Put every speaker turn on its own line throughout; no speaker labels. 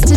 to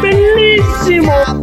Bellissimo!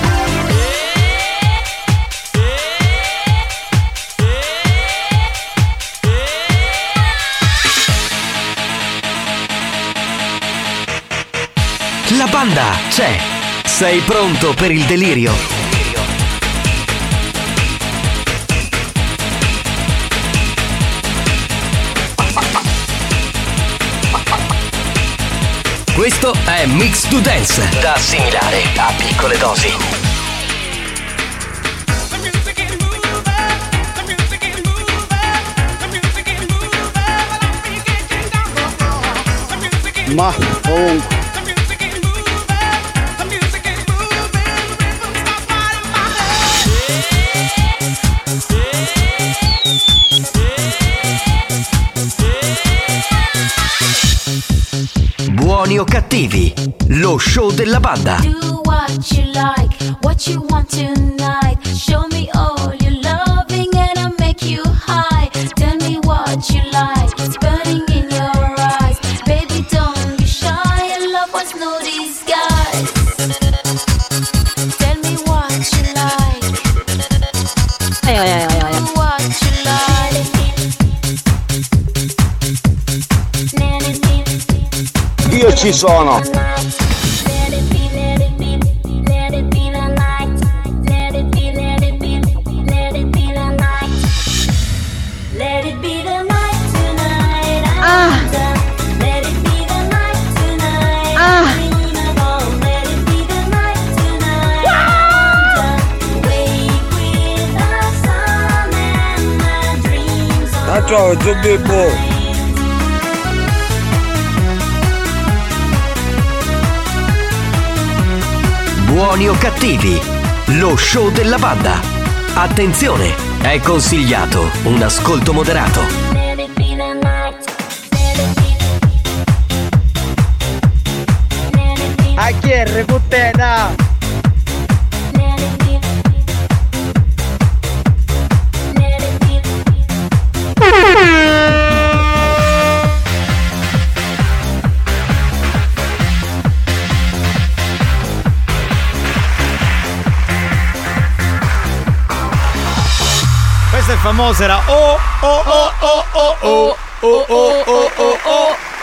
La banda c'è. Sei pronto per il delirio? Questo è Mix to Dance, da assimilare a piccole dosi.
Ma comunque.
Buoni o cattivi, lo show della banda.
Do what you like, what you want tonight. Show me all your loving and I'll make you high. Tell me what you like, it's burning in your eyes. Baby, don't be shy, I love what's no disguise. Tell me what you like,
Ai, ai, ai, ai, ai.
do what you like.
Io ci sono.
Ah,
ciao, Zio Bippo.
Buoni o cattivi, lo show della banda. Attenzione, è consigliato un ascolto moderato.
Let it be the night.
AKR puttana!
Questa è famosa, era oh oh oh oh oh oh oh oh oh oh oh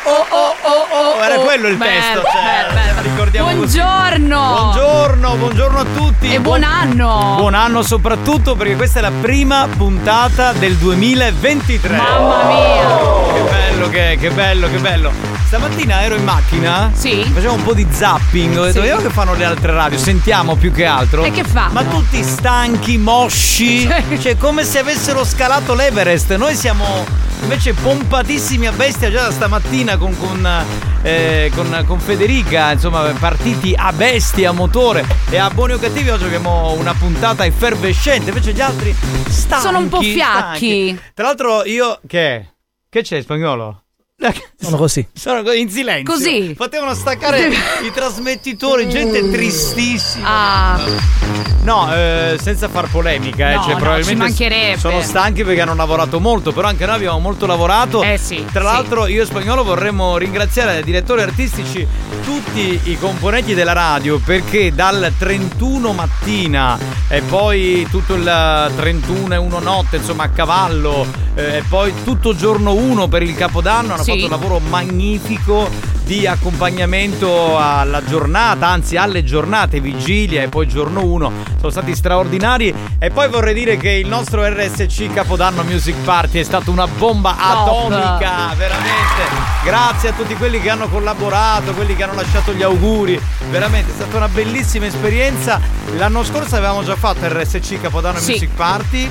Oh, oh, oh, oh,
Oh, era
oh.
quello il
Beh,
testo,
beh,
cioè,
beh, beh.
ricordiamo così.
Buongiorno.
Buongiorno, buongiorno a tutti.
E buon anno.
Buon anno soprattutto perché questa è la prima puntata del 2023.
Mamma mia.
Che bello che, che bello, che bello. Stamattina ero in macchina.
Sì.
Facevo un po' di zapping. Ho detto,
Sì.
vediamo che fanno le altre radio. Sentiamo più che altro.
E che fa?
Ma tutti stanchi, mosci. cioè, come se avessero scalato l'Everest. Noi siamo invece pompatissimi a bestia già da stamattina con, con, eh, con- con Federica. Insomma, partiti a bestia, a motore. E a buoni o cattivi oggi abbiamo una puntata effervescente. Invece gli altri stanchi.
Sono un po'
stanchi.
fiacchi.
Tra l'altro, io. Che? Che c'è in spagnolo?
Sono così.
Sono co- in silenzio.
Così.
Potevano staccare i trasmettitori, gente tristissima.
Ah.
No, eh, senza far polemica, eh,
No,
cioè,
no,
probabilmente
ci mancherebbe.
sono stanchi perché hanno lavorato molto, però anche noi abbiamo molto lavorato. Eh sì. Tra l'altro, io e spagnolo vorremmo ringraziare i direttori artistici tutti i componenti della radio perché dal 31 mattina e poi tutto il 31 e 1 notte, insomma, a cavallo eh, e poi tutto giorno 1 per il Capodanno hanno
Sì.
fatto un lavoro magnifico di accompagnamento alla giornata, anzi alle giornate, vigilia e poi giorno 1. Sono stati straordinari. E poi vorrei dire che il nostro RSC Capodanno Music Party è stata una bomba
Top.
atomica, veramente. Grazie a tutti quelli che hanno collaborato, quelli che hanno lasciato gli auguri. Veramente è stata una bellissima esperienza. L'anno scorso avevamo già fatto RSC Capodanno
Sì.
Music Party.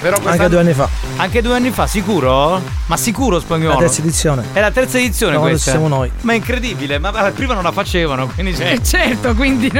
Però
Anche due anni fa.
Anche due anni fa, sicuro? Ma sicuro spagnolo?
La terza edizione.
È la terza edizione
No, quando
questa?
ci siamo noi.
Ma è incredibile, ma ma prima non la facevano, quindi c'è.
Eh, certo, quindi.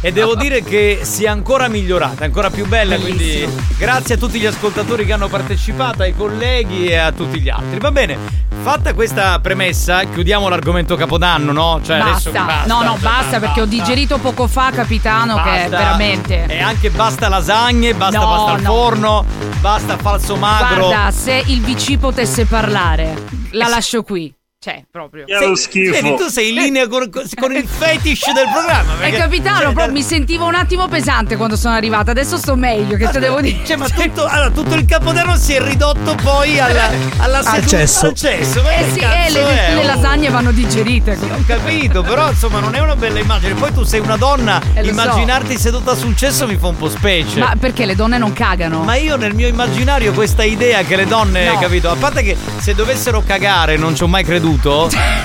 E devo dire che si è ancora migliorata, ancora più bella, quindi grazie a tutti gli ascoltatori che hanno partecipato, ai colleghi e a tutti gli altri. Va bene, fatta questa premessa, chiudiamo l'argomento Capodanno, no? Cioè adesso
basta.
basta.
No, no,
cioè,
basta perché ho digerito poco fa, capitano, che
Basta.
veramente.
E anche basta lasagne, basta
No,
pasta al
no.
forno, basta falso magro.
Guarda, se il VC potesse parlare, la lascio qui. Cioè, proprio.
Sei- Vedi, tu sei in linea con, con il fetish del programma.
E
perché-
capitano,
cioè,
proprio mi sentivo un attimo pesante quando sono arrivata, adesso sto meglio, che te devo dire?
Cioè, ma tutto, allora, tutto il capodanno si è ridotto poi alla, alla
Al
seduta-
cesso.
al cesso. Ma
Eh
che
sì, eh,
cazzo
le,
è?
le
Oh.
lasagne vanno digerite. ecco.
Ho capito, però insomma non è una bella immagine. Poi tu sei una donna,
Eh, lo so.
immaginarti seduta sul cesso mi fa un po' specie.
Ma perché le donne non cagano?
Cioè. Ma io nel mio immaginario questa idea che le donne,
No.
capito? A parte che se dovessero cagare, non ci ho mai creduto,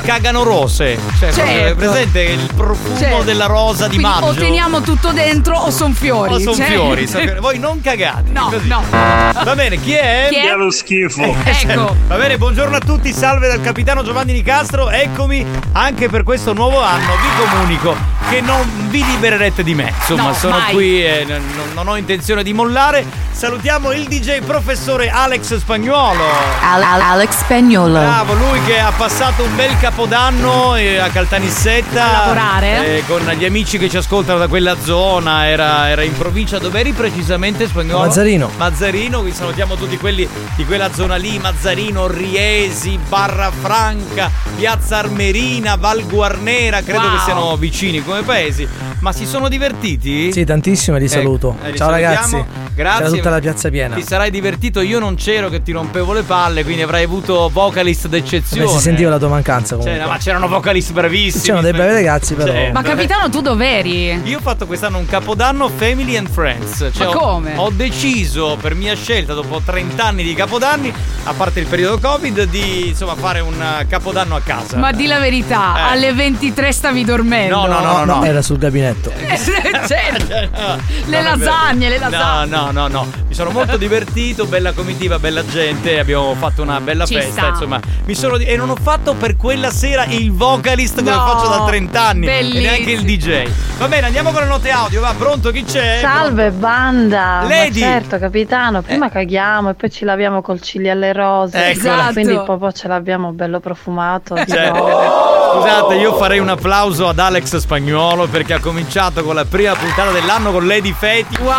cagano rose. Cioè,
Certo.
proprio, è presente il profumo
Cioè,
della rosa di
quindi
maggio.
O teniamo tutto dentro o son fiori.
O son
cioè-
fiori, son fiori. Voi non cagate.
No,
così.
no.
Va bene, chi è?
Chi è? Chi è
lo schifo.
Ecco.
Va bene, buongiorno a tutti, salve dal capitano Giovanni Nicastro, eccomi anche per questo nuovo anno, vi comunico che non vi libererete di me. Insomma,
No,
sono
mai.
qui e n- n- non ho intenzione di mollare. Salutiamo il DJ professore Alex Spagnuolo.
Alex Spagnolo.
Bravo, lui che ha passato un bel capodanno eh, a Caltanissetta.
A lavorare.
eh, con gli amici che ci ascoltano da quella zona. Era, era in provincia. Dove eri precisamente spagnolo?
Mazzarino.
Mazzarino, vi salutiamo tutti quelli di quella zona lì: Mazzarino, Riesi, Barra Franca, Piazza Armerina, Val Guarnera. Credo
Wow.
che siano vicini come paesi. Ma si sono divertiti?
Sì, tantissimo, li
Ecco,
saluto.
eh, li
Ciao
salutiamo.
ragazzi.
Grazie.
C'era tutta la piazza piena.
Ti sarai divertito, io non c'ero che ti rompevo le palle, quindi avrai avuto vocalist d'eccezione.
Beh, si sentiva la tua mancanza
Cioè,
comunque. Cioè,
ma c'erano vocalist bravissimi.
C'erano dei bravi ragazzi però.
Cioè,
Ma
dove-
capitano, tu dov'eri?
Io ho fatto quest'anno un capodanno Family and Friends. Cioè,
Ma
ho-
come?
Ho, deciso per mia scelta, dopo 30 anni di capodanni, a parte il periodo Covid, di insomma fare un eh, capodanno a casa.
Ma di la verità,
Eh.
alle 23 stavi dormendo.
Era sul gabinetto.
Eh, certo. Le
Eh, No, vabbè.
lasagne, le lasagne.
No, no, no, no. Mi sono molto divertito, bella comitiva, bella gente, abbiamo fatto una bella
Ci
festa,
sta.
insomma. Mi sono di- e non ho fatto per quella sera il vocalist come
No,
faccio da 30 anni e
bellissimo.
neanche il DJ. Va bene, andiamo con la notte audio, va, pronto chi c'è?
Salve banda! Ma
Lady! Eh.
certo, capitano, prima caghiamo e poi ci laviamo col ciglio alle rose.
Eccola. Esatto.
Quindi il popò ce l'abbiamo bello profumato. di
Cioè,
nuovo.
Scusate, io farei un applauso ad Alex Spagnuolo perché ha cominciato con la prima puntata dell'anno con Lady Feti.
Wow!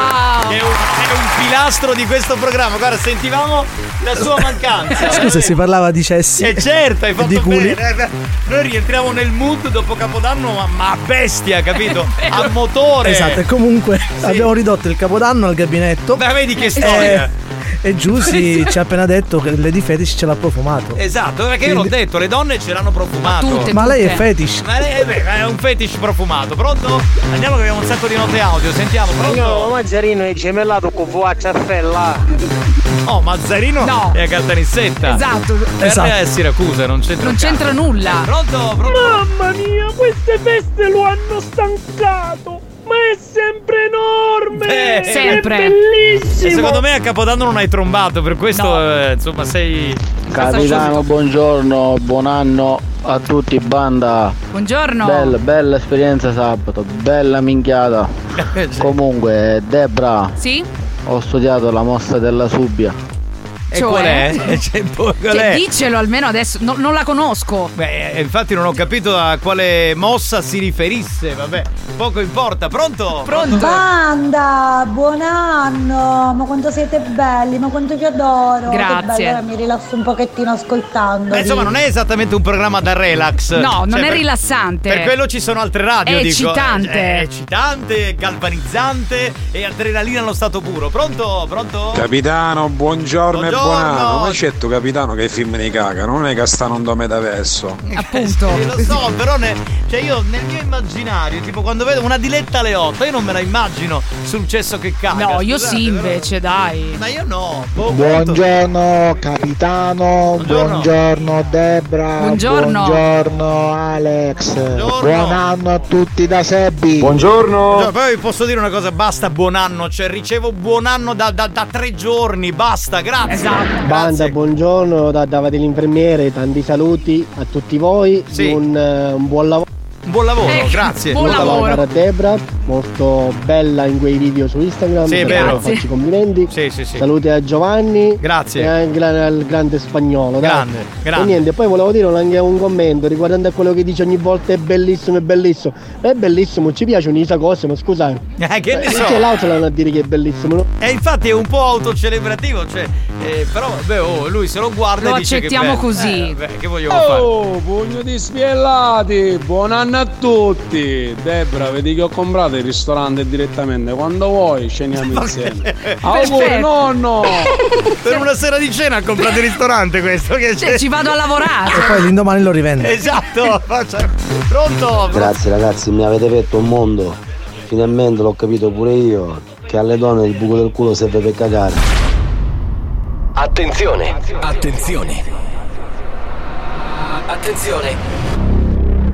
Che è un, è un pilastro di questo programma. Guarda, sentivamo la sua mancanza.
Scusa, si parlava di cessi.
E Eh, certo, hai fatto
Di culi.
bene. Noi rientriamo nel mood dopo Capodanno, ma, ma a bestia, capito? A motore.
Esatto, e comunque abbiamo ridotto il capodanno al gabinetto.
Ma vedi che storia.
Eh, E Giussi ci ha appena detto che Lady Fetish ce l'ha profumato.
Esatto, perché io l'ho detto, le donne ce l'hanno profumato.
Ma tutte, Ma lei tutte. è fetish.
Ma lei eh beh, è un fetish profumato. Pronto? Andiamo che abbiamo un sacco di note audio, sentiamo, pronto?
Mazzarino è gemellato con VH a fella.
Oh, Mazzarino
No.
è a Caltanissetta.
Esatto.
Ferrea
Esatto.
è a Siracusa, non c'entra.
Non
un cazzo.
c'entra nulla.
Pronto, pronto.
Mamma mia, queste feste lo hanno stancato! Ma è sempre enorme!
Eh,
È
E
bellissimo!
secondo me a Capodanno non hai trombato, per questo eh, insomma sei.
Capitano, buongiorno, buon anno a tutti, banda.
Buongiorno.
Bella, bella esperienza sabato, bella minchiata. Comunque, Debra,
Sì?
ho studiato la mossa della Subbia.
E qual è? Cioè, poi qual
Cioè,
è?
diccelo almeno adesso. No, non la conosco.
Beh, infatti non ho capito a quale mossa si riferisse, vabbè, poco importa. Pronto?
Banda, buon anno! Ma quanto siete belli, ma quanto vi adoro! Che
Grazie.
bello, ora mi rilasso un pochettino ascoltando.
Ma Eh, insomma, non è esattamente un programma da relax.
No, non
Cioè,
è
per-
rilassante.
Per quello ci sono altre radio,
È
dico. eh,
eccitante.
È eccitante, galvanizzante e adrenalina allo stato puro. Pronto? Pronto?
Capitano, buongiorno,
Buongiorno.
e buon anno. Ma c'è tu, capitano, che i film ne cagano, non è che stanno un nome da verso.
Appunto.
Eh, lo so, però ne- cioè io nel mio immaginario, tipo quando vedo una diletta alle 8, io non me la immagino successo che caga.
No, io
scusate,
sì
però-
invece, dai.
Ma io no. boh, pronto?
Buongiorno capitano, buongiorno, Debra,
Buongiorno.
buongiorno, Alex, buon anno a tutti da Sebbi.
Cioè, poi posso dire una cosa, basta buon anno, cioè ricevo buon anno da, da- da tre giorni, basta, grazie.
Esatto.
Banda, buongiorno da Davide l'infermiere, tanti saluti a tutti voi, un, eh, un buon lavoro.
Buon lavoro,
Eh,
grazie.
Cara Debra, molto bella in quei video su Instagram.
Sì, è
per
vero.
Farci complimenti.
Sì, sì, sì.
Saluti a Giovanni.
Grazie.
E anche al- al grande spagnolo. dai.
Grande, grande.
E niente, poi volevo dire un- anche un commento riguardante a quello che dice ogni volta è bellissimo, è bellissimo. È bellissimo, ci piace un'isa cosa, ma scusate.
Eh, che ne
Eh,
so.
C'è l'Autolan a dire che è bellissimo, no?
E infatti è un po' autocelebrativo, cioè, eh, però vabbè, oh, lui se lo guarda
Lo
e dice che
accettiamo
bello.
così.
Eh, vabbè, che vogliamo fare?
Oh, pugno di spiellati! Buon anno a tutti! Debra, vedi che ho comprato il ristorante direttamente. Quando vuoi sceniamo insieme. Auguri,
Perfetto.
nonno!
Per una sera di cena ha comprato il ristorante questo che c'è.
Cioè, ci vado a lavorare.
E poi l'indomani lo rivendo.
Esatto, faccia- pronto?
Grazie ragazzi, mi avete detto un mondo. Finalmente l'ho capito pure io che alle donne il buco del culo serve per cagare.
Attenzione, attenzione. Ah, Attenzione.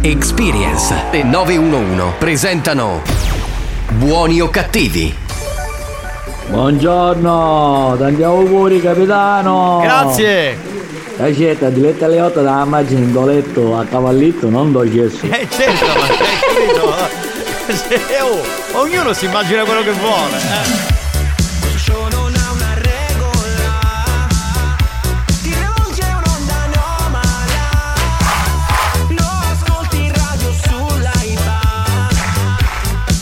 Experience e 911 presentano Buoni o cattivi?
Buongiorno, tanti auguri capitano!
Grazie!
Lascetta, diletta alle 8 da immagine in doletto a cavalletto, non dolcesso.
Eh certo, ma è capito? Eh, oh, ognuno si immagina quello che vuole. eh.
ascolti radio sulla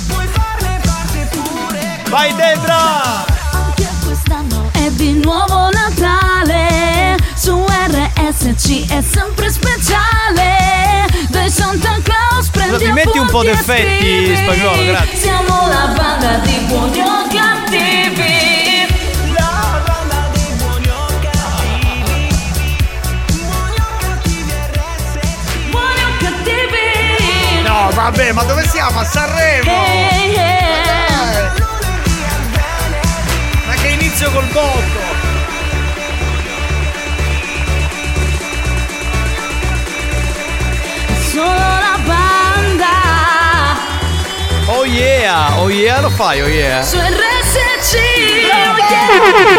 Puoi farne parte pure.
Vai Debra!
Anche quest'anno è di nuovo Natale Su RSC è sempre speciale Dai Santa Claus prendi
Scusa, mi metti un po'
appunti e
d'effetti,
scrivi.
spagnolo, grazie.
Siamo la banda di buoni o cattivi La banda di buoni o cattivi Buoni o cattivi
No, vabbè, ma dove siamo? A Sanremo!
Hey,
Eh,
hey.
Ma che inizio col
eh.
botto!
Solo la banda
Oh yeah, oh yeah, lo fai, oh yeah.
su RSC oh yeah.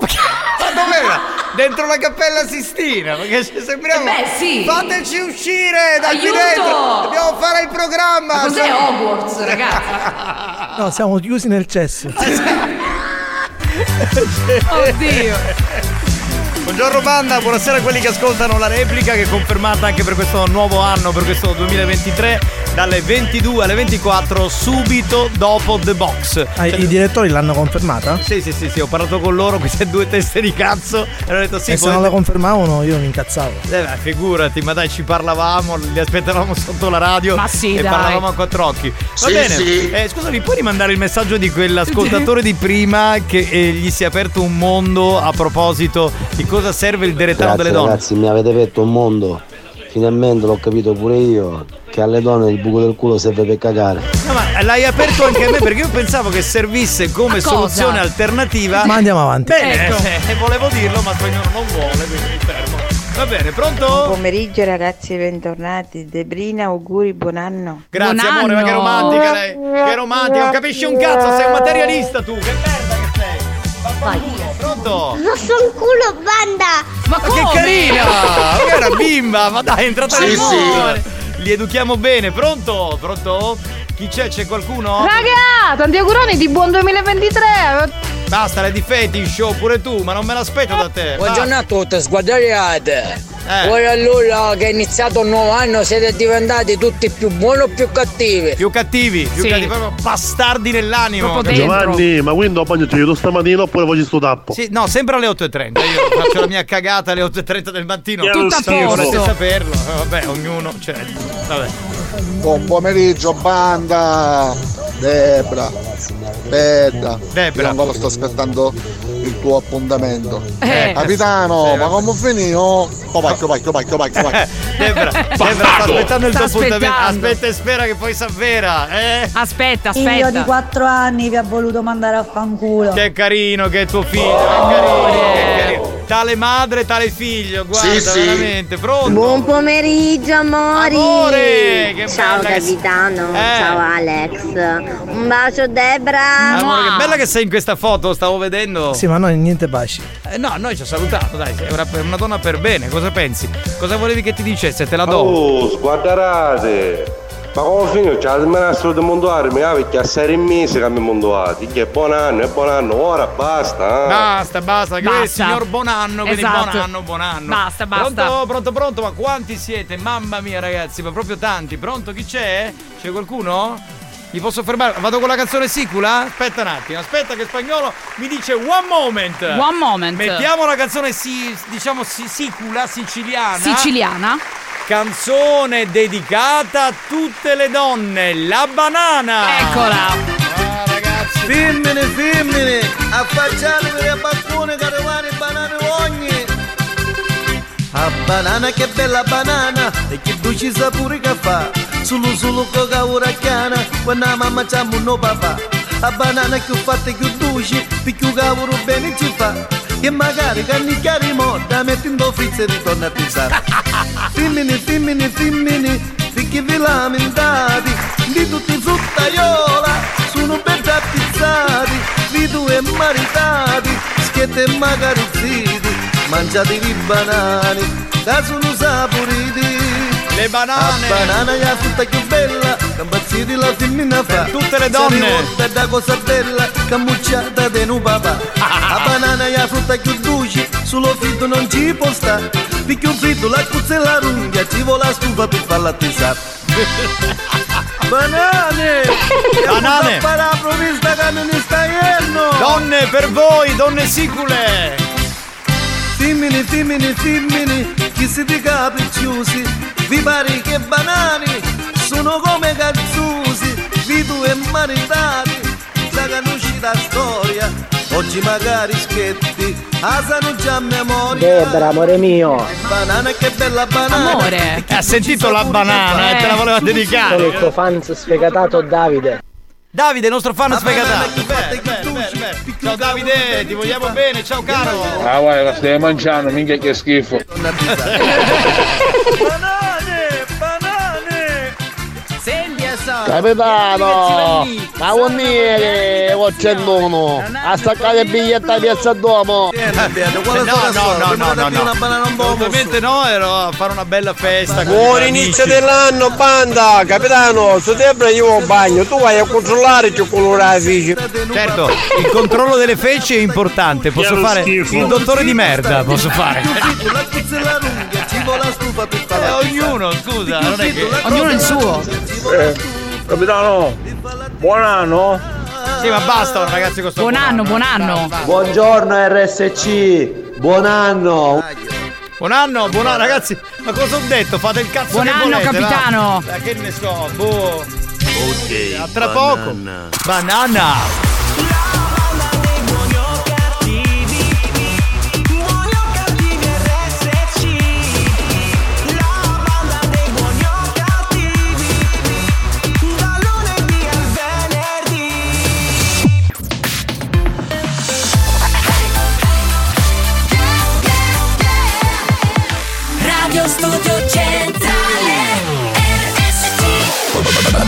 Ma dov'era? Dentro la cappella Sistina, perché se sembriamo.
Eh beh, sì.
Fateci uscire da qui
Aiuto!
dentro! Dobbiamo fare il programma! Eh.
Ma cos'è Hogwarts,
ragazzi?
Ah.
No, siamo chiusi
Ah.
nel cesso.
Oddio! Buongiorno banda, buonasera a quelli che ascoltano la replica che è confermata anche per questo nuovo anno, per questo 2023, dalle 22 alle 24 subito dopo The Box. Cioè,
Ah, I direttori l'hanno confermata?
Sì, sì, sì, sì, ho parlato con loro, queste due teste di cazzo, e hanno detto sì,
e se non
potete-
la confermavano io mi incazzavo.
eh, beh, figurati, ma dai, ci parlavamo, li aspettavamo sotto la radio e
dai.
parlavamo a quattro occhi. Va
Sì,
bene,
sì.
Eh, scusami, puoi rimandare il messaggio di quell'ascoltatore di prima che eh, gli si è aperto un mondo a proposito di cosa serve il deretano
Grazie
delle donne?
ragazzi, mi avete detto un mondo. Finalmente l'ho capito pure io che alle donne il buco del culo serve per cagare.
No, ma l'hai aperto anche a me perché io pensavo che servisse come
A cosa?
soluzione alternativa.
Ma andiamo avanti.
Bene,
Ecco.
eh, volevo dirlo, ma spagnolo non vuole, quindi mi fermo. Va bene, pronto?
Buon pomeriggio ragazzi, bentornati. Debrina, auguri, buon anno.
Grazie amore, ma che romantica lei. Che romantica, non capisci un cazzo, sei un materialista tu. Che merda che sei. Vaffanculo, pronto?
Non sono culo, banda!
Ma
Ma che carina! Ma che era bimba, ma dai, è entrata
Sì,
nel
sì.
mondo. Li educhiamo bene, pronto? Pronto? Chi c'è? C'è qualcuno?
Raga, tanti auguroni di buon 2023!
Basta, le difetti in show pure tu, ma non me l'aspetto da te.
Buongiorno
Basta.
a tutti, sguadariate!
Eh.
Voi allora che è iniziato un nuovo anno siete diventati tutti più buoni o più cattivi?
Più cattivi, più cattivi, proprio bastardi nell'animo.
Giovanni, ma quindi ho bagnato io stamattina oppure voglio sto tappo?
Sì, no, sempre alle 8.30. Io faccio la mia cagata alle 8.30 del mattino.
Che Tutto a schifo. posto.
Volete saperlo? Eh, Vabbè, ognuno. Cioè, vabbè.
Buon pomeriggio, banda! Debra, Debra,
Debra.
Io ancora sto aspettando il tuo appuntamento.
Eh.
Capitano, ma come finito? Oh, pacchio, pacchio, pacchio, pacchio, pacchio.
Debra, Debra sta aspettando il
Sta
tuo appuntamento.
aspettando.
Aspetta e spera che poi s'avvera. Eh?
Aspetta,
Figlio di 4 anni vi ha voluto mandare a fanculo.
Che carino che è tuo figlio, che carino, che carino. Tale madre, tale figlio, guarda,
Sì, sì.
veramente, pronto?
Buon pomeriggio, amori!
Amore, che
Ciao
bella che-
capitano,
Eh.
ciao Alex. Un bacio Debra.
Amore, che bella che sei in questa foto, stavo vedendo.
Sì, ma noi niente baci.
Eh, no, noi ci ha salutato, dai, sei una, una donna per bene, cosa pensi? Cosa volevi che ti dicesse? Te la do.
Oh, sguardarate! Ma come finito? C'è la smenassero di mondoare, mi ha perché a sei mesi che mi mondoati. Che buon anno, è buon anno, ora basta. eh.
Basta, basta, che
Basta.
il signor Bonanno, quindi
Esatto.
buon anno, buon anno.
Basta, basta.
Pronto, pronto, pronto, ma quanti siete? Mamma mia ragazzi, ma proprio tanti. Pronto, chi c'è? C'è qualcuno? Mi posso fermare? Vado con la canzone sicula? Aspetta un attimo, aspetta che spagnolo mi dice one moment.
One moment.
Mettiamo la canzone si, diciamo si- sicula, siciliana.
Siciliana.
Canzone dedicata a tutte le donne, la banana.
Eccola.
Ah, Femmine, femmine, affacciatevi dal balcone che arrivano i banane ogni. A banana che bella banana, e che dolce sapore che fa. Solo solo che caura chiana, quando la mamma c'ha un papà. A banana che ho fatto più dolce, più cavolo bene ci fa. Che magari cannicchiare morta, metti un po' frizza e ritorna a pisare. Femmine, femmine, femmine, perché vi lamentate, di tutti fruttaiola, sono ben battizzati, di due maritati, schiette e magarizziti, mangiatevi banane, da sono saporiti.
Le banane!
La banana è la frutta più bella, cambazziti la femmina fa.
tutte le donne.
Siamo rotte da cosa bella, cammucciata di un papà. La banana è la frutta più dolce, sullo fritto non ci può stare. Picchio fritto, la cozza e la runghia, ci vuole la stufa per farla attesare. Banane!
Banane.
Para la provvista che non sta iendo!
Donne per voi, donne sicule!
Femmine, femmine, femmine, chi siete capricciosi, vi pare che banani sono come cazzusi, vi due maritati, già che non uscita storia, oggi magari schietti, asano già a memoria.
Debra, amore mio.
Banana che bella banana.
Amore.
Ha sentito la banana, eh, te la voleva
Sono il
dedicare.
tuo fan sfegatato Davide.
Davide, il nostro fan sfegatato. Ciao Davide, ti vogliamo bene, ciao caro.
Ah guarda, la stai mangiando, minchia che schifo.
Banane, banane.
eh,
Senti
Capitano, cavoniere, occendono, a staccare il biglietto a piazza Duomo.
Eh,
Eh, No, no, no, no, no, no. Ovviamente no, ero a fare una bella festa. con
Buon
gli
inizio
amici.
dell'anno, banda! Capitano, su Debra io vado in bagno, tu vai a controllare che colore hai fici.
Certo, il controllo delle feci è importante. Posso
Che
fare
schifo.
il dottore di merda, posso fare.
Eh,
ognuno, scusa, non è che.
Ognuno il suo.
Eh, capitano, buon anno.
Sì, ma basta ragazzi con sto
Buon anno, buon anno.
Buongiorno RSC, buon anno.
Buon anno, buon anno, ragazzi. Ma cosa ho detto? Fate il cazzo
Buon
che
anno,
volete, va.
capitano.
Ma che ne so, boh.
Ok.
A tra poco. Banana.
Radio Studio Centrale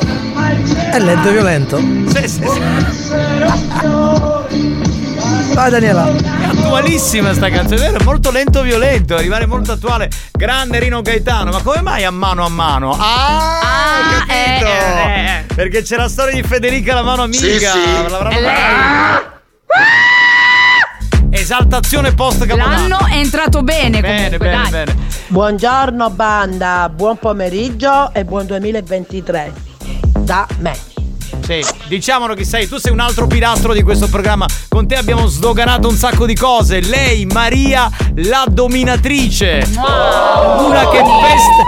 È lento e violento.
Sì, sì,
Vai Daniela.
È attualissima sta canzone, vero? È molto lento e violento, arrivare molto attuale. Grande Rino Gaetano, ma come mai a mano a mano? Ah,
eh,
eh, hai capito? Perché c'è la storia di Federica la mano amica.
Sì, sì.
l'avranno
È lei.
fatto. Esaltazione post capodanno.
L'anno è entrato bene
Bene,
comunque,
bene,
dai.
bene.
Buongiorno banda, buon pomeriggio e buon 2023 da me.
Sì, diciamolo chi sei, tu sei un altro pilastro di questo programma. Con te abbiamo sdoganato un sacco di cose. Lei, Maria, la dominatrice. Una che pesta.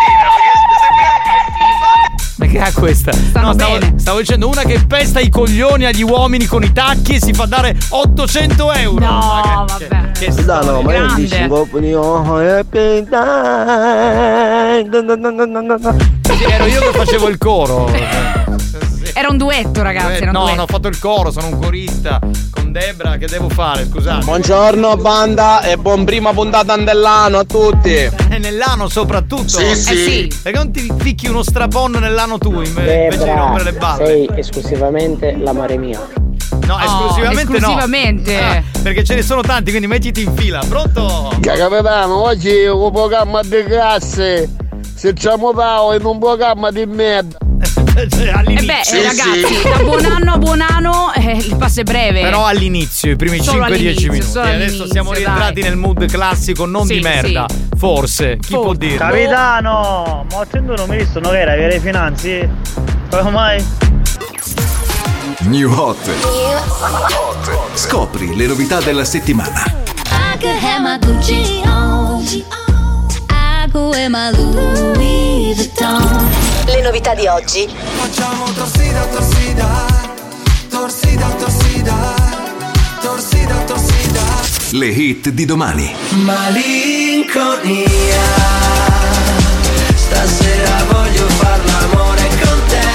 Ma che ha questa? no, stavo, stavo dicendo una che pesta i coglioni agli uomini con i tacchi e si fa dare 800 euro. No, vabbè. Che, che
No, no, ma io dici un po' happy time. No, no, no, no, no, no.
Sì, ero io che facevo il coro.
Era un duetto, ragazzi. Era un
Eh, no,
duetto.
no, ho fatto il coro, sono un corista con Debra, che devo fare? Scusate.
Buongiorno banda e buon prima puntata dell'anno a tutti.
E nell'ano Eh, soprattutto. Eh,
Sì, sì.
Eh,
sì. Perché non ti picchi uno strapon nell'ano tu inve- invece di rompere le balle?
Eh, sei esclusivamente l'amore mio.
No,
Oh,
esclusivamente,
esclusivamente.
no. Ah, perché ce ne sono tanti, quindi mettiti in fila. Pronto?
Che capitano, oggi è un programma di classe. Se siamo pao in un programma di merda.
E beh, eh, ragazzi, da buon anno a buon anno eh, il passo è breve.
Però all'inizio, i primi
Solo
5-10
all'inizio,
minuti.
solo
Adesso
all'inizio,
siamo
dai.
rientrati nel mood classico, non
Sì,
di merda.
sì.
Forse, chi può dirlo?
Capitano, ma attendo un ministro non era avere le finanze? Come mai?
New Hot. Scopri le novità della settimana.
I could have my Gucci on. I could wear my Louis Vuitton.
Le novità di oggi.
Facciamo torsida, torsida. Torsida, torsida. Torsida, torsida.
Le hit di domani.
Malinconia. Stasera voglio far l'amore con te.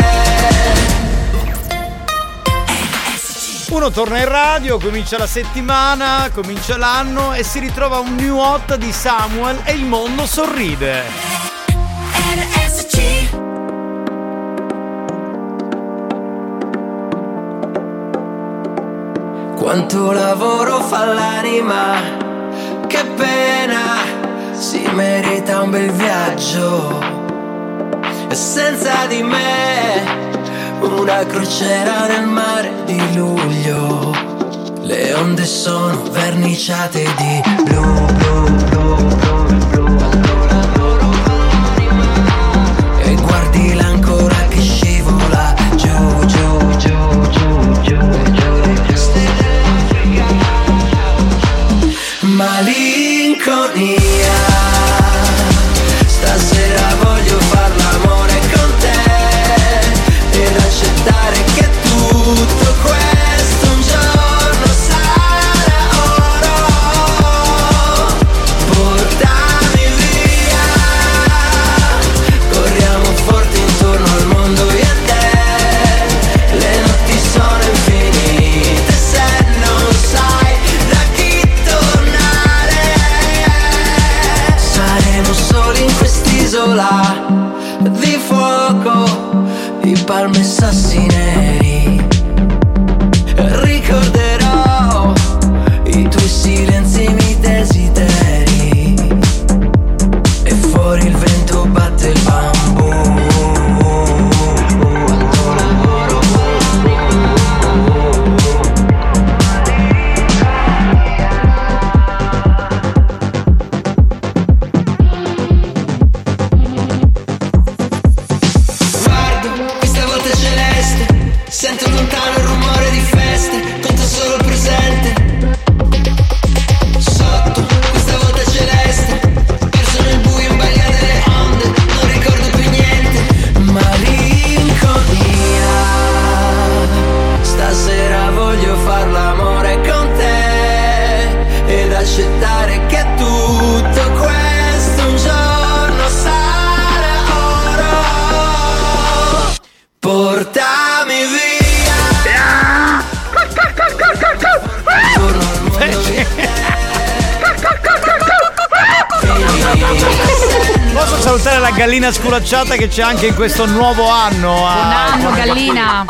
Uno torna in radio, comincia la settimana, comincia l'anno e si ritrova un new hot di Samuel e il mondo sorride.
Quanto lavoro fa l'anima
che pena si merita un bel viaggio e senza di me una crociera nel mare di luglio le onde sono verniciate di blu blu blu blu blu ancora loro anima e guardila ancora che scivola giù giù giù giù giù giù le stelle malinconia stasera voglio far l'amore con te ed accettare che tutto questo un giorno sarà oro portami via corriamo forte intorno al mondo io e te le notti sono infinite se non sai da chi tornare saremo soli in quest'isola di fuoco di palme e sassi neri ricorderò i tuoi silenzi e i miei desideri e fuori il vento batte il bambù Guardo questa volta celeste Sento lontano il rumore di feste Conto solo il presente Sotto questa volta celeste Perso nel buio in balia delle onde Non ricordo più niente Malinconia Stasera voglio far l'amore con te Ed accettare che tutto questo un giorno sarà oro Portami via
Posso salutare la gallina sculacciata che c'è anche in questo nuovo anno? a-
Buon anno, gallina.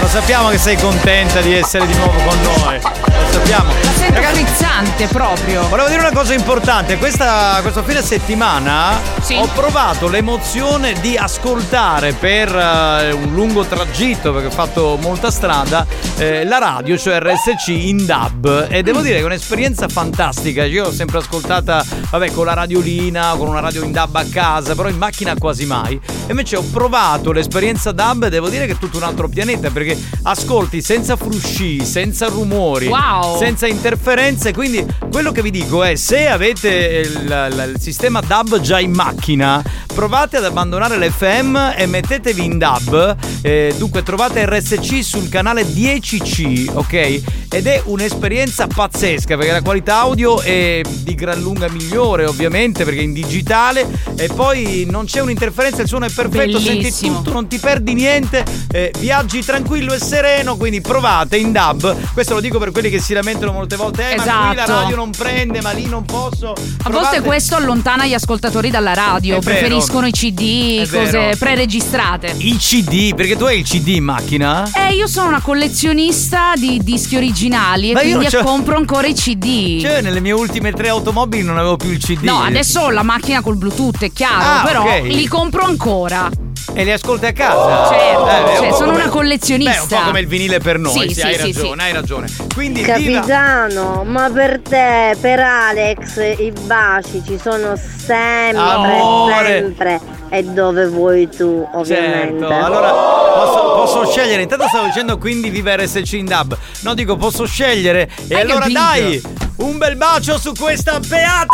Lo sappiamo che sei contenta di essere di nuovo con noi. Lo sappiamo.
La sento frizzante proprio.
Volevo dire una cosa importante, questa, questo fine settimana ho provato l'emozione di ascoltare per eh, un lungo tragitto, perché ho fatto molta strada, eh, la radio, cioè RSC in DAB. E devo dire che è un'esperienza fantastica. Io l'ho sempre ascoltata, vabbè, con la radiolina, con una radio in DAB a casa, però in macchina quasi mai. E invece ho provato l'esperienza DAB e devo dire che è tutto un altro pianeta, perché ascolti senza frusci, senza rumori,
Wow.
senza interferenze. Quindi quello che vi dico è: se avete il, il- il sistema DAB già in macchina, provate ad abbandonare l'FM e mettetevi in DAB. Eh, dunque, trovate RSC sul canale 10C, ok? Ed è un'esperienza pazzesca perché la qualità audio è di gran lunga migliore, ovviamente, perché è in digitale e poi non c'è un'interferenza, il suono è perfetto, senti
Bellissimo.
tutto, Esatto, non ti perdi niente, eh, viaggi tranquillo e sereno, quindi provate in DAB. Questo lo dico per quelli che si lamentano molte volte, eh, ma qui la
Esatto.
radio non prende, ma lì non posso.
A volte questo allontana gli ascoltatori dalla radio,
È vero.
preferiscono i CD,
È
cose
vero.
preregistrate.
Il CD, perché tu hai il CD in macchina?
Eh, io sono una collezionista di dischi originali e
Ma io
quindi
c'ho-
compro ancora i CD.
Cioè, nelle mie ultime tre automobili non avevo più il CD.
No, adesso ho la macchina col Bluetooth, è chiaro,
Ah,
però
ok.
li compro ancora.
E li ascolti a casa?
Certo,
Eh, beh,
cioè,
un po'
sono
come-
una collezionista.
Beh, è un po' come il vinile per noi,
Sì,
sì,
sì,
hai
sì,
ragione,
sì.
hai ragione. Quindi viva-
Capitano, ma per te, per Alex, i baci ci sono sempre,
Amore.
sempre. E dove vuoi tu, ovviamente.
Certo, allora posso, posso scegliere. Intanto stavo dicendo quindi viva RSC in dub. No, dico posso scegliere. E
Hai
allora
capito?
dai, un bel bacio su questa beata.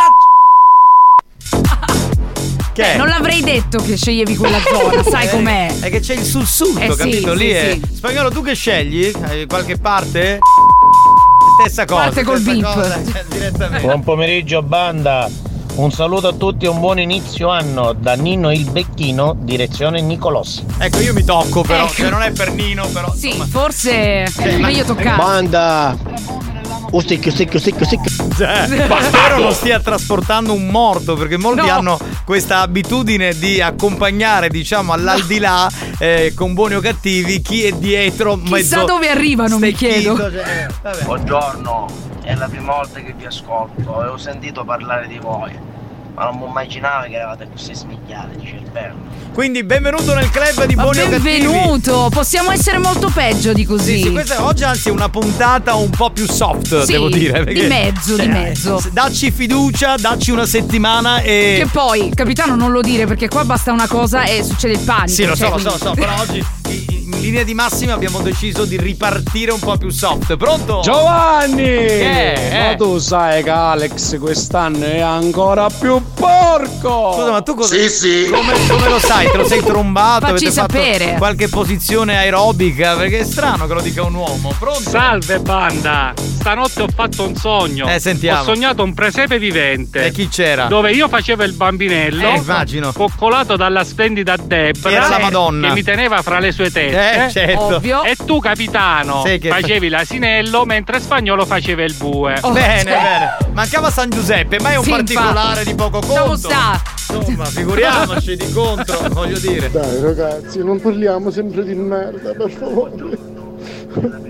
Che è?
Non l'avrei detto che sceglievi quella zona, sai
Eh,
com'è?
È che c'è il sussulto,
Eh sì,
capito?
sì,
Lì è.
sì.
Spagnolo, tu che scegli? Hai qualche parte? Stessa cosa.
Parte col Oh,
stessa
bip.
cosa, cioè, direttamente.
Buon pomeriggio banda, un saluto a tutti e un buon inizio anno da Nino il Becchino, direzione Nicolossi.
Ecco, io mi tocco però, cioè non è per Nino però.
Sì, forse è
ma-
meglio toccare.
Banda! Usticchio, usticchio, usticchio,
Cioè, ma spero non stia trasportando un morto, perché molti
No.
hanno questa abitudine di accompagnare, diciamo, all'aldilà eh, con buoni o cattivi chi è dietro. cioè,
Chissà dove arrivano, mi chiedo.
Buongiorno, è la prima volta che vi ascolto e ho sentito parlare di voi, ma non mi immaginavo che eravate così smigliati di cervello.
Quindi benvenuto nel club di
Ma
buoni o cattivi.
benvenuto, possiamo essere molto peggio di così.
Sì, sì, questa oggi anzi è una puntata un po' più soft,
Sì,
devo dire.
di mezzo, di
dai,
mezzo.
s- Dacci fiducia, dacci una settimana e.
Che poi, capitano, non lo dire perché qua basta una cosa e succede il panico.
Sì, lo so,
cioè,
lo so, lo
quindi-
so, però oggi i- i- in linea di massima abbiamo deciso di ripartire un po' più soft. Pronto?
Giovanni!
Che?
Ma
Eh?
tu sai che Alex quest'anno è ancora più porco!
Scusa, ma tu cosa.
Sì, sì.
Come, come lo sai? Te lo sei trombato?
Facci
avete fatto
sapere.
qualche posizione aerobica? Perché è strano che lo dica un uomo. Pronto?
Salve banda! Stanotte ho fatto un sogno.
Eh, sentiamo.
Ho sognato un presepe vivente.
E chi c'era?
Dove io facevo il bambinello.
Eh, immagino.
Coccolato dalla splendida Debra.
Che era la Madonna.
Che mi teneva fra le sue tette.
Eh, certo. Ovvio.
E tu, capitano,
Sì, che-
facevi l'asinello mentre Spagnolo faceva il bue.
bene, bene. Mancava San Giuseppe, ma è un
Sì,
particolare
infatti.
di poco conto.
Dove sta?
Insomma, figuriamoci di contro, voglio dire.
Dai ragazzi, non parliamo sempre di merda, per favore.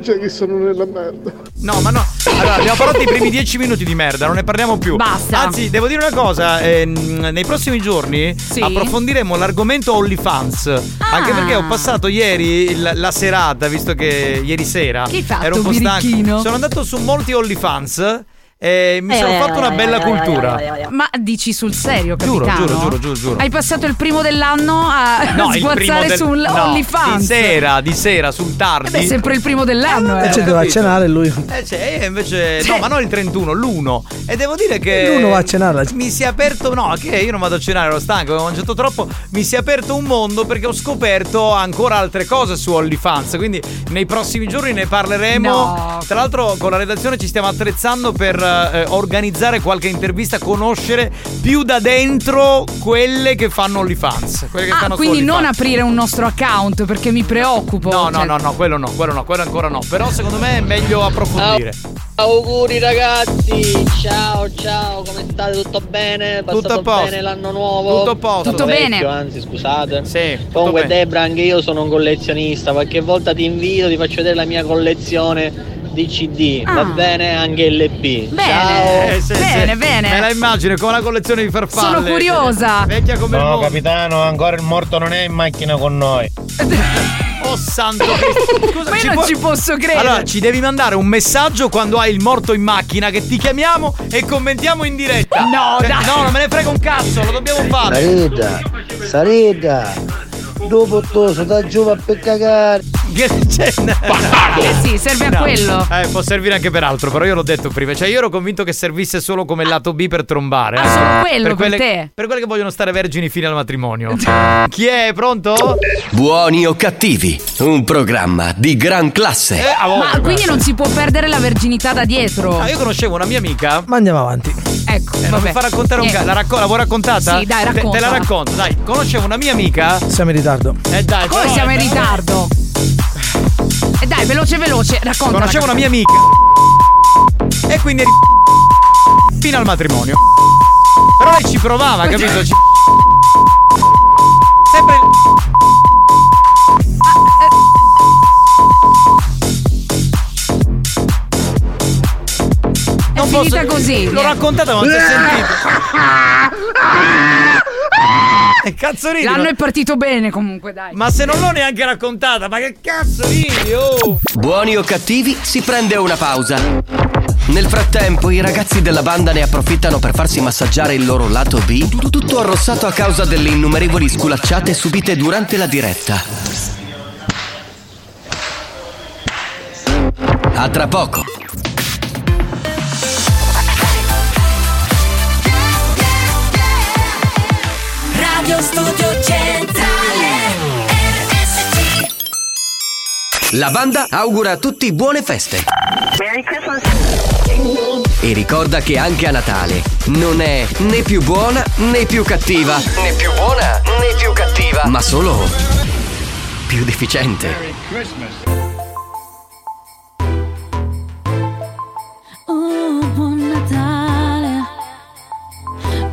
Cioè che sono nella merda.
No, ma no. Allora, abbiamo parlato dei primi dieci minuti di merda, non ne parliamo più.
Basta.
Anzi, devo dire una cosa: ehm, nei prossimi giorni approfondiremo l'argomento OnlyFans.
Ah.
Anche perché ho passato ieri il- la serata, visto che ieri sera
Che hai fatto,
ero un po'
birichino?
stanco. Sono andato su molti OnlyFans e mi
Eh,
sono
eh,
fatto una
eh,
bella
eh,
cultura.
eh, eh, eh. Ma dici sul serio,
Giuro,
capitano?
giuro, giuro, giuro, giuro.
Hai passato il primo dell'anno a
No, il primo
sguazzare
del-
sul
no, Di
OnlyFans.
sera, di sera, sul tardi.
Eh beh, sempre il primo dell'anno, eh.
E ci doveva cenare lui.
Eh, c'è, io invece. No, ma non il 31, l'1. E devo dire che.
L'uno va a cenare. la-
Mi si è aperto. No, che io non vado a cenare, ero stanco, avevo mangiato troppo. Mi si è aperto un mondo perché ho scoperto ancora altre cose su OnlyFans. Quindi nei prossimi giorni ne parleremo.
No.
Tra l'altro, con la redazione ci stiamo attrezzando per eh, organizzare qualche intervista, conoscere più da dentro quelle che fanno OnlyFans. Quelle che
Ah,
stanno su
quindi non
OnlyFans.
aprire un nostro account perché mi preoccupo.
No, no,
cioè-
no, no, quello no, quello no, quello ancora no. Però secondo me è meglio approfondire.
Auguri ragazzi, ciao ciao, come state? Tutto bene? Passato
a posto.
bene l'anno nuovo? eh?
Tutto a posto. Tutto
Vecchio,
bene.
Anzi, scusate.
Sì, tutto
Comunque
bene.
Debra, anche io sono un collezionista, qualche volta ti invito, ti faccio vedere la mia collezione di CD,
Ah.
va bene anche LP.
Cioè, Bene.
Ciao.
Eh, sì,
Bene,
sì.
bene.
Me la immagino con la collezione di farfalle.
Sono curiosa.
Vecchia come il
No,
mondo.
capitano, ancora il morto non è in macchina con noi.
Oh santo Cristo. Scusa,
Ma io non ci posso credere.
Allora, ci devi mandare un messaggio quando hai il morto in macchina che ti chiamiamo e commentiamo in diretta.
No,
Cioè,
dai.
No, non me ne frega un cazzo, lo dobbiamo fare.
Sareda, Sareda, dopo toso da giù a per cagare.
Che c'è?
Eh sì, serve a
No.
quello.
Eh, può servire anche per altro, però io l'ho detto prima. Cioè, io ero convinto che servisse solo come lato B per trombare. eh.
Ah, solo quello per
quelle,
te.
Per quelle che vogliono stare vergini fino al matrimonio. Chi è? Pronto?
Buoni o cattivi, un programma di gran classe.
Ma quindi non si può perdere la verginità da dietro.
Ah, io conoscevo una mia amica.
Ma andiamo avanti.
Ecco,
Eh, non mi
vabbè.
fa raccontare un
Niente.
cazzo. La, racco- la vuoi raccontata?
Sì, dai,
Te- Te,
raccontala.
la racconto, dai. Conoscevo una mia amica.
Siamo in ritardo.
Eh, dai,
Come
però-
siamo in ritardo? E dai, veloce, veloce, racconta.
Conoscevo una mia amica. E quindi. Fino al matrimonio. Però lei ci provava, capito? Ci- Sempre.
È finita così.
L'ho raccontata, ma non si è sentito. Che Eh, cazzo ridi?
L'anno
Ma-
è partito bene comunque, dai.
Ma se non l'ho neanche raccontata, ma che cazzo ridi? Oh!
Buoni o cattivi, si prende una pausa. Nel frattempo, i ragazzi della banda ne approfittano per farsi massaggiare il loro lato B, tu- tutto arrossato a causa delle innumerevoli sculacciate subite durante la diretta. A tra poco.
Radio Studio Centrale RSC
La banda augura a tutti buone feste. E ricorda che anche a Natale non è né più buona né più cattiva. Né più buona né più cattiva. Ma solo più deficiente.
Oh, buon Natale,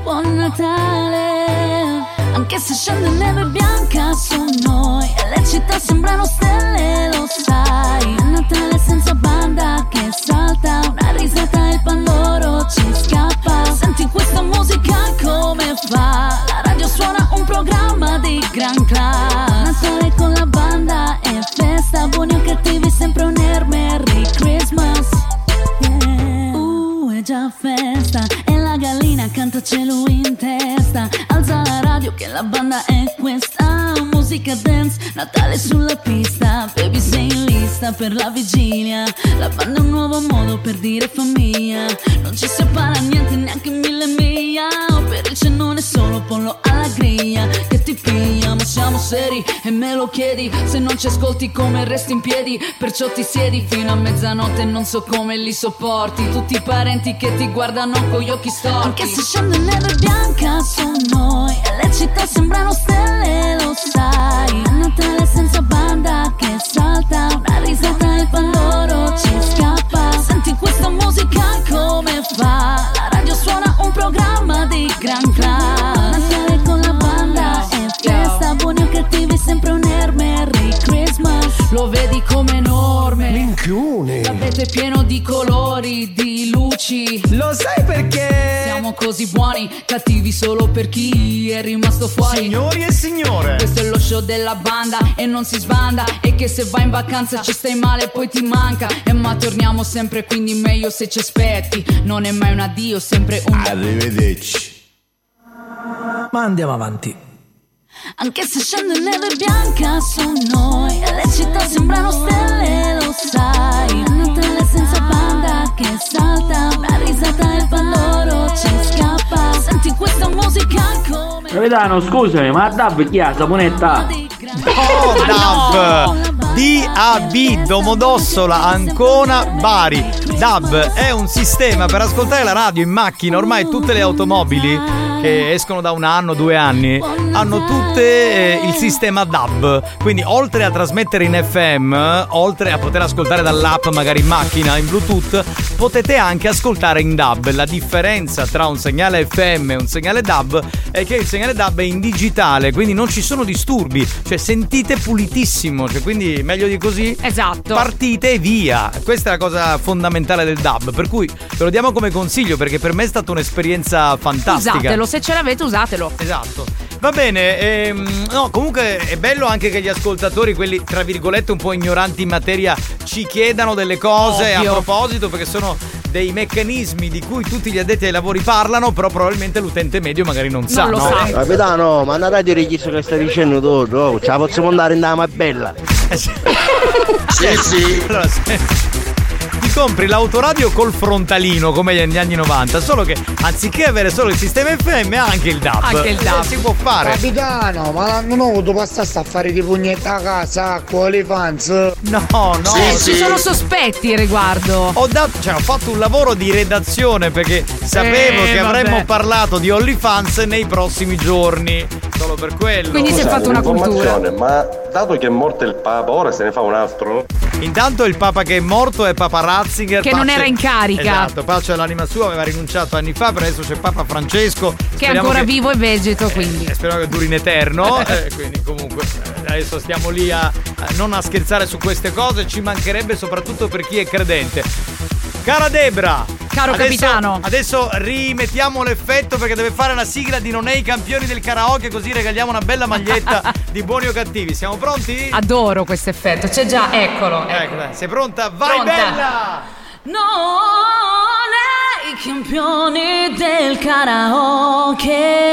buon Natale, anche se scende neve bianca su noi e Le città sembrano stelle, lo sai. A Natale senza banda che salta. Una risata e il pandoro ci scappa. Senti questa musica come fa? La radio suona un programma di gran class. Natale con la banda e festa. Buoni o cattivi, sempre un air Merry Christmas. Yeah. Uh, è già festa. E la gallina canta cielo in testa. Alza la radio che la banda è questa. Musica dance, Natale sulla pista. Baby sei in lista per la vigilia. La banda è un nuovo modo per dire famiglia. Non ci separa niente, neanche mille miglia. Per il cenone solo pollo alla griglia. Che ti piglia, ma siamo seri e me lo chiedi. Se non ci ascolti come resti in piedi. Perciò ti siedi fino a mezzanotte. Non so come li sopporti. Tutti i parenti che ti guardano con gli occhi storti. Anche se scende neve bianca su noi. E le città sembrano stelle, lo sai. A Natale senza banda che salta. Una risata e pandoro ci scappa. Senti questa musica come fa. La radio suona un programma di gran class. Natale con la banda e festa. Buoni o cattivi, sempre un air Merry Christmas. Lo vedi come enorme. Minchione. L'avete pieno di colori, di luci. Lo sai perché? Siamo così buoni, cattivi solo per chi è rimasto fuori.
Signori e signore.
Questo è lo show della banda e non si sbanda. E che se vai in vacanza ci stai male, poi ti manca. E ma torniamo sempre, quindi meglio se ci aspetti. Non è mai un addio, sempre un.
Arrivederci.
Ma andiamo avanti.
Anche se scende neve bianca su noi E le città sembrano stelle, lo sai A Natale senza banda che salta Una risata e il valoro ci scappa Senti questa musica come
Capitano, scusami, ma Dab chi ha saponetta?
Oh, DAB DAB Domodossola Ancona Bari DAB è un sistema per ascoltare la radio in macchina ormai tutte le automobili che escono da un anno, due anni hanno tutte eh, il sistema DAB quindi oltre a trasmettere in FM eh, oltre a poter ascoltare dall'app magari in macchina in Bluetooth potete anche ascoltare in DAB la differenza tra un segnale FM e un segnale DAB è che il segnale DAB è in digitale quindi non ci sono disturbi cioè sentite pulitissimo cioè, quindi meglio di così
esatto
partite e via questa è la cosa fondamentale del DAB per cui ve lo diamo come consiglio perché per me è stata un'esperienza fantastica
Usatelo, se ce l'avete usatelo.
Esatto. Va bene, ehm, no, comunque è bello anche che gli ascoltatori, quelli tra virgolette un po' ignoranti in materia, ci chiedano delle cose
Ovvio.
a proposito perché sono dei meccanismi di cui tutti gli addetti ai lavori parlano, però probabilmente l'utente medio magari non, sa. no?
Capitano, ma andate a dire chi che sta dicendo tu, oh, ce la possiamo andare in dama bella.
Sì, sì. Allora, se ti compri l'autoradio col frontalino come negli anni 90, solo che anziché avere solo il sistema FM ha anche il DAB. Eh, Si può fare.
Capitano, ma l'anno nuovo tu passasti a fare di pugnetta a casa, con le fans.
No, no.
Eh, Ci sono sospetti riguardo.
Ho, dato, cioè, ho fatto un lavoro di redazione perché sapevo che
Eh, vabbè.
avremmo parlato di OnlyFans nei prossimi giorni. Solo per quello.
Scusate,
eh.
un'informazione, Ma dato che è morto il Papa, ora se ne fa un altro?
Intanto il Papa che è morto è Papa Ratzinger.
Che non era in carica.
Esatto, pace all'anima sua, aveva rinunciato anni fa, per adesso c'è Papa Francesco.
Che è ancora vivo
vivo
e vegeto, quindi.
Eh, speriamo che duri in eterno. eh, quindi, comunque, eh, adesso stiamo lì a, a non a scherzare su queste cose. Ci mancherebbe soprattutto per chi è credente. Cara Debra,
Caro
adesso-
capitano.
adesso rimettiamo l'effetto perché deve fare la sigla di Non è i campioni del karaoke, così regaliamo una bella maglietta di buoni o cattivi. Siamo pronti?
Adoro questo effetto. C'è già, eccolo.
Ecco, dai, sei pronta? Vai
Pronta.
bella!
Non è i campioni del karaoke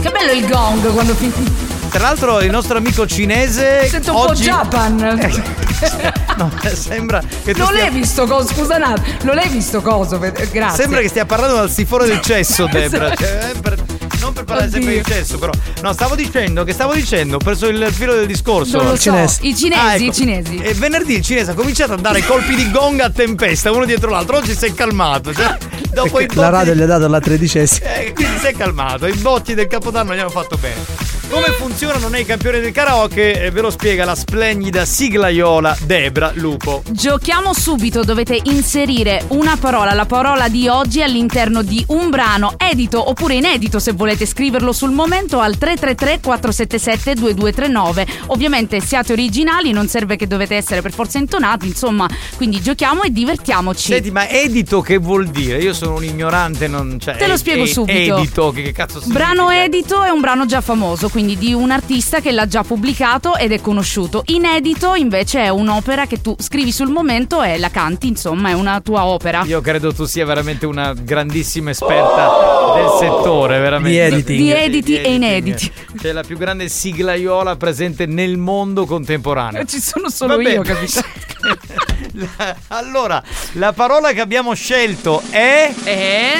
Che bello il gong quando finisce.
Tra l'altro il nostro amico cinese
Sento un
oggi
po' Japan.
No, sembra che tu
non
stia-
l'hai visto coso, scusa un attimo, non l'hai visto coso, ved- grazie. Esatto.
Sembra che stia parlando dal sifone del cesso, Debra. Cioè, eh, per- non per parlare sempre
Oddio.
del cesso, però. No, stavo dicendo che stavo dicendo, ho preso il filo del discorso.
Non lo so, Cinesi. i cinesi,
Ah, ecco.
i cinesi.
E venerdì il cinese ha cominciato a dare colpi di gong a tempesta, uno dietro l'altro. Oggi si è calmato. Cioè, dopo i
Perché la
botti-
radio gli ha dato la tredicesima.
eh, quindi si è calmato. I botti del capodanno gli hanno fatto bene. Come funzionano nei campioni del karaoke eh, ve lo spiega la splendida siglaiola Debra Lupo.
Giochiamo subito, dovete inserire una parola, la parola di oggi all'interno di un brano edito oppure inedito se volete scriverlo sul momento al 333 477 2239. Ovviamente siate originali, non serve che dovete essere per forza intonati, insomma, quindi giochiamo e divertiamoci.
Senti, ma edito che vuol dire? Io sono un ignorante, non cioè,
Te lo spiego subito.
Edito, che, che cazzo significa?
Brano edito è un brano già famoso, quindi di un artista che l'ha già pubblicato ed è conosciuto. Inedito invece è un'opera che tu scrivi sul momento e la canti, insomma, è una tua opera.
Io credo tu sia veramente una grandissima esperta del settore, veramente.
Di editing. Di editi
Di
e inediti.
C'è la più grande siglaiola presente nel mondo contemporaneo.
Ci sono solo
Vabbè.
io, capito?
La- allora, la parola che abbiamo scelto è...
È...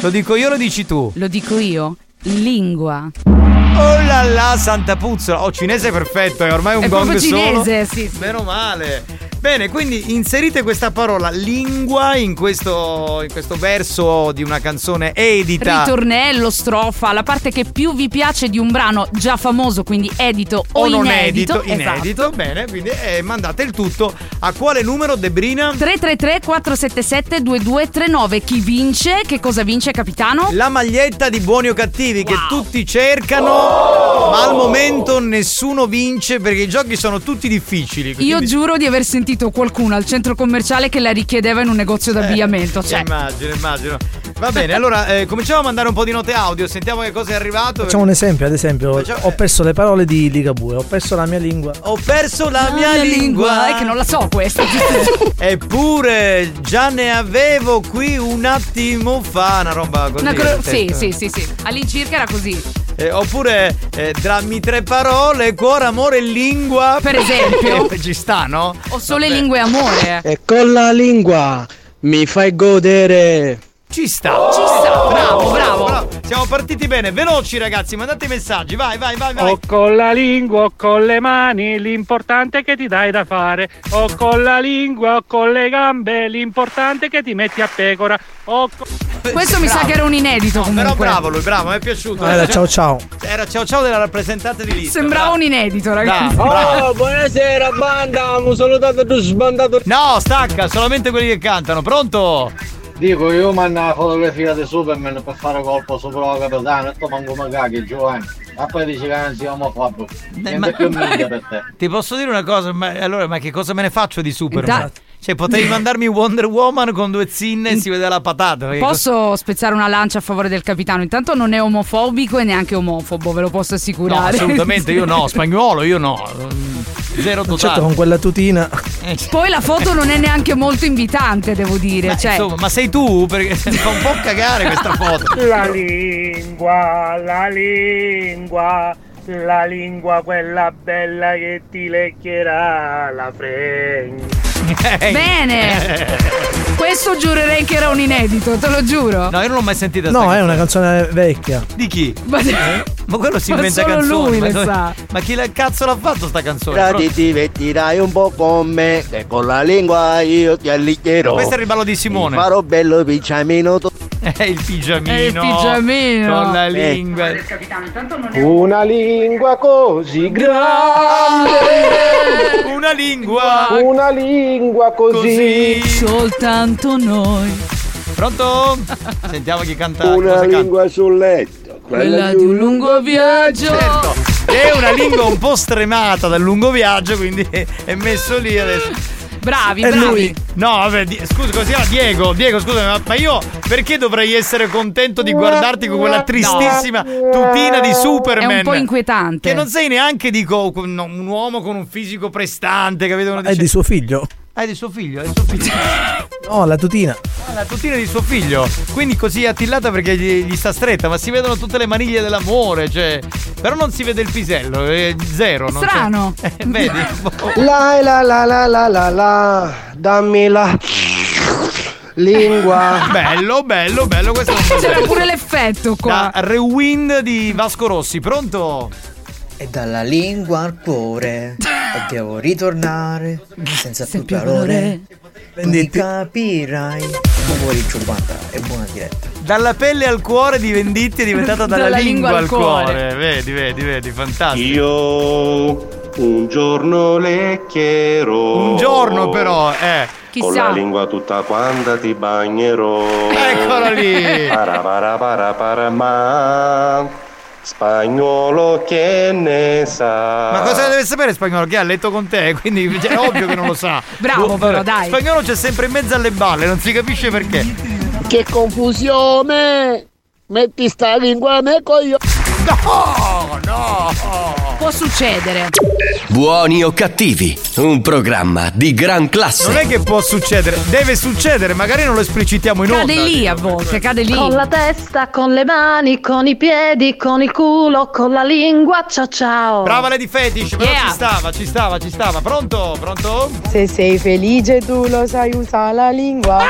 Lo dico io o lo dici tu?
Lo dico io. Lingua.
Oh la la, santa puzzola. Oh, cinese è perfetto, è ormai un
È
gong
proprio cinese,
solo.
sì, sì.
Meno male. Bene, quindi inserite questa parola lingua in questo, in questo verso di una canzone edita.
Ritornello, strofa, la parte che più vi piace di un brano già famoso, quindi edito o,
non
inedito. Esatto.
edito, inedito, bene, quindi eh, mandate il tutto a quale numero Debrina?
333 477 2239 chi vince? Che cosa vince capitano?
La maglietta di buoni o cattivi che tutti cercano,
Oh!
ma al momento nessuno vince perché i giochi sono tutti difficili.
Io
quindi-
giuro di aver sentito qualcuno al centro commerciale che la richiedeva in un negozio
Eh,
d'abbigliamento, cioè
Immagino, immagino. Va bene, allora eh, cominciamo a mandare un po' di note audio, sentiamo che cosa è arrivato.
Facciamo un esempio, ad esempio, ho perso le parole di Ligabue, ho perso la mia lingua.
Ho perso la, mia, lingua.
è che non la so questa.
Eppure già ne avevo qui un attimo fa, una roba così.
Una cro-
nel
sì,
testo.
sì, sì, sì. All'incirca era così.
Eh, oppure eh, drammi tre parole, cuore, amore, lingua.
Per esempio.
Ci sta, no?
Ho solo le lingue amore. eh.
E con la lingua mi fai godere.
Ci sta.
Ci sta, bravo, bravo.
Siamo partiti bene, veloci ragazzi, mandate i messaggi, vai, vai, vai, vai.
O con la lingua o con le mani, l'importante è che ti dai da fare. O con la lingua o con le gambe, l'importante è che ti metti a pecora. O co-
Questo mi sa che era un inedito
Però
comunque.
bravo lui, bravo, mi è piaciuto.
Allora, ciao ciao.
Era ciao ciao della rappresentante di lista.
Sembrava un inedito, ragazzi.
Oh, buonasera banda, mi salutato tu sbandato.
No, stacca, solamente quelli che cantano. Pronto?
Dico io manna la fotografia di Superman per fare colpo sopra la capitana e tu manco mi caghi Giovanni. Ma poi dici che non siamo omofobo. Niente
ma-
più minchia per te.
Ti posso dire una cosa, ma allora, ma che cosa me ne faccio di Superman?
Da-
Cioè, potevi mandarmi Wonder Woman con due zinne e si vede la patata. perché
Posso spezzare una lancia a favore del capitano? Intanto non è omofobico e neanche omofobo, ve lo posso
cos- No,
assicurare.
assolutamente io no, spagnolo io no. Zero totale.
Certo, con quella tutina.
Poi la foto non è neanche molto invitante, devo dire. cioè,
Insomma, ma sei tu? Perché fa un po' cagare questa foto.
La lingua, la lingua, la lingua quella bella che ti lecchierà la fregna.
eh.
Bene. questo giurerei che era un inedito, te lo giuro.
No, io non l'ho mai sentita.
No,
sta
è una canzone vecchia.
Di chi?
eh. Ma-
Eh? Ma quello si
Ma
inventa
solo
canzoni.
lui
ma,
le
dove-
sa.
ma chi la cazzo l'ha fatto sta canzone? Però-
Traditi e tirai un po' con me, che con la lingua io ti alligherò.
Questo era il ballo di Simone.
Ti farò bello picciamino. tu-
È il pigiamino.
È il pigiamino.
Con la
Eh.
lingua.
Una lingua così grande.
Una lingua.
Una lingua così.
Soltanto noi.
Pronto? Sentiamo chi canta.
Una
cosa canta.
lingua sul letto.
Quella di un lungo viaggio.
Certo. È una lingua un po' stremata dal lungo viaggio, quindi è messo lì adesso.
Bravi, bravi.
No, vabbè, di- scusa, così chiama Diego. Diego, scusami, ma- ma io perché dovrei essere contento di guardarti con quella tristissima tutina di Superman?
È un po' inquietante.
Che non sei neanche, dico, un un uomo con un fisico prestante, capito? Uno
È
dice-
di suo figlio.
Ah, è di suo figlio, è di suo figlio.
No, la tutina.
Ah, la tutina di suo figlio. Quindi così attillata perché gli, gli sta stretta, ma si vedono tutte le maniglie dell'amore, cioè. Però non si vede il pisello, è zero. non c'è.
Strano.
Eh, vedi? Boh.
La la la la la la la. Dammi la lingua.
Bello, bello, bello questo.
C'era
pure l'effetto
qua. Da Rewind di Vasco Rossi, pronto?
E dalla lingua al cuore.
E devo ritornare senza più
più
calore.
calore.
Tu mi capirai. Buon pomeriggio, banda, e buona diretta.
Dalla pelle al cuore di Venditti è diventata dalla,
Dalla lingua
lingua,
al
al cuore.
cuore.
Vedi, vedi, vedi, fantastico.
Io un giorno leccherò.
Un giorno però, eh.
Con la lingua tutta quanta ti bagnerò.
Eccolo lì.
Para para para para ma. Spagnolo che ne sa.
Ma cosa deve sapere spagnolo? Che ha letto con te, quindi cioè, è ovvio che non lo sa.
Bravo,
Boh,
però,
vabbè.
dai.
Spagnolo c'è sempre in mezzo alle balle, non si capisce perché.
Che confusione! Metti sta lingua nel coglione!
No, no!
Può succedere.
Buoni o cattivi, un programma di gran classe.
Non è che può succedere, deve succedere, magari non lo esplicitiamo in
Cade
onda.
lì a volte, cade lì.
Con la testa, con le mani, con i piedi, con il culo, con la lingua, ciao ciao.
Brava Lady Fetish, però ci stava, ci stava, ci stava. Pronto? Pronto?
Se sei felice tu lo sai usare la lingua.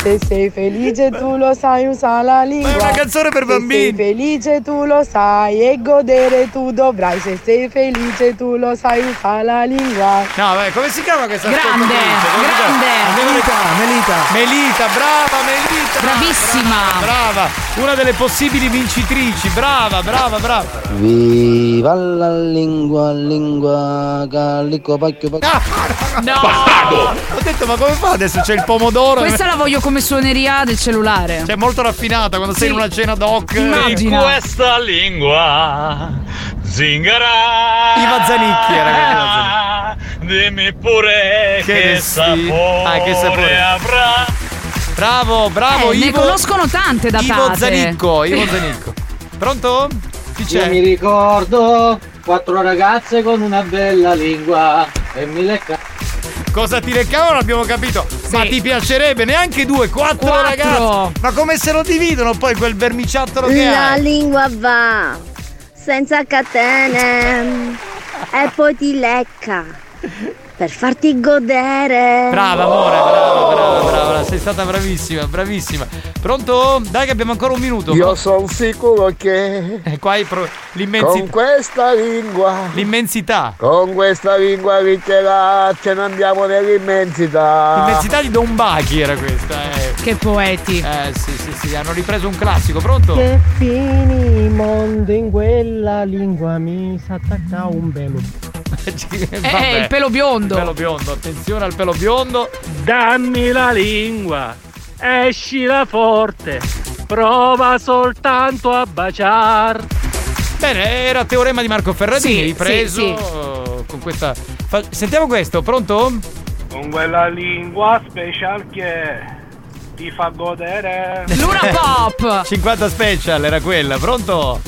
Se sei felice tu lo sai usare la lingua.
una canzone per
Se
bambini.
sei felice tu lo sai e godere tu dovrai. Se sei felice tu lo sai usare la lingua.
No, vabbè, come si chiama questa
Grande, grande.
Melita, Melita. Melita, brava Melita. Bravissima. Brava, brava. Una delle possibili vincitrici. Brava, brava, brava.
Viva la lingua, lingua, gallico, pacchio, pacchio.
No. Bastardo. Ho detto, ma come fa adesso? C'è Ah, il pomodoro.
Questa la voglio come suoneria del cellulare.
Cioè, molto raffinata quando sei in una cena doc. Ecco, eh,
Immagina.
Questa lingua. Zingara. Iva Zanicchi era quella.
Dimmi pure
Che che sì. sapore Ah, che sapore. avrà. Bravo, bravo,
Eh,
Ivo.
ne conoscono tante da
Ivo
tate.
Zanicco, Ivo Zanicco. Pronto? Chi c'è?
Io mi ricordo quattro ragazze con una bella lingua e mille cazzo.
Cosa ti leccavano abbiamo capito. Ma ti piacerebbe neanche due, quattro,
Quattro.
ragazzi. Ma come se lo dividono poi quel vermiciattolo che
La
hai?
lingua va senza catene e poi ti lecca per farti godere.
Brava amore, brava, brava, brava, brava. sei stata bravissima, bravissima. Pronto? Dai che abbiamo ancora un minuto.
Io sono sicuro che
E Eh, qua hai pro-
con
l'immensità.
questa lingua,
L'immensità.
con questa lingua vincerà, ce ne andiamo nell'immensità.
L'immensità di Don Bachi era questa, eh.
Che poeti.
Eh sì, sì, sì, hanno ripreso un classico, pronto?
Che fini mondo in quella lingua mi s'attacca un pelo.
Vabbè.
Eh, il pelo biondo.
Il pelo biondo, attenzione al pelo biondo.
Dammi la lingua, escila forte, prova soltanto a baciar.
Bene, era teorema di Marco Ferradini, ripreso eh, con questa. fa- Sentiamo questo, pronto?
Con quella lingua special che ti fa godere.
Luna Pop! 50 special era quella, pronto?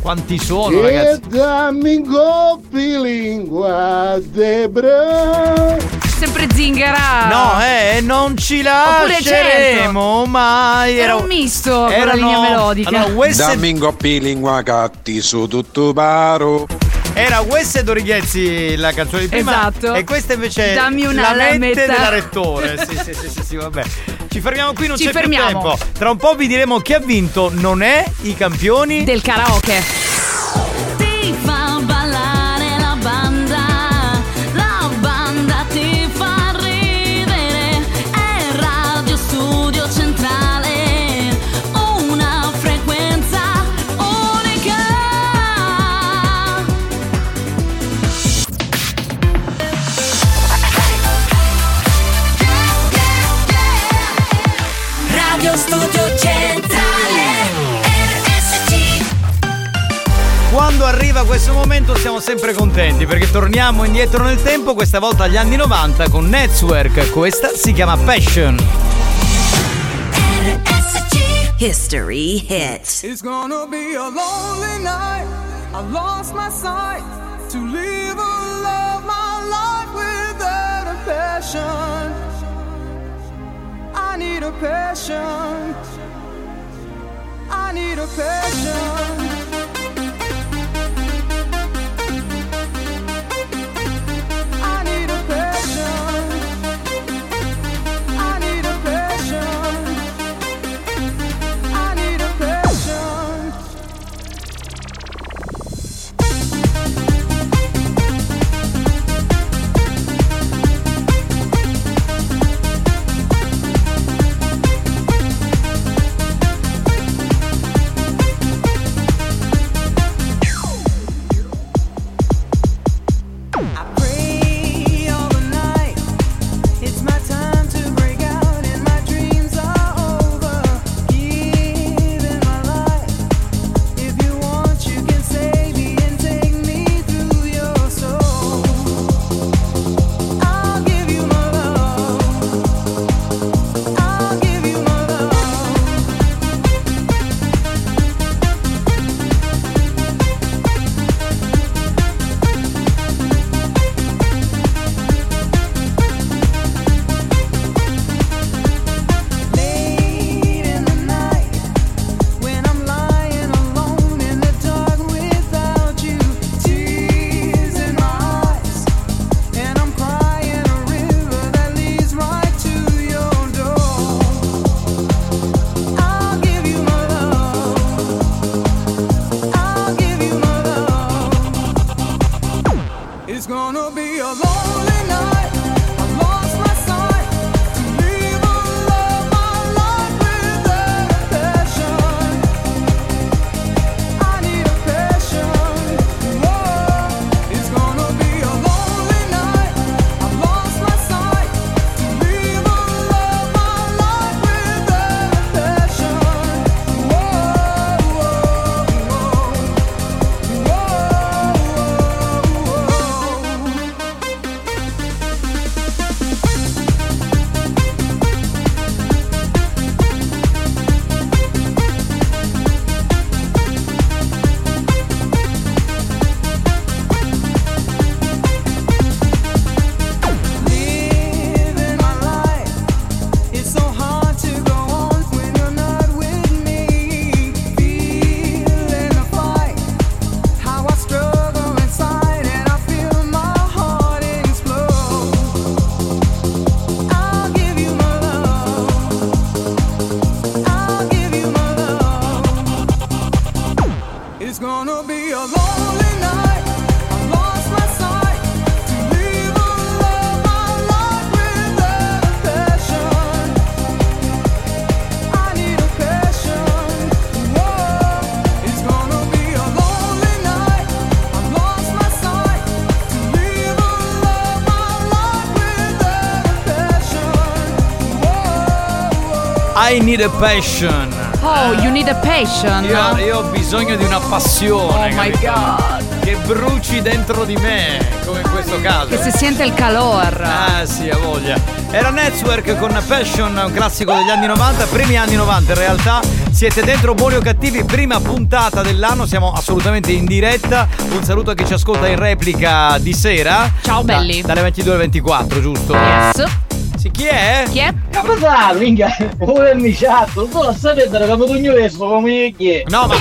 Quanti
Eh,
sono,
E
ragazzi?
dammi in coppi lingua, Debra.
Sempre zingara.
No, eh, non ci lasceremo mai.
Era un misto con la linea melodica.
Allora, Wes e-
Dammi in coppi lingua gatti su tutto paro.
era Wes e Dorighezzi la canzone di prima.
Esatto.
E questa invece è
Dammi una
la mente
lametta.
della rettore. Sì, sì, sì, sì, sì, vabbè. Ci fermiamo qui, non
Ci
c'è
fermiamo.
più tempo. Tra un po' vi diremo chi ha vinto, non è i campioni
del karaoke.
Ti fa ballare la banda, la banda ti fa ridere, è Radio Studio Centrale, una frequenza unica.
Radio Studio Centrale RSC
Quando arriva questo momento siamo sempre contenti perché torniamo indietro nel tempo, questa volta agli anni 90 con Network, questa si chiama Passion.
History hits.
It's gonna be a lonely night. I lost my sight to live a love my life without a passion. I need a passion. I need a passion. I need a passion. I need a passion. I need a passion.
I need a passion.
Oh, you need a passion.
Io, io ho bisogno di una passione.
Oh my
capito? Che bruci dentro di me, come in questo caso.
Che si siente il calor.
Ah, sì, ha voglia. Era Network con Passion, un classico degli anni 90, primi anni 90 in realtà. Siete dentro Buoni o Cattivi, prima puntata dell'anno, siamo assolutamente in diretta. Un saluto a chi ci ascolta in replica di sera.
Ciao belli.
dalle 22 alle 24, giusto? Sì, chi è?
Chi è?
Capitano, minchia, pure il miciato, tu la sapete, era capitugno questo, come chi è?
No, ma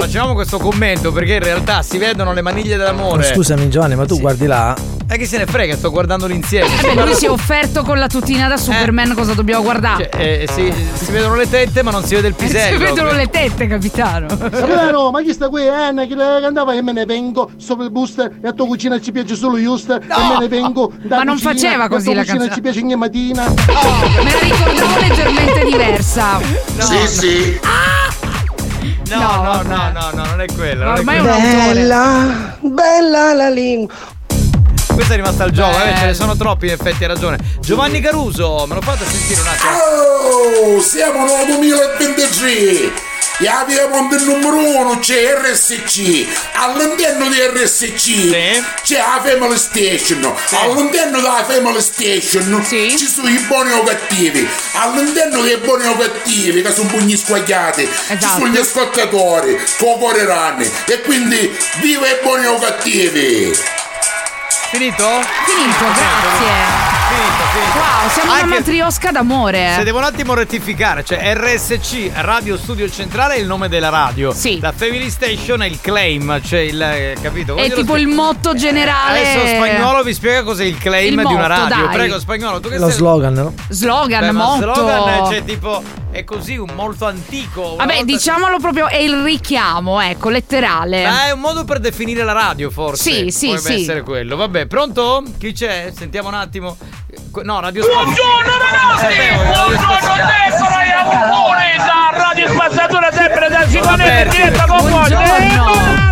Facciamo questo commento perché in realtà si vedono le maniglie
Ma
dell'amore.
Scusami Giovanni, ma tu guardi là?
E chi se ne frega, sto guardando l'insieme.
Eh beh, lui si è offerto con la tutina da Superman, cosa dobbiamo guardare?
Eh, si, si vedono le tette ma non si vede il
Eh, si
pisello.
vedono le tette, capitano.
Capitano, ma chi sta qui? Anna, che le andava e me ne vengo sopra il booster e a tua cucina ci piace solo Houston e me ne vengo da
Ma non
cucina,
faceva
e a tua
così la
cucina
canzone. Oh!
ci piace ogni mattina.
Me la ricordavo leggermente diversa.
Sì,
sì. No, no, no, no, no, non è quello. non Ah! è quello.
Eh.
Bella, bella la lingua.
Questa è rimasta al giovane, eh, ce ne sono troppi in effetti, hai ragione. Giovanni Caruso, me lo fate sentire un attimo.
Oh, siamo nel 2023 e abbiamo il numero uno c'è RSC all'interno di RSC c'è la Family Station all'interno della Family Station ci sono i buoni o cattivi all'interno dei buoni o cattivi che sono pugni squagliati ci sono gli ascoltatori cocoreranni e quindi viva i buoni o cattivi
Finito? Eh,
Finito, grazie.
Finito, finito.
Wow, siamo una
Anche-
matriosca d'amore.
Se devo un attimo rettificare, cioè RSC Radio Studio Centrale è il nome della radio. Sì. La Family Station è il claim, cioè il eh, capito?
È
Voglio lo
tipo il motto generale.
Adesso spagnolo vi spiega cos'è il claim
Il
di una
motto,
radio.
dai.
Prego, spagnolo, tu che
Lo
sei.
slogan, no?
Slogan,
Beh, ma
motto.
slogan c'è tipo. È così un molto antico. una
Vabbè,
volta-
diciamolo proprio, è il richiamo, ecco, letterale.
Ma è un modo per definire la radio, forse.
Sì, sì,
Potrebbe
sì.
essere quello. Vabbè, pronto? Chi c'è? Sentiamo un attimo. Que- No, Radio Eh, Spazio. Buongiorno,
Buongiorno Tessera e auguri da Radio Spazzatura sempre dal Sigonetto in diretta con voi.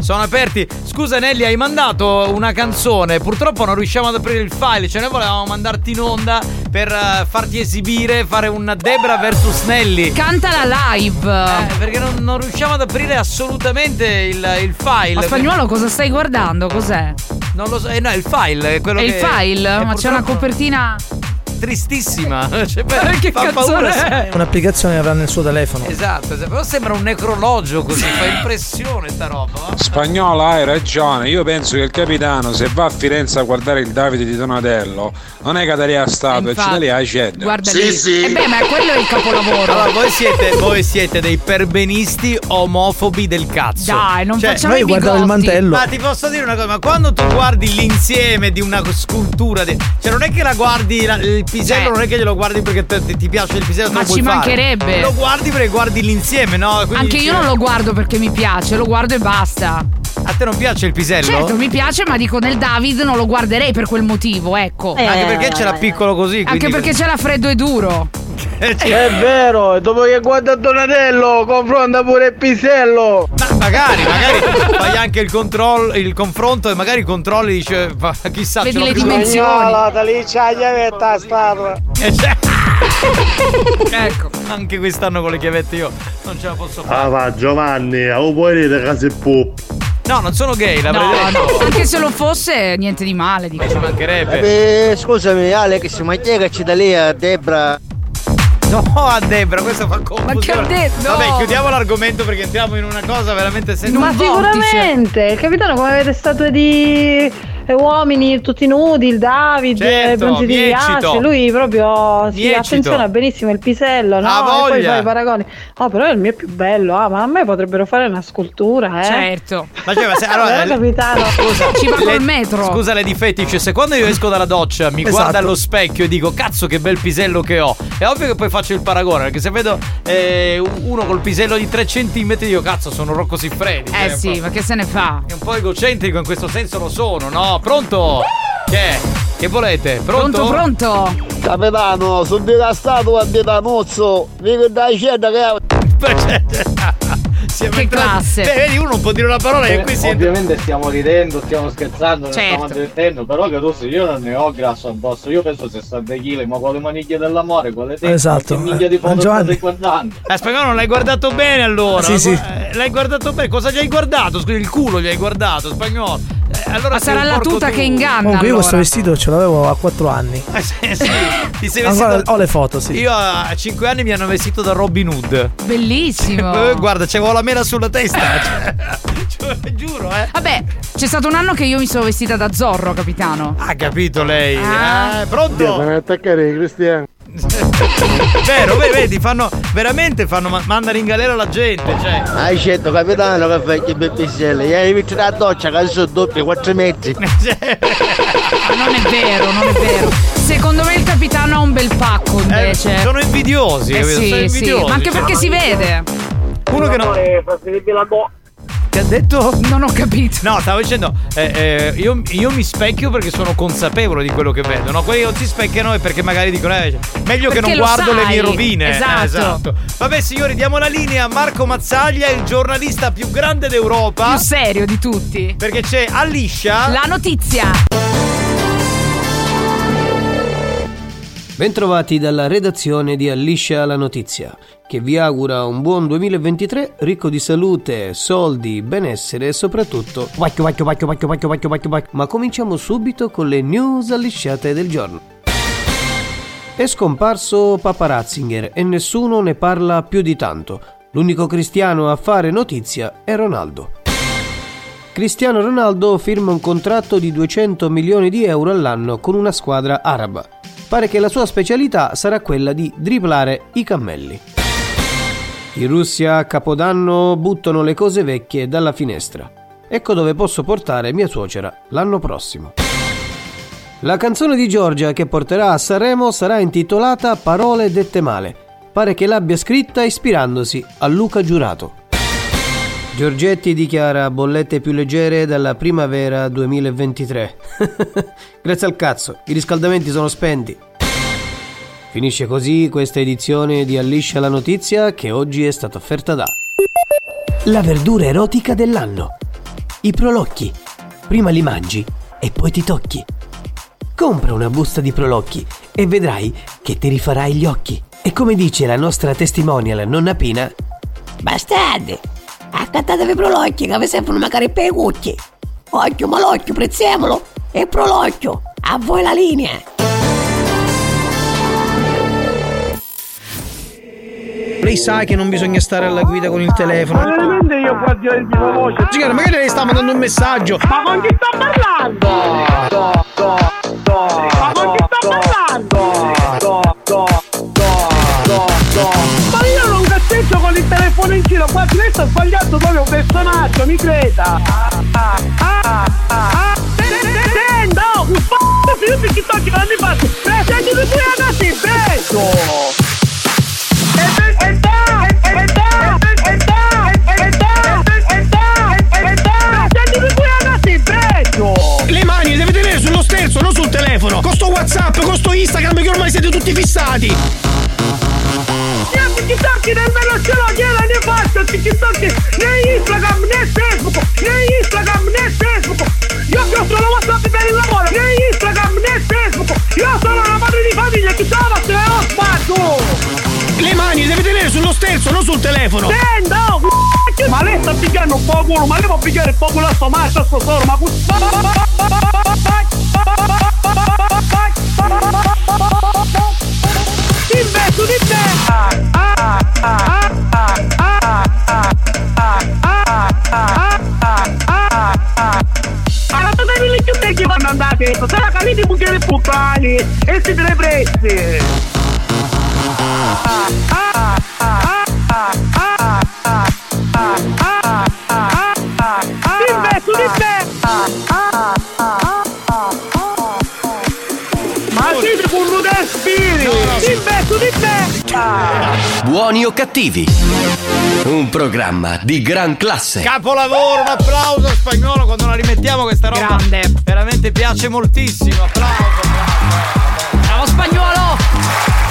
Sono aperti. Scusa Nelly, hai mandato una canzone. Purtroppo non riusciamo ad aprire il file. Ce ne volevamo mandarti in onda per eh, farti esibire, fare un Debra versus Nelly.
Canta la live.
Eh, perché non, non riusciamo ad aprire assolutamente il, il file.
Ma spagnolo cosa stai guardando? Cos'è?
Non lo so, eh, no, è il file. È, quello
è il
che-
file?
è
Ma c'è una
purtroppo
copertina.
Tristissima. Cioè, beh,
Eh, che
fa
canzone
paura.
è?
Un'applicazione avrà nel suo telefono.
Esatto, esatto, però sembra un necrologio così, fa impressione sta roba. va?
Spagnola hai ragione, io penso che il capitano se va a Firenze a guardare il Davide di Donatello non è che da lì a statua,
Infatti.
ci da lì a Cedda.
Guarda lì.
Eh
E beh, ma quello è il capolavoro.
Allora, voi siete, Eh, voi siete dei perbenisti omofobi del cazzo. Cioè,
Dai, non facciamo Noi
cioè,
i
guardavo il bigotti. mantello.
Ma ti posso dire una cosa, ma quando tu guardi l'insieme di una scultura, di- cioè non è che la guardi la- il pisello, non è che glielo guardi perché te- ti, ti piace il pisello, te
Ma
lo
ci
vuoi fare.
mancherebbe.
Lo guardi perché guardi l'insieme, no? Quindi
Anche
dici-
io non lo guardo perché mi piace, lo guardo e basta.
A te non piace il pisello?
Certo, mi piace, ma dico nel David non lo guarderei per quel motivo, ecco.
Anche perché ce l'ha piccolo così,
Anche perché c'era freddo e duro.
eh, cioè,
È vero, e dopo che guarda Donatello, confronta pure il pisello.
Magari, magari fai anche il, control- il confronto e magari controlli dice, "Va, chissà, ce l'ho più-
Spagnola, da lì c'è la chiavetta a statua.
ecco, anche quest'anno con le chiavette io non ce la posso fare.
Ah va Giovanni, ho puoi dire che sei pop.
No, non sono gay, l'avrei
No,
detto.
no, anche se lo fosse, niente di male. Dico.
Ci mancherebbe.
Eh Beh, scusami eh. Alex, ma chi è che c'è da lì a Debra?
No, a Debra, questo fa confusione.
che ho detto? No.
Vabbè, chiudiamo l'argomento perché entriamo in una cosa veramente senza
Ma
cioè.
sicuramente,
cioè-
il capitano come avete statue di eh, uomini tutti nudi, il David,
Certo,
i bronzi di
Miecito.
Riace, lui proprio si
Miecito.
attenziona benissimo il pisello, no?
Ha
E poi
voglia.
fa i paragoni. Oh, però il mio è più bello, ah, ma a me potrebbero fare una scultura, eh.
Certo.
Ma cioè, ma se- allora,
Però, capitano,
ci va
le-
col metro.
Scusa Lady Fetish, se quando io esco dalla doccia mi
Esatto.
guardo allo specchio e dico cazzo che bel pisello che ho, è ovvio che poi faccio il paragone, perché se vedo eh, uno col pisello di 3 cm dico cazzo sono Rocco Siffredi.
Eh
cioè,
sì, ma che se ne fa?
È un po' egocentrico in questo senso lo sono, no? Pronto? Che? è? Che volete? Pronto?
pronto?
Capitano, sono di la statua di Danuzzo, dico da scena che...
cioè, siamo
Ah. Che
entrati-
classe.
Cioè, vedi, uno non può dire una parola e qui si entra.
Ovviamente stiamo ridendo, stiamo scherzando, ne
Certo.
stiamo divertendo, però che tu sei, io non ne ho grasso addosso, io penso 60 kg, ma quale maniglia dell'amore, quale te,
Esatto.
che minchia di foto
Giovanni.
state guardando?
Eh, spagnolo, non l'hai guardato bene allora.
Sì, sì.
Eh, L'hai guardato bene. Cosa gli hai guardato? Scusa, il culo gli hai guardato, spagnolo. Eh, allora
Ma
sei
sarà
un
la
porco
tuta
tu.
che inganna.
Comunque io questo
allora.
vestito ce l'avevo a 4 anni.
Eh, sì, sì. Ti sei
Ancora
vestito-
ho le foto, sì.
Io a 5 anni mi hanno vestito da Robin Hood. Eh,
Bellissimo.
guarda, c'avevo la mela sulla testa. eh, Giuro, eh.
Vabbè, c'è stato un anno che io mi sono vestita da Zorro, capitano. Ah,
ha capito lei. Eh, pronto?
Devono attaccare Cristiano.
Vero, vedi, vedi, fanno. Veramente fanno ma- mandare in galera la gente. Cioè.
Hai scelto capitano che fai che beppicelli, gli hai visto la doccia che sono doppi 4 metri.
eh.
Non è vero, non è vero. Secondo me il capitano ha un bel pacco invece.
Eh, Sono invidiosi,
Certo. Eh
capito?
sì,
sono
sì,
invidiosi.
ma anche
cioè.
perché si vede.
Uno che non. Che ha detto?
Non ho capito.
No, stavo dicendo, eh, eh, io, io mi specchio perché sono consapevole di quello che vedo. No, quelli che non si specchiano è perché magari dicono, eh,
Perché
meglio che non
lo
guardo le
sai.
mie rovine. Eh,
Esatto.
Vabbè, signori, diamo la linea a Marco Mazzaglia, il giornalista più grande d'Europa. Più
serio di tutti.
Perché c'è Aliscia.
La notizia.
Bentrovati dalla redazione di Alliscia la notizia, che vi augura un buon 2023 ricco di salute, soldi, benessere e soprattutto wacchio wacchio wacchio wacchio wacchio wacchio wacchio wacchio. Ma cominciamo subito con le news allisciate del giorno. È scomparso Papa Ratzinger e nessuno ne parla più di tanto. L'unico cristiano a fare notizia è Ronaldo. Cristiano Ronaldo firma un contratto di 200 milioni di euro all'anno con una squadra araba. Pare che la sua specialità sarà quella di driblare i cammelli. In Russia a Capodanno buttano le cose vecchie dalla finestra. Ecco dove posso portare mia suocera l'anno prossimo. La canzone di Giorgia che porterà a Sanremo sarà intitolata Parole dette male. Pare che l'abbia scritta ispirandosi a Luca Giurato. Giorgetti dichiara bollette più leggere dalla primavera 2023. Grazie al cazzo, i riscaldamenti sono spenti. Finisce così questa edizione di Alliscia la notizia che oggi è stata offerta da La verdura erotica dell'anno. I prolocchi. Prima li mangi e poi ti tocchi. Compra una busta di prolocchi e vedrai che ti rifarai gli occhi. E come dice la nostra testimonial nonna Pina, bastardi! Ah,
Accattatevi prolocchi che vi servono magari per i cucchi. Occhio malocchio, prezzemolo e prolocchio. A voi la linea.
Lei sa che non bisogna stare alla guida con il telefono. Ma
veramente io qua di la voce.
Signora, magari lei sta mandando un messaggio.
Ma con chi sta parlando? Ma con chi sta parlando? Ma io non cazzeggio con il telefono in giro, qua lei sta sbagliando proprio un personaggio, mi creda. Ah, ah, ah, Sento, oh, un p***o più di chi sta girando in basso. Beh, senti tu pure andati, sento.
Le mani le deve tenere sullo sterzo, non sul telefono. Con sto WhatsApp, con sto Instagram che ormai siete tutti fissati.
Niente TikTok, nemmeno ce l'ho, gliela ne faccio TikTok, né Instagram, né Facebook, né Instagram, né Facebook. Io che ho solo WhatsApp per il lavoro, né Instagram, né Facebook. Io sono una madre di famiglia, chi sono se ho fatto?
Le mani le deve tenere sullo sterzo, non sul telefono.
Sento, c***o, oh, ma lei sta pigliando un po' culo, ma lei può pigliare il po' culo a sto maestro, a sto solo, ma cus- Investo di te! Ah, ah, ah, ah, ah, ah, ah, ah, ah, ah, ah, ah. Allora, dai, lì che te che vanno andate, sarà calini i buchi dei puttani, e si te ne prezzi. Investo di te! Ma siete con un respiro! Investo di te!
Buoni o cattivi? Un programma di gran classe.
Capolavoro, un applauso a spagnolo quando la rimettiamo questa roba. Grande. Veramente piace moltissimo. Applauso, applauso.
Bravo spagnolo!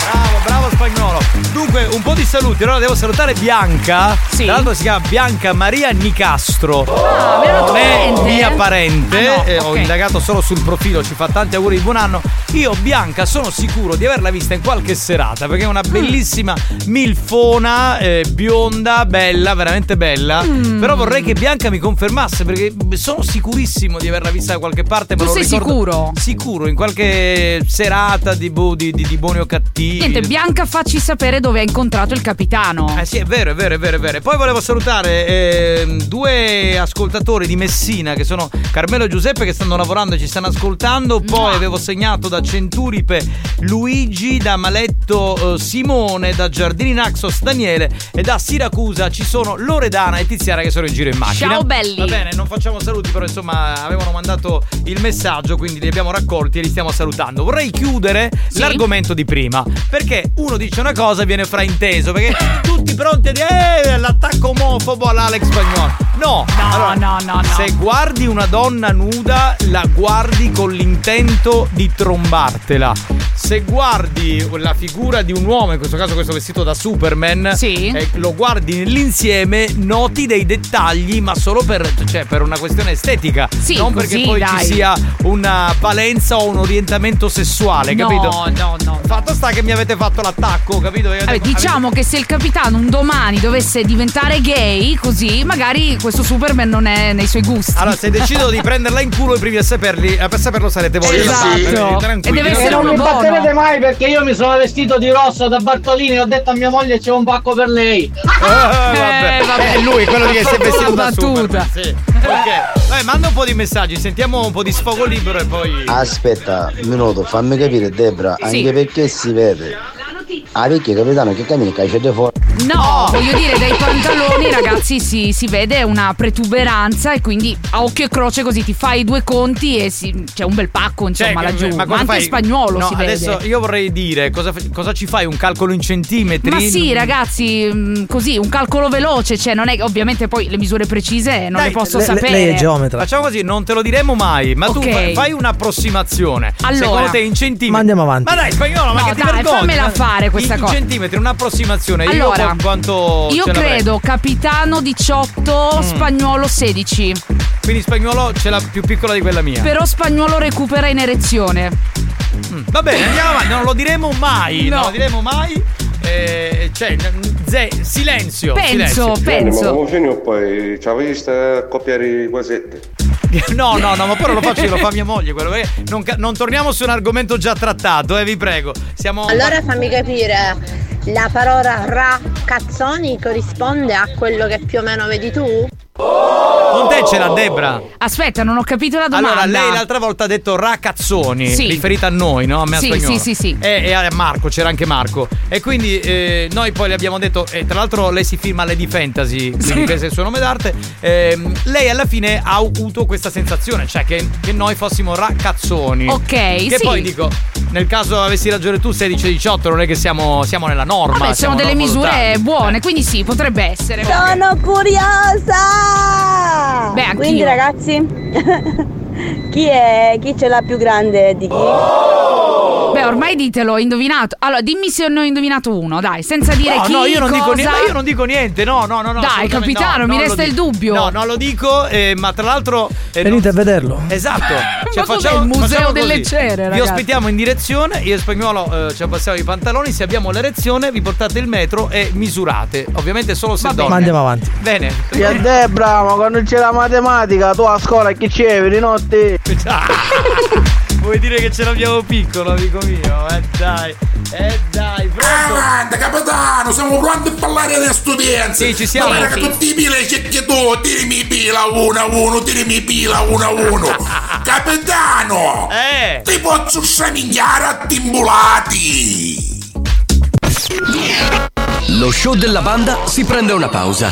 Bravo, bravo spagnolo. Dunque, un po' di saluti. Allora devo salutare Bianca. Sì. Tra l'altro si chiama Bianca Maria Nicastro. Ah,
vero
Lei è
parente?
mia parente.
Ah, no,
eh, Ho
ok.
indagato solo sul profilo, ci fa tanti auguri di buon anno. Io, Bianca, sono sicuro di averla vista in qualche serata perché è una
Mm.
bellissima milfona, eh, bionda, bella, veramente bella.
Mm.
Però vorrei che Bianca mi confermasse perché sono sicurissimo di averla vista da qualche parte. ma
Tu sei
non ricordo-
sicuro?
Sicuro, in qualche serata di, boh, di, di- di buoni o cattivi.
Niente, Bianca, facci sapere dove ha incontrato il capitano.
Eh sì, è vero, è vero, è vero, è vero. E Poi volevo salutare ehm, due ascoltatori di Messina che sono Carmelo e Giuseppe che stanno lavorando e ci stanno ascoltando. Poi avevo segnato da Centuripe Luigi, da Maletto eh, Simone, da Giardini Naxos Daniele e da Siracusa ci sono Loredana e Tiziana che sono in giro in macchina.
Ciao, belli.
Va bene, Eh, non facciamo saluti, però insomma avevano mandato il messaggio, quindi li abbiamo raccolti e li stiamo salutando. Vorrei chiudere l'argomento di prima, perché uno dice una cosa e viene frainteso, perché tutti pronti a dire "Eh, l'attacco omofobo all'Alex Spagnolo. No,
No, no, no, no.
Se guardi una donna nuda, la guardi con l'intento di trombartela. Se guardi la figura di un uomo, in questo caso questo vestito da Superman, eh, lo guardi nell'insieme, noti dei dettagli, ma solo per, cioè, per una questione estetica.
Sì,
non perché
così,
poi
dai.
ci sia una valenza o un orientamento sessuale,
No,
capito?
no, no.
Fatto sta che mi avete fatto l'attacco, capito? Io
Vabbè,
dico,
diciamo che se il capitano un domani dovesse diventare gay, così magari questo Superman non è nei suoi gusti.
Allora, se decido di prenderla in culo, i primi a, saperli, a saperlo sarete voi.
Esatto.
Tranquilli,
E
tranquilli.
deve
E non mi batterete mai perché io mi sono vestito di rosso da Bartolini e ho detto a mia moglie c'è un pacco per lei.
vabbè. Eh, lui, quello lì che si è vestito da Superman, sì. Ok. Dai, manda un po' di messaggi, sentiamo un po' di sfogo libero e poi.
Aspetta, un minuto, fammi capire Debra,
Sì.
anche perché si vede. Ah, perché capitano che cammini caccia di fuori.
No, voglio dire, dai pantaloni, ragazzi, si, si vede una protuberanza e quindi a occhio e croce così ti fai due conti e si- c'è un bel pacco, insomma,
Cioè,
laggiù. Ma,
cosa
anche
fai?
in spagnolo
No,
si vede.
Adesso io vorrei dire cosa, cosa ci fai? Un calcolo in centimetri?
Ma sì, ragazzi, mh, così un calcolo veloce, cioè non è che- ovviamente poi le misure precise non le posso sapere.
Facciamo così, non te lo diremo mai, ma tu
Ok.
fai, fai un'approssimazione.
Allora.
Secondo te in centimetri.
Ma andiamo avanti.
Ma dai, spagnolo, ma
No,
che ti
dai,
vergogni?
fammela
Ma-
fare questa
in
cosa.
centimetri, un'approssimazione. io
Allora,
con quanto
Io
ce l'avrei? Mm.
credo capitano 18, spagnolo 16.
Quindi spagnolo ce l'ha più piccola di quella mia.
Però spagnolo recupera in erezione.
Va bene, andiamo avanti, non lo diremo mai,
No.
non lo diremo mai. Eh, cioè, n- ze- silenzio. silenzio.
Ma come finì poi? Ci avevi sta copiare i guasetti?
No, no, no, ma poi non lo faccio io, lo fa mia moglie quello. perché Non, ca- non torniamo su un argomento già trattato, eh, vi prego. Siamo.
Allora fammi capire, la parola ra cazzoni corrisponde a quello che più o meno vedi tu?
Con te ce l'ha Debra.
Aspetta, non ho capito la domanda.
Allora, lei l'altra volta ha detto raccazzoni,
Sì.
riferita a noi, no? A me a
Sì,
spagnolo.
sì, sì, sì.
E, e a Marco, c'era anche Marco. E quindi eh, noi poi le abbiamo detto, e tra l'altro lei si firma Lady Fantasy, quindi
Sì.
questo è il suo nome d'arte. Ehm, lei alla fine ha avuto questa sensazione, cioè che, che noi fossimo raccazzoni.
Ok,
Che
sì.
poi dico, nel caso avessi ragione tu, 16-18, non è che siamo, siamo nella norma.
Vabbè, sono
siamo Eh.
delle misure
normodotati.
buone, quindi sì, potrebbe essere.
Sono curiosa!
Beh, anch'io.
Quindi ragazzi, chi è, chi ce l'ha più grande di chi?
Beh, ormai ditelo, ho indovinato. Allora, dimmi se ne ho indovinato uno, dai, senza dire
no,
chi
no, io non, dico
cosa.
niente, ma io non dico niente, no, no, no, no.
Dai,
assolutamente
capitano, mi
non
resta
lo
il
dico.
dubbio.
No, non lo dico, eh, ma tra l'altro. eh,
Venite a vederlo.
Esatto,
Ma cos'è il museo
facciamo
delle
così.
cere,
Vi
ragazzi?
ospitiamo in direzione, io e spagnolo eh, ci abbassiamo i pantaloni, se abbiamo l'erezione vi portate il metro e misurate. Ovviamente solo se donne.
Ma andiamo avanti.
Bene.
Io te bravo, quando c'è la matematica, tu a scuola che c'è, di notte?
Vuoi dire che ce l'abbiamo piccolo, amico mio? Eh dai. Eh dai,
Avanti, Eh, capitano, siamo pronti a parlare delle studenze.
Sì, ci siamo.
Ma raga,
Sì.
tutti i pile c'è che tu, tirami pila uno a uno, tirami pila uno a uno. capitano!
Eh!
Ti posso sciamigliare a timbulati!
Lo show della banda si prende una pausa.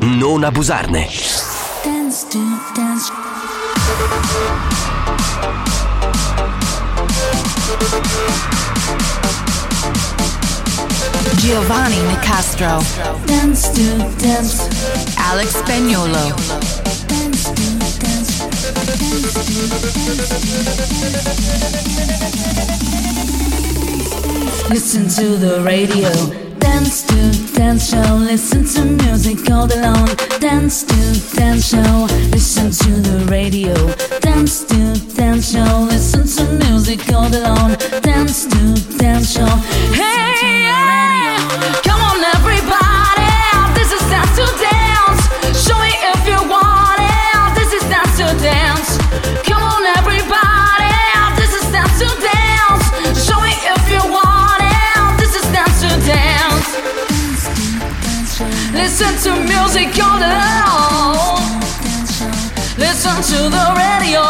non abusarne.
Dance to Dance Giovanni Nicastro Dance to Dance Alex Spagnolo Listen to the radio. Dance to dance show. Listen to music all day long. Dance to dance show. Listen to the radio. Dance to dance show. Listen to music all day long. Dance to dance show. Hey, yeah. come on everybody. This is dance to dance. Show me if you want it. This is dance to dance. Come on everybody. This is dance to dance. Show me if you want it. This is dance to dance. Listen to music all day long. Listen to the radio.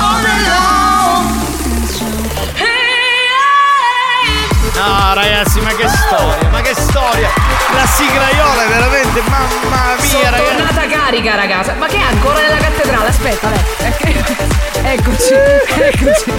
All day long.
No, ragazzi, ma che storia, ma che storia! La siglaiola è veramente, mamma mia,
Sono
ragazzi!
tornata carica, ragazza. Ma che è ancora nella cattedrale? Aspetta, dai. Ecco- Eccoci, eccoci.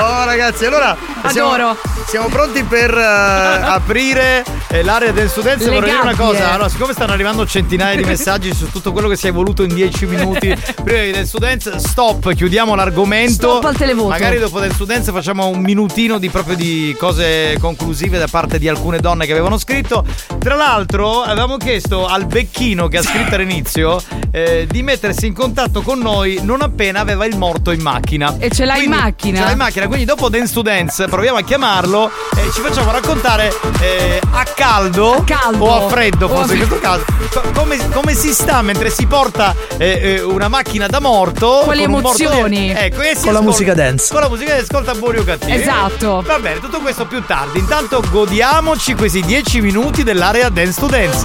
Oh ragazzi, allora siamo,
Adoro.
siamo pronti per eh, aprire eh, l'area del studente.
Le
Vorrei dire una
gabbie.
cosa, allora, siccome stanno arrivando centinaia di messaggi su tutto quello che si è voluto in 10 minuti prima di del studente, stop, chiudiamo l'argomento.
Stop al televoto.
Magari dopo del studente facciamo un minutino di proprio di cose conclusive da parte di alcune donne che avevano scritto. Tra l'altro avevamo chiesto al becchino che ha scritto all'inizio eh, di mettersi in contatto con noi non appena aveva il morto in macchina.
E ce l'ha in macchina?
Ce l'ha in macchina, quindi dopo Dance to Dance proviamo a chiamarlo e ci facciamo raccontare eh, a, caldo, o a freddo,
O a
forse in
freddo.
questo caso, co- come, come si sta mentre si porta eh, eh, una macchina da morto.
Con le
con un morto
emozioni.
dentro. ecco, e si
Con la
ascolta-
musica dance.
Con la musica dance, ascolta Buoni o Cattivi.
Esatto.
Va bene, tutto questo più tardi. Intanto godiamoci questi 10 minuti dell'area Dance to Dance.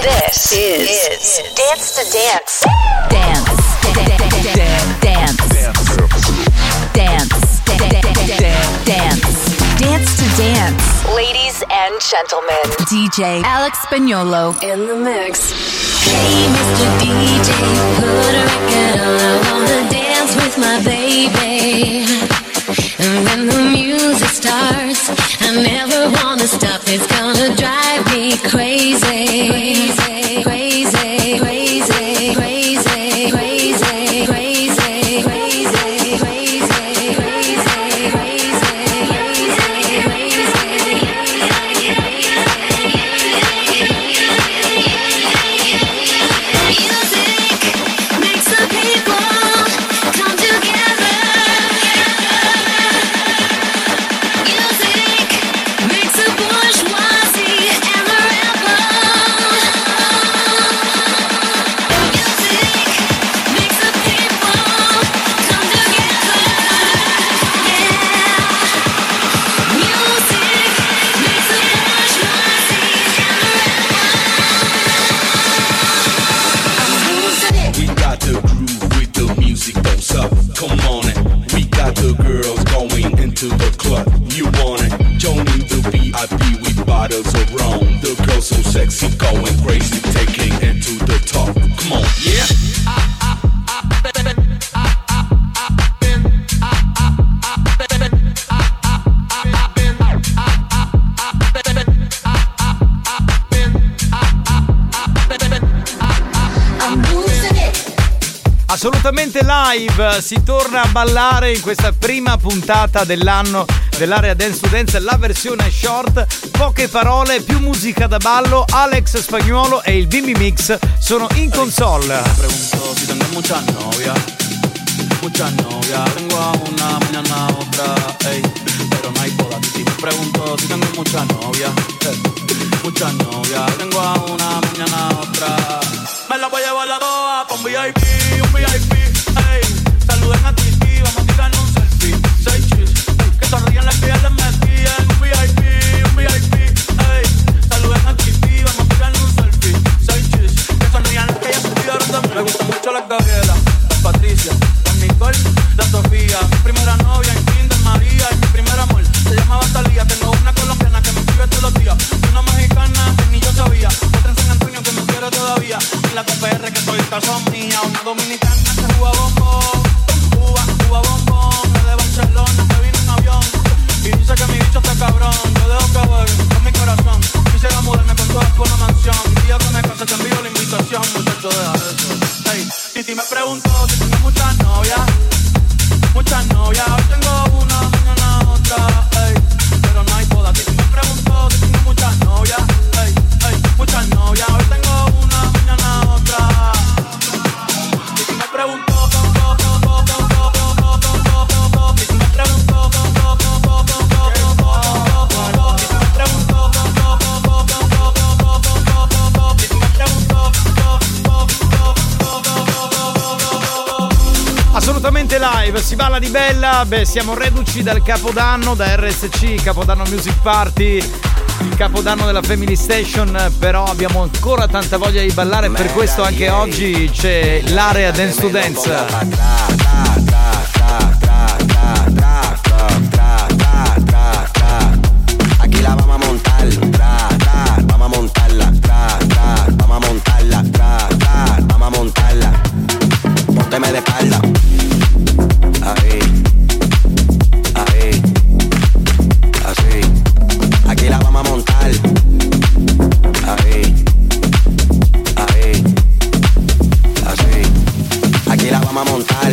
This is, Dance to Dance. Dance. Dance. Dance. Dance. Dance to Dance. Ladies and gentlemen. DJ Alex Spagnolo. In the mix. Hey, Mr. DJ, put a record on. I wanna dance with my baby. And when the music starts, I never wanna stop. It's gonna drive me crazy. Crazy, crazy, crazy, crazy, crazy, crazy, crazy, crazy.
We got the groove with the music goes up. Come on it. We got the girls going into the club. You want it? Joining the VIP with bottles of rum. The girls so sexy, going crazy, taking it to the top. Come on, yeah.
Assolutamente live, si torna a ballare in questa prima puntata dell'anno dell'area Dance to Dance, la versione short, poche parole, più musica da ballo, Alex Spagnuolo e il Bimbi Mix sono in console.
si tenemos muchas novias.
muchas novias, tengo a una, mañana a otra, ey. Pero no hay boda, si me pregunto si tengo muchas novias, eh, muchas novias, tengo a una, mañana a otra. Me la voy a llevar la doa con VIP, un VIP, ey. Saluden a Titi, vamos a tirar un selfie, seis chis, ey. Que sonrían las piernas, me siguen, un VIP, un VIP, ey. Saluden a Titi, vamos a tirar un selfie, seis chis, que sonrían las que ya se olvidaron de mí. Me gustan mucho las Gabriela, las Patricia, las Nicole, las Sofía. Mi primera novia en Kinder María y mi primer amor se llamaba Talía. Tengo una colombiana que me escribe todos los días, y una mexicana que ni yo sabía, otra en San Antonio que me quiere todavía, y la TPR que soy caso mía, una dominicana que juega bombón, Cuba, Cuba bombón, es de Barcelona, que vino en avión, y dice que mi bicho está cabrón, yo dejo que voy con mi corazón, quisiera mudarme con todas por una mansión, el día que me case te envío la invitación, muchacho, deja eso, ey, Titi me preguntó si tengo muchas novias, muchas novias, hoy tengo una, mañana otra, ey, pero no hay boda, Titi me preguntó si tengo muchas novias, ey, ey, muchas novias, hoy tengo una, mañana otra, Titi me preguntó, Titi me preguntó,
Assolutamente live, si parla di bella, beh siamo reduci dal capodanno, da RSC, Capodanno Music Party, il capodanno della Family Station, eh, però abbiamo ancora tanta voglia di ballare, per questo anche oggi c'è l'area Dance to Dance.
Aquí la vamos a montar, tra, tra, vamos a montarla, tra, tra, vamos a montarla, tra, tra, vamos a montarla. Pónteme de espalda. Ahí, ahí, así. Aquí la vamos a montar. Ahí, ahí, así. Aquí la vamos a montar.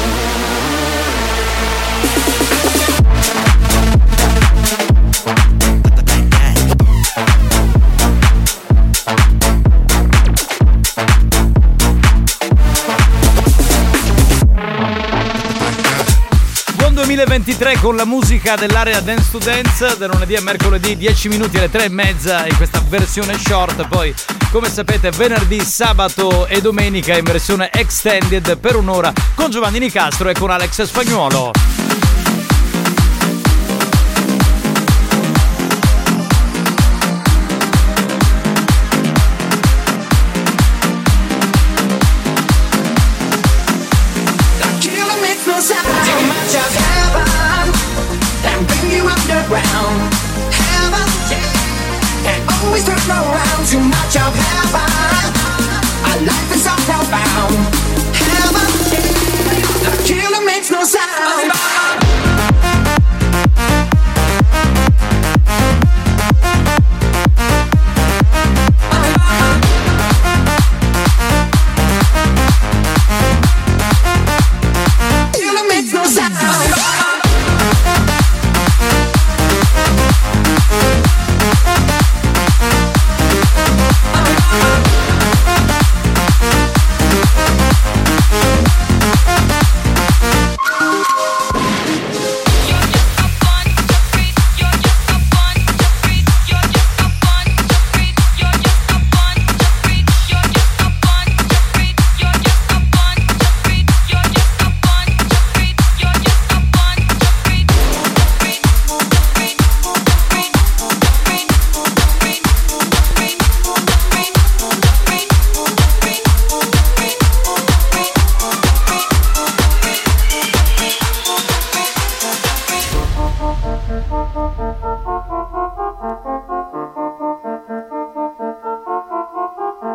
Buon 2023 23 con la musica dell'area Dance to Dance da lunedì a mercoledì 10 minuti alle 3 e mezza in questa versione short poi come sapete venerdì, sabato e domenica in versione extended per un'ora con Giovanni Nicastro e con Alex Spagnuolo
Too much of heaven, our life is so profound. Heaven, the killer makes no sound. Killer makes no sound.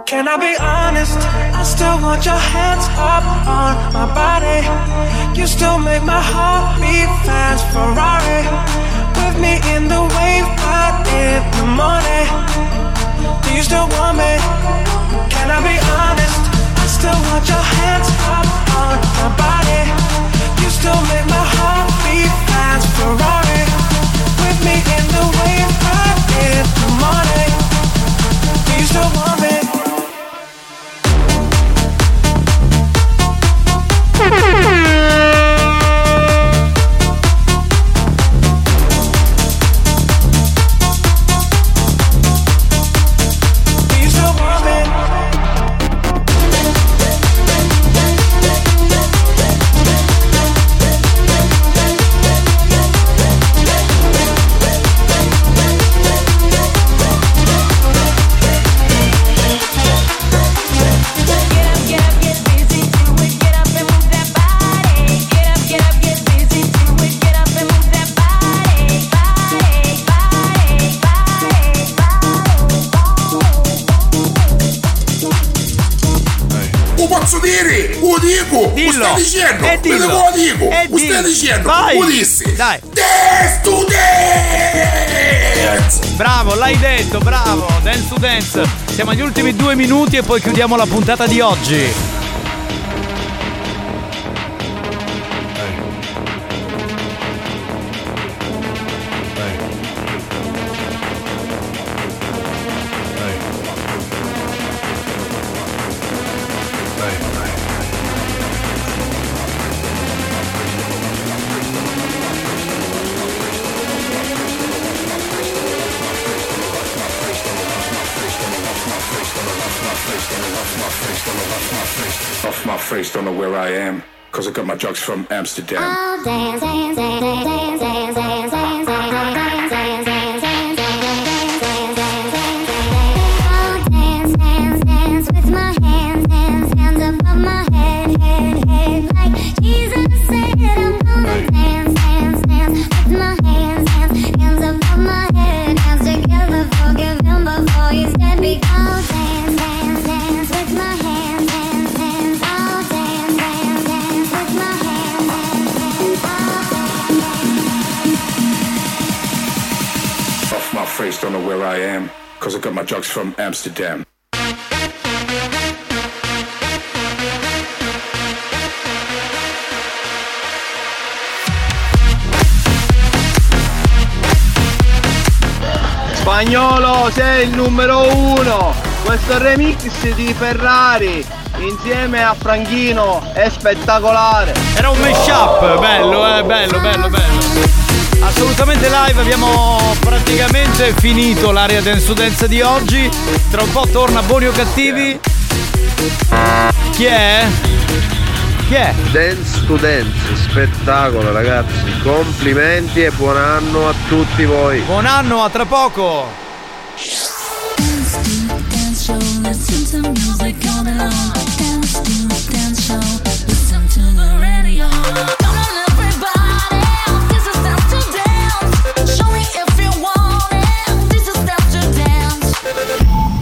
Can I be honest? I still want your hands up on my body. You still make my heart beat fast, Ferrari. With me in the wave out in the morning. Do you still want me? Can I be honest? I still want your hands up on my body. You still make my heart beat fast, Ferrari. With me in the wave out in the morning. Do you still want me?
Lo posso dire? Lo dico! Lo Dillo. stai dicendo! E Ve dillo. Lo dico! E Lo stai dillo. dicendo! Vai. Lo dissi!
Dai.
Dance to dance!
Bravo, l'hai detto, bravo, dance to dance. Siamo agli ultimi due minuti e poi chiudiamo la puntata di oggi.
Off my face, don't know where I am, cause I got my drugs from Amsterdam.
I'll dance, dance, dance with my hands, dance, dance. I'll dance, dance, dance with my hands, dance, dance.
Off my face, don't know where I am, cause I got my drugs from Amsterdam.
Spagnolo, sei il numero uno!
Questo remix di Ferrari insieme a Franchino è spettacolare.
Era un mashup, bello, eh, bello, bello, bello. Assolutamente live, abbiamo praticamente finito l'area del studenza di oggi. Tra un po' torna Buoni o Cattivi. Chi è? Chi è?
Dance to Dance, spettacolo ragazzi, complimenti e buon anno a tutti voi.
Buon anno, a tra poco!
Dance to dance show, listen to music all day long. Dance to dance show, listen to the radio. Come on, everybody, this is dance to dance. Show me if you want it. This is dance to dance.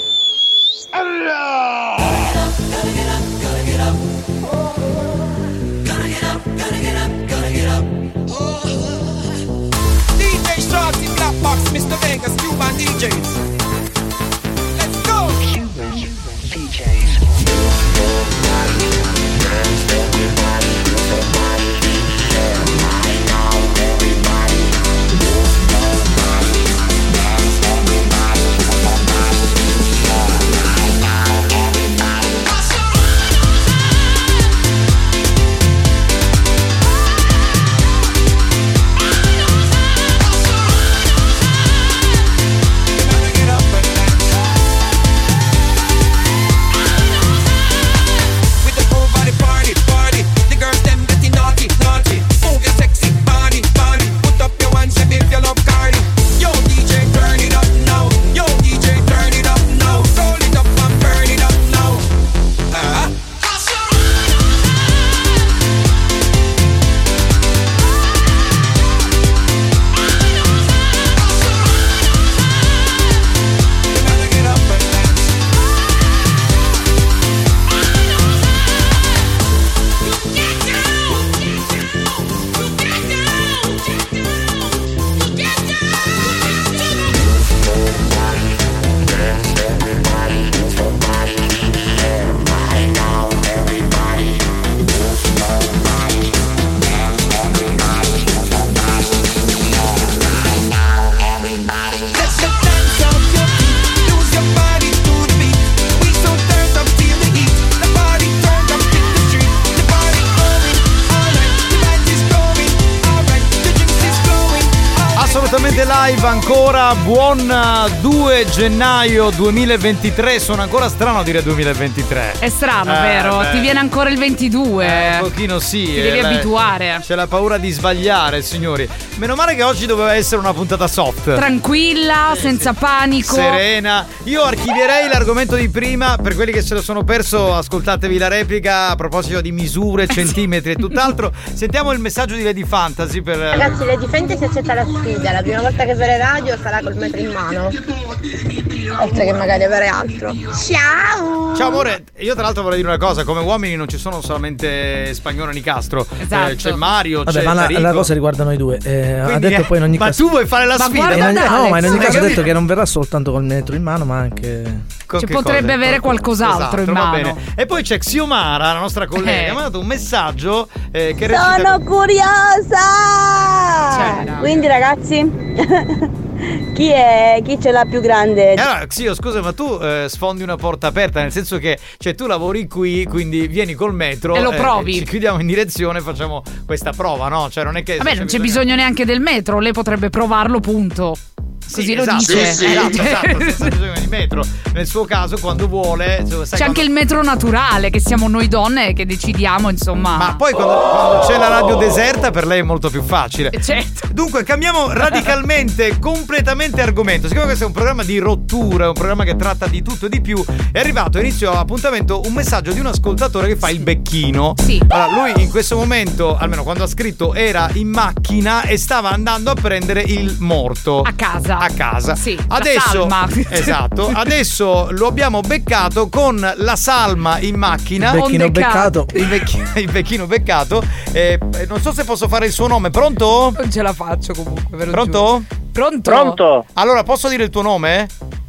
DJ Shorty, Black Box, Mr. Vegas, Cuban DJs. Let's go! Cuban DJs. with the whole body party, party. The girls them getting naughty, naughty. Move your sexy body, body. Put up your hands and if you love Cardi. Yo DJ, turn it up now. Yo DJ, turn it up now. Roll it up and burn it up now. Uh-huh. Let's go dance off your feet, lose your body to the beat. We so turned up feel the heat. The body turned up in the street. The body going, alright. The band is going, alright. The juice is flowing.
Assolutamente live ancora, buon eh, 2 gennaio 2023, sono ancora strano a dire 2023.
È strano,
Eh,
vero?
beh.
Ti viene ancora il 22.
Eh, un pochino sì.
Ti
eh,
devi
la-
abituare.
C'è la paura di sbagliare, signori. Meno male che oggi doveva essere una puntata soft.
Tranquilla, senza panico.
Serena, io archivierei l'argomento di prima. Per quelli che se lo sono perso, ascoltatevi la replica a proposito di
Eh
misure, centimetri e tutt'altro. Sentiamo il messaggio di Lady Fantasy per.
Ragazzi, le difende si accetta la sfida, è la prima volta che vede radio sarà col metro in mano. Oltre che magari avere altro. Ciao!
Ciao amore, io tra l'altro vorrei dire una cosa, come uomini non ci sono solamente Spagnolo e Nicastro,
Esatto.
c'è Mario,
Vabbè,
c'è
ma la,
Tarico.
la cosa riguarda noi due. eh, ha
Quindi,
detto
eh,
poi in ogni
ma
caso.
tu vuoi fare la Ma sfida?
In
guarda
ogni-
Alex,
no, ma in ogni
hai
caso ha
capito?
detto che non verrà soltanto col metro in mano, ma anche.
Con
Ci
che
potrebbe
cosa?
avere qualcos'altro in
Esatto, va
mano.
bene. E poi c'è Xiomara, la nostra collega,
Eh.
che mi ha mandato un messaggio eh, che recita
Sono curiosa! Quindi ragazzi, chi è chi ce l'ha più grande?
Eh, Allora, Xio, scusa, ma tu eh, sfondi una porta aperta, nel senso che cioè, tu lavori qui, quindi vieni col metro eh,
E lo provi.
ci chiudiamo in direzione e facciamo questa prova, no? Cioè, non è che.
Vabbè, non c'è bisogno neanche del metro, lei potrebbe provarlo, punto. Così lo dice. Eh.
Sì, sì, esatto, esatto, senza bisogno di metro. Nel suo caso, quando vuole. insomma, sai
C'è anche
quando-
il metro naturale che siamo noi donne che decidiamo, insomma.
Ma poi quando, quando c'è la radio deserta per lei è molto più facile.
Certo.
Dunque, cambiamo radicalmente, completamente argomento. Siccome questo è un programma di rottura, è un programma che tratta di tutto e di più, è arrivato a inizio appuntamento un messaggio di un ascoltatore che fa il becchino.
Sì.
Allora, lui in questo momento, almeno quando ha scritto, era in macchina e stava andando a prendere il morto. A
casa.
A casa.
Sì, la
Adesso,
salma.
esatto. Adesso lo abbiamo beccato con la salma in macchina.
Il becchino
On the car.
beccato.
Il, vecchi- il becchino beccato. Eh, eh, non so se posso fare il suo nome. Pronto?
Non ce la faccio comunque. Ve lo
Pronto?
Pronto?
Pronto. Allora, posso dire il tuo nome?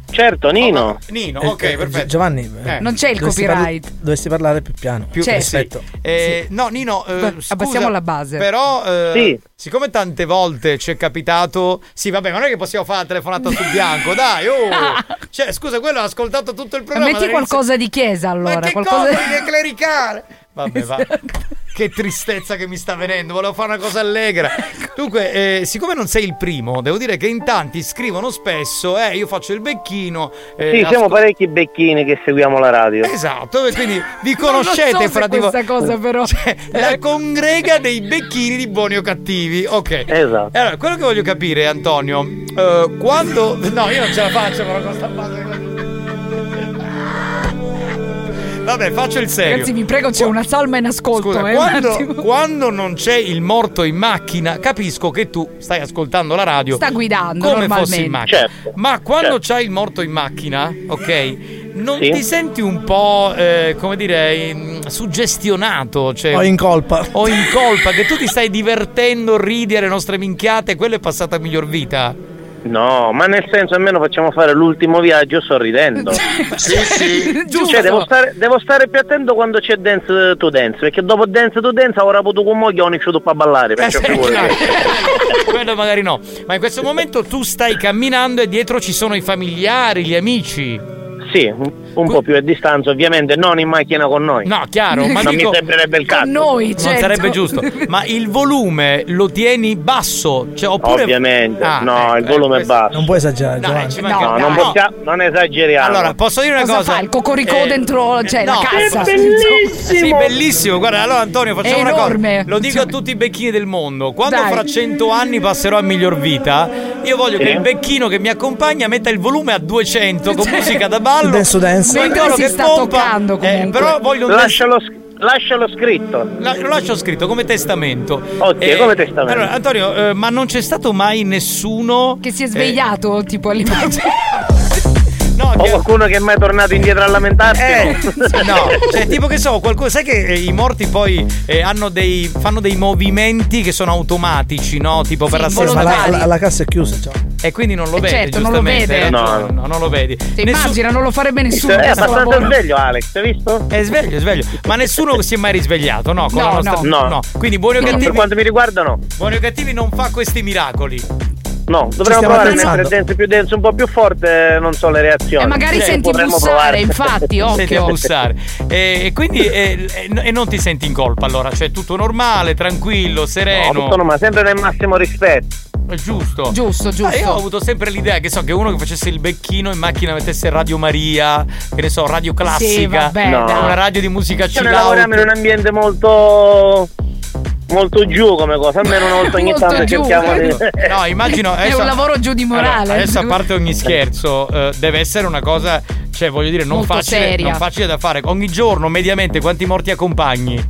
Certo, Nino. Nino,
Eh,
ok,
eh,
perfetto.
Giovanni,
Eh.
Non c'è il
dovresti parla-
copyright.
dovresti parlare più piano.
Più-
Cioè,
eh, sì.
perfetto.
Eh, No, Nino, eh,
Beh,
scusa,
abbassiamo la base.
Però, eh,
Sì.
siccome tante volte ci è capitato, sì, vabbè, ma non è che possiamo fare la telefonata sul bianco, dai, oh. cioè, scusa, quello ha ascoltato tutto il programma.
Metti
dall'inizio-
qualcosa di chiesa allora.
che
qualcosa
cosa di clericale? Vabbè, va.
Esatto.
Che tristezza che mi sta venendo, volevo fare una cosa allegra. Dunque, eh, siccome non sei il primo, devo dire che in tanti scrivono spesso, eh, io faccio il becchino. eh,
Sì, siamo
ascol-
parecchi becchini che seguiamo la radio.
Esatto, e quindi vi
Non lo
conoscete
so
fra
se
di voi. Cioè, Eh,
questa cosa però.
La congrega dei becchini di buoni o cattivi. Ok. Esatto. Allora, quello che voglio capire, Antonio, eh, quando. No, io non ce la faccio, però con sta Vabbè, faccio il serio.
Ragazzi, vi prego, c'è una salma in ascolto.
Scusa,
eh, un
quando,
attimo.
quando non c'è il morto in macchina, capisco che tu stai ascoltando la radio.
Sta guidando
Come
normalmente.
fossi in macchina. Ma quando c'hai il morto in macchina, ok? Non
Sì.
ti senti un po', eh, come dire, in- suggestionato? Cioè,
O in colpa.
o in colpa, che tu ti stai divertendo, ridi alle nostre minchiate, quello è passata a miglior vita.
No, ma nel senso almeno facciamo fare l'ultimo viaggio sorridendo.
Sì, sì.
Cioè, devo stare, devo stare più attento quando c'è Dance to Dance, perché dopo Dance to Dance avrà potuto con moglie non sciuto a
Eh,
ballare, perciò figurati.
Quello magari no. Ma in questo momento tu stai camminando e dietro ci sono i familiari, gli amici.
Sì, un, un po' più a distanza, ovviamente non in macchina con noi.
No, chiaro, ma
non
dico-
mi sembrerebbe il caso.
Non sarebbe giusto. Ma il volume lo tieni basso? Cioè, oppure...
Ovviamente,
Ah,
no, il volume è basso.
Non puoi esagerare, Giovanni.
ci
No,
manca-
non,
no.
possiamo- non esageriamo.
Allora, posso dire una
Cosa
cosa?
fa? Ah, Il cocoricò
Eh,
dentro, cioè, la cassa.
È bellissimo. Sì, bellissimo. Guarda, allora Antonio, facciamo
È
una cosa.
enorme.
Lo dico a tutti i becchini del mondo. Quando
Dai.
fra 100 anni passerò a miglior vita, io voglio
Sì.
che il becchino che mi accompagna metta il volume a 200
Cioè,
con musica da ballo.
Dance to dance.
Con quello che pompa. Eh, però voglio un
lascialo, lascialo scritto.
lo lascio scritto come testamento.
Ok,
Eh,
come testamento.
Allora, Antonio, eh, ma non c'è stato mai nessuno
Che si è svegliato, tipo Cioè, all'improvviso.
o qualcuno che è mai tornato indietro a lamentarsi?
Eh, No, cioè tipo che so, qualcosa, sai che eh, i morti poi eh, hanno dei, fanno dei movimenti che sono automatici, no? Tipo per la
Sì, ma la, la- la cassa è chiusa. Cioè.
E quindi non lo
Eh,
vedi,
certo, non lo
giustamente.
vede.
eh?
No, no.
non lo vedi.
Cioè, Immagina, non lo farebbe nessuno.
Eh,
Eh,
È
questo
abbastanza
lavoro.
sveglio Alex, hai visto?
È sveglio, è sveglio. Ma nessuno si è mai risvegliato, no? Con
No,
la nostra-
no.
Quindi buoni o
No,
cattivi.
per quanto mi riguarda no.
Buoni o cattivi non fa questi miracoli.
No,
stiamo
dovremmo provare a
attrezzando.
mettere dance più denso, un po' più forte, eh, non so le reazioni.
E Eh, magari
Sì,
senti
potremmo
bussare,
provare.
infatti, occhio.
Senti a bussare. E, e quindi eh, e, e non ti senti in colpa allora, cioè tutto normale, tranquillo,
No,
sereno.
tutto no, ma sempre nel massimo rispetto.
Eh, È giusto.
Giusto,
Ah, io ho avuto sempre l'idea che so che uno che facesse il becchino in macchina mettesse Radio Maria, che ne so, Radio Classica,
vabbè, No. dai.
una radio di musica
Cioè,
chill
noi
out.
lavoriamo in un ambiente molto molto giù come cosa, almeno una volta ogni
Molto
tanto
giù.
cerchiamo di
No, immagino
È
adesso-
un lavoro giù di morale.
Allora, adesso a parte ogni scherzo, eh, deve essere una cosa, cioè voglio dire, non
Molto
facile,
seria.
non facile da fare. Ogni giorno, mediamente, quanti morti accompagni?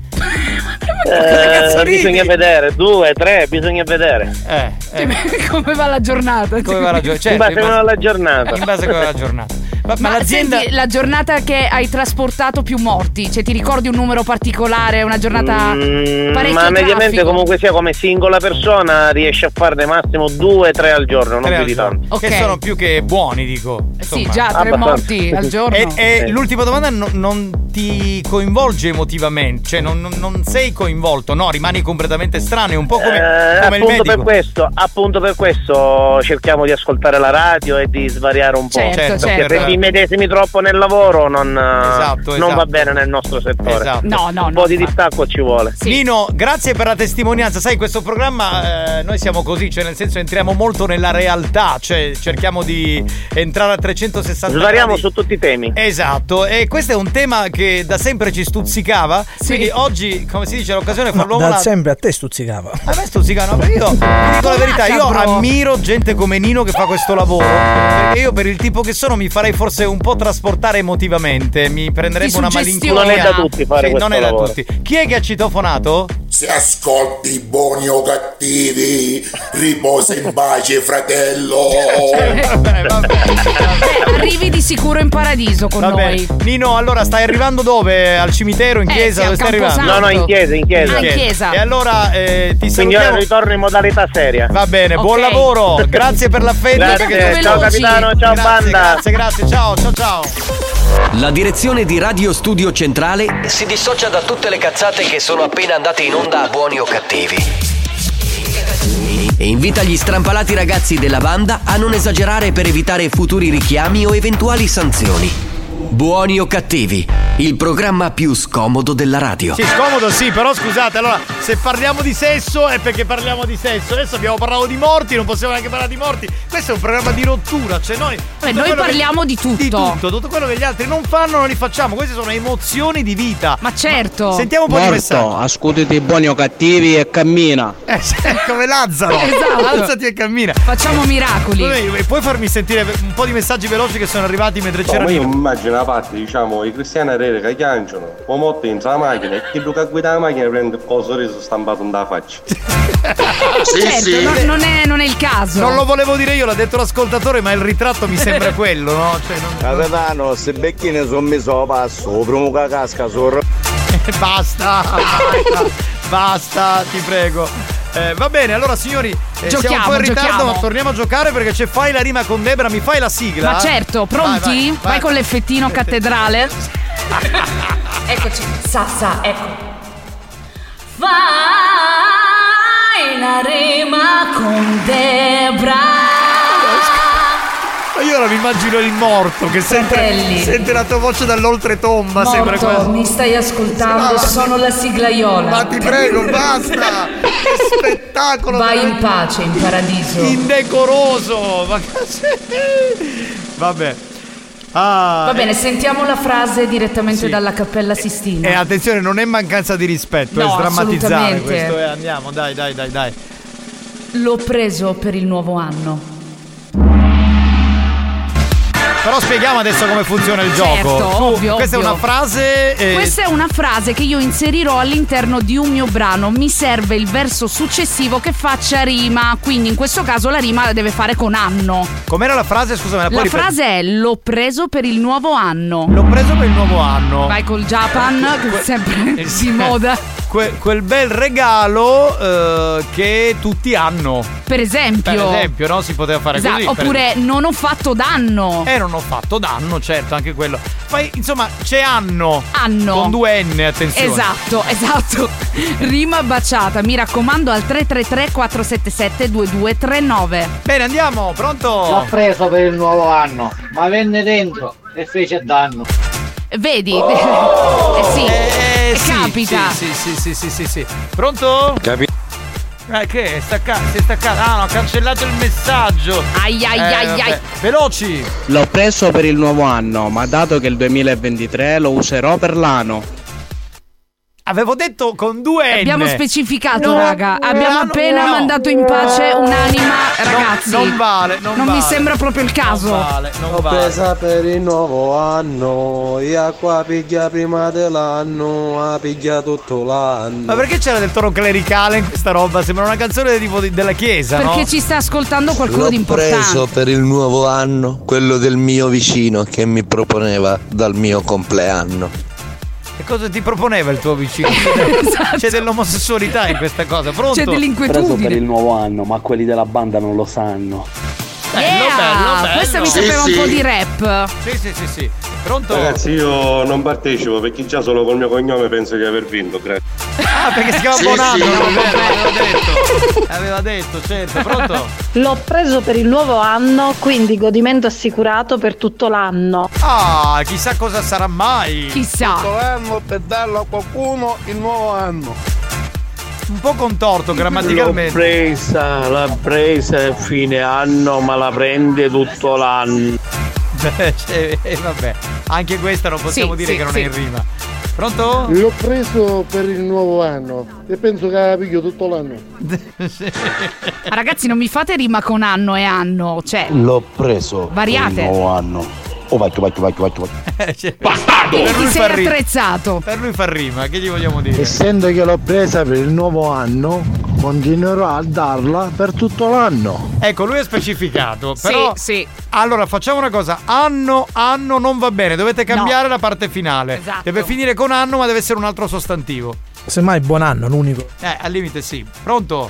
Eh, bisogna vedere, due, tre, bisogna vedere.
Eh,
Cioè, come va la giornata?
Come va la gio- cioè,
in base alla giornata.
In base a come va la giornata. Ma, ma
Ma
l'azienda.
senti, la giornata che hai trasportato più morti, cioè ti ricordi un numero particolare, una giornata
Mm,
parecchio
ma mediamente
traffico?
comunque sia come singola persona riesce a farne massimo due, tre al giorno, non
Tre
più
al
di
giorno.
tanto.
Che sono più che buoni, dico.
Sì, già tre
Abbastanza.
morti al giorno.
E, e
Sì. Eh.
l'ultima domanda, no- non ti coinvolge emotivamente, cioè non, non- non sei coinvolto, no, rimani completamente estraneo, un po' come,
Eh,
come il
appunto
medico.
per questo, appunto per questo cerchiamo di ascoltare la radio e di svariare un po'.
Certo, Certo,
perché
certo.
se vi medesimi troppo nel lavoro non, eh,
Esatto,
non
esatto.
va bene nel nostro settore.
Esatto. No, no,
un po' di distacco ci vuole.
Nino, grazie per la testimonianza. Sai, questo programma eh, noi siamo così, cioè nel senso entriamo molto nella realtà, cioè cerchiamo di entrare a 360
Svariamo
gradi.
su tutti i temi.
Esatto, e questo è un tema che da sempre ci stuzzicava. Quindi oggi, come si dice, l'occasione fa l'uomo
Da
la
sempre a te stuzzicava.
a me stuzzicano, perché io ti dico la verità, io
Macabro.
ammiro gente come Nino che fa questo lavoro. Perché io per il tipo che sono mi farei forse un po' trasportare emotivamente, mi prenderebbe
Ti
una malinconia.
suggestiona. Non è da tutti fare
Sì,
questo
non è da
lavoro.
tutti. Chi è che ha citofonato?
Se ascolti buoni o cattivi, riposa in pace, fratello.
Eh,
Arrivi di sicuro in paradiso con
Vabbè.
noi.
Nino, allora stai arrivando dove? Al cimitero, in
Eh,
chiesa?
sì, a
dove stai arrivando?
Camposanto. No, no, in chiesa, in chiesa. Ah, in chiesa.
E allora eh, ti
Quindi ora
salutiamo.
ritorno in modalità seria.
Va bene, buon
Ok.
lavoro, grazie per l'affetto.
Grazie,
perché-
ciao capitano, ciao
Grazie,
banda.
Grazie, grazie, ciao, ciao, ciao.
La direzione di Radio Studio Centrale si dissocia da tutte le cazzate che sono appena andate in onda a buoni o cattivi. E invita gli strampalati ragazzi della banda a non esagerare per evitare futuri richiami o eventuali sanzioni. Buoni o cattivi, il programma più scomodo della radio.
Sì, scomodo sì, però scusate, allora se parliamo di sesso è perché parliamo di sesso. Adesso abbiamo parlato di morti, non possiamo neanche parlare di morti. Questo è un programma di rottura, cioè noi
Beh,
tutto
noi
quello che-
parliamo di tutto.
di tutto, tutto quello che gli altri non fanno non li facciamo. Queste sono emozioni di vita. Ma
certo.
sentiamo un po' di messaggio.
ascoltati buoni o cattivi e cammina.
Eh, sì, come Lazzaro.
Esatto.
Alzati e cammina.
Facciamo miracoli.
Vabbè, Puoi farmi sentire un po' di messaggi veloci che sono arrivati mentre
No,
c'era
ma io
Nino?
immagino la parte, diciamo, i cristiani erede che chiangiano, poi morte entra la macchina e chi Luca guida la macchina prende un po' il sorriso stampato in da faccia.
certo,
sì.
non, non è, non è il caso.
Non lo volevo dire io, l'ha detto l'ascoltatore, ma il ritratto mi sembra quello, no? Cioè, non-
Capitano, se becchine sono messo passo, primo che casca sor.
basta, basta, basta, ti prego. Eh, va bene, allora signori, eh, siamo un
Giochiamo,
po' in ritardo,
giochiamo.
ma torniamo a giocare perché c'è Fai la rima con Debra, mi fai la sigla?
Ma certo, pronti? Vai, con l'effettino cattedrale.
Eccoci, sa, sa, ecco. Fai la rima con Debra.
Ma Io ora mi immagino il morto che sente,
Fratelli.
sente la tua voce dall'oltretomba, sembra
Morto,
quasi.
mi stai ascoltando,
No, ma-
sono la siglaiola.
Ma ti prego, basta! Che spettacolo!
Vai in
veramente.
pace in paradiso.
Indecoroso! Ma Vabbè. Ah,
Va
e-
bene, sentiamo la frase direttamente
Sì. Eh,
dalla Cappella Sistina.
E attenzione, non è mancanza di rispetto,
No,
è sdrammatizzare
assolutamente.
questo. eh, andiamo, dai, dai, dai, dai.
L'ho preso per il nuovo anno.
Però spieghiamo adesso come funziona il
Certo,
gioco. Tu-
ovvio,
questa è
ovvio.
una frase. eh,
Questa è una frase che io inserirò all'interno di un mio brano. Mi serve il verso successivo che faccia rima. Quindi in questo caso la rima la deve fare con anno.
Com'era la frase? Scusa, me
La
la puoi ripetere?
frase è l'ho preso per il nuovo anno.
Ah, L'ho preso per il nuovo anno. Eh,
Vai col Japan, che è sempre di moda.
Que- quel bel regalo eh, che tutti hanno.
Per esempio.
Per esempio, no? Si poteva fare
Esatto,
così. per
oppure non ho fatto danno.
Eh, non ho fatto danno, certo, anche quello. Poi, insomma, c'è anno.
Anno.
Con due N, attenzione.
Esatto, esatto. Rima baciata, mi raccomando al 333 477 2239.
Bene, andiamo,
L'ho
pronto?
preso per il nuovo anno, ma venne dentro e fece danno.
Vedi?
Oh!
eh sì, capita.
Sì, sì, sì, sì, sì, sì. Pronto?
Capito?
Eh, che è staccato, si è staccato. Ah, no, ha cancellato il messaggio.
Ai ai
Eh,
ai
vabbè.
ai.
Veloci.
L'ho preso per il nuovo anno, ma dato che il 2023 lo userò per l'anno.
Avevo detto con due N.
Abbiamo specificato,
No,
raga.
no,
Abbiamo
no,
appena
no.
mandato in pace un'anima. Ragazzi,
non vale, non
mi
vale.
sembra proprio il caso.
L'ho
presa per il nuovo anno, io qua piglia prima dell'anno, ha piglia tutto l'anno.
Ma perché c'era del tono clericale in questa roba? Sembra una canzone tipo di- della chiesa,
Perché
no?
ci sta ascoltando qualcuno
L'ho
di importante.
preso per il nuovo anno, quello del mio vicino che mi proponeva dal mio compleanno.
E cosa ti proponeva il tuo vicino? C'è dell'omosessualità in questa cosa, pronto?
Preso per il nuovo anno, ma quelli della banda non lo sanno.
Yeah!
bello, bello.
Questa mi
Sì,
sapeva
sì. Eh,
un po' di rap.
Sì, sì, sì, sì. Pronto?
Ragazzi, io non partecipo perché già solo col mio cognome penso di aver vinto. Grazie.
Ah, perché si chiama
Sì, sì,
Bonato. non è
sì.
vero, aveva detto. Aveva detto, certo. Pronto?
L'ho preso per il nuovo anno, quindi godimento assicurato per tutto l'anno.
Ah, chissà cosa sarà mai.
Chissà.
anno per darlo a qualcuno il nuovo anno.
Un po' contorto
grammaticalmente.
grammaticalmente.
L'ho presa, l'ha presa a fine anno, ma la prende tutto l'anno.
Cioè, eh, vabbè, anche questa non possiamo
Sì,
dire
sì,
che non
sì.
è in rima. Pronto?
L'ho preso per il nuovo anno e penso che la piglio tutto l'anno.
Ma Ragazzi, non mi fate rima con anno e anno, cioè.
L'ho preso.
Variate.
per il nuovo anno. Oh, vai, tu, vai, tu, vai, tu, vai, tu, vai.
Bastardo!
Ti
Eh, cioè, Per lui,
sei
fa rima.
attrezzato.
per lui fa rima, che gli vogliamo dire?
Essendo che l'ho presa per il nuovo anno, continuerò a darla per tutto l'anno.
Ecco, lui è specificato,
Sì,
però... Allora, facciamo una cosa. Anno, anno non va bene. Dovete cambiare la parte finale. Deve finire con anno, ma deve essere un altro sostantivo.
Semmai buon anno, l'unico.
Eh, al limite sì. Pronto?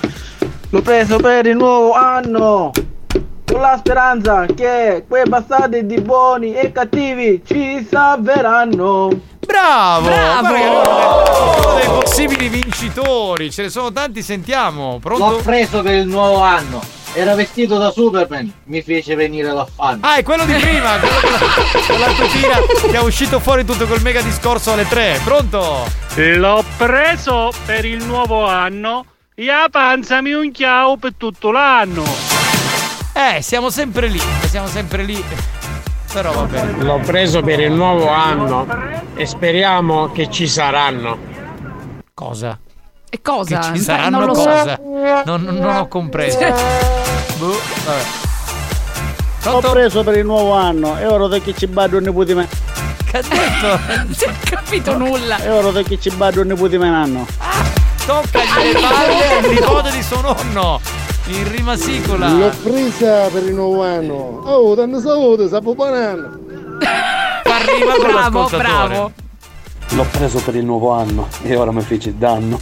L'ho preso per il nuovo anno con la speranza che quei bastardi di buoni e cattivi ci salveranno.
Bravo! Uno dei possibili vincitori. Ce ne sono tanti, sentiamo.
L'ho
Pronto?
preso per il nuovo anno. Era vestito da Superman, mi fece venire l'affanno.
Ah, è quello di prima, quello con la- con la tutina che è uscito fuori tutto col mega discorso alle 3. Pronto?
L'ho preso per il nuovo anno. La panza mi un chiao per tutto l'anno.
Eh, siamo sempre lì, siamo sempre lì. Però vabbè.
L'ho preso per il nuovo anno e speriamo che ci saranno.
Cosa?
E cosa?
Che
Sai,
ci saranno
non lo so. Cioè
cosa? Non, non- non ho compreso. Boh, vabbè.
L'ho preso per il nuovo anno e ora da chi ci bado un nipote me.
Che
Non
ho capito nulla.
E ora da chi ci bado un nipote me anno.
Ah,
Toccagli le palle al Eh, nipote di suo nonno. In rima sicola.
L'ho presa per il nuovo anno. Oh, tanta salute, sapo banana.
Arriva con
Bravo,
l'ascoltatore.
bravo.
L'ho preso per il nuovo anno e ora mi fece danno.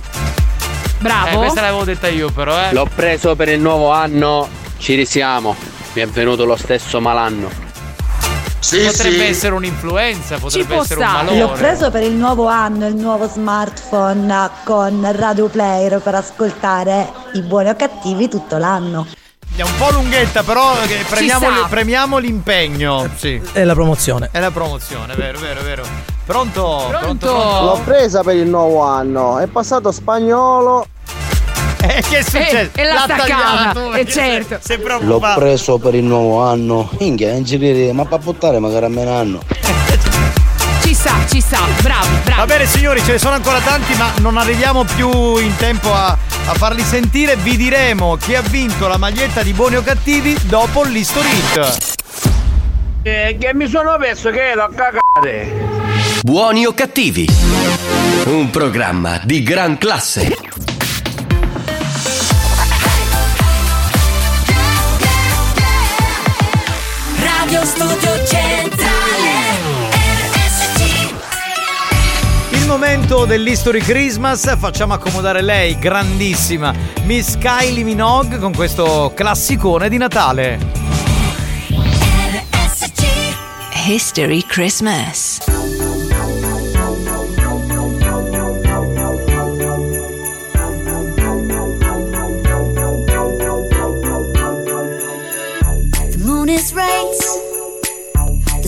Eh, questa l'avevo detta io però, eh.
L'ho preso per il nuovo anno, ci risiamo. Mi è venuto lo stesso malanno.
potrebbe
sì.
essere un'influenza, potrebbe
può
essere
stare.
un malore.
L'ho preso per il nuovo anno, il nuovo smartphone con Radio Player per ascoltare i buoni o cattivi tutto l'anno.
È un po' lunghetta, però eh, premiamo,
sta.
l- premiamo l'impegno. Sì.
È la promozione.
È la promozione, vero, vero, vero. Pronto? Pronto?
L'ho presa per il nuovo anno, è passato spagnolo.
Eh, che è successo?
e l'ha staccata, eh,
tagliato, perché
certo.
Sei, sei
L'ho
preoccupato.
preso per il nuovo anno. Inghia, ingegnere, ma per buttare magari a me un anno.
Ci sta, ci sta, bravi, bravi.
Va bene signori, ce ne sono ancora tanti, ma non arriviamo più in tempo a, a farli sentire. Vi diremo chi ha vinto la maglietta di buoni o cattivi dopo l'historit.
Eh, che mi sono perso che l'ho cagate.
Buoni o cattivi? Un programma di gran classe.
Radio Studio Centrale RSC
Il momento dell'History Christmas, facciamo accomodare lei, grandissima, Miss Kylie Minogue con questo classicone di Natale.
History Christmas. The moon is right, the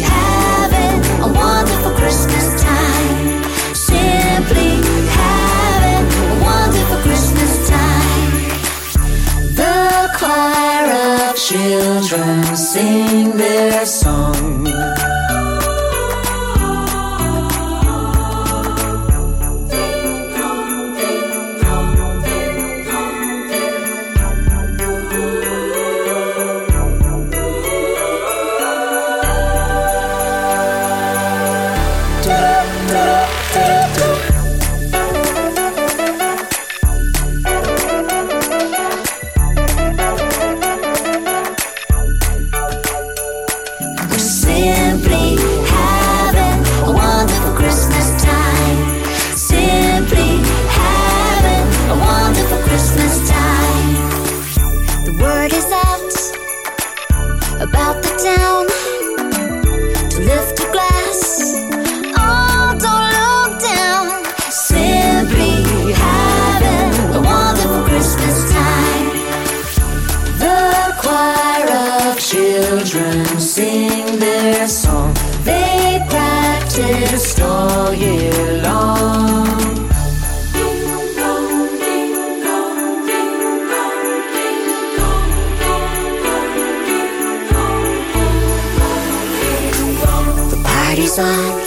having a wonderful Christmas time. Simply having a wonderful Christmas time.
The choir of children sing their song. We're simply having a wonderful Christmas time. Simply having a wonderful Christmas time. The word is out about the town to lift a glass. Oh, don't look down. Simply having a wonderful Christmas time. The choir of children sing their song. They practice all year long. The party's on,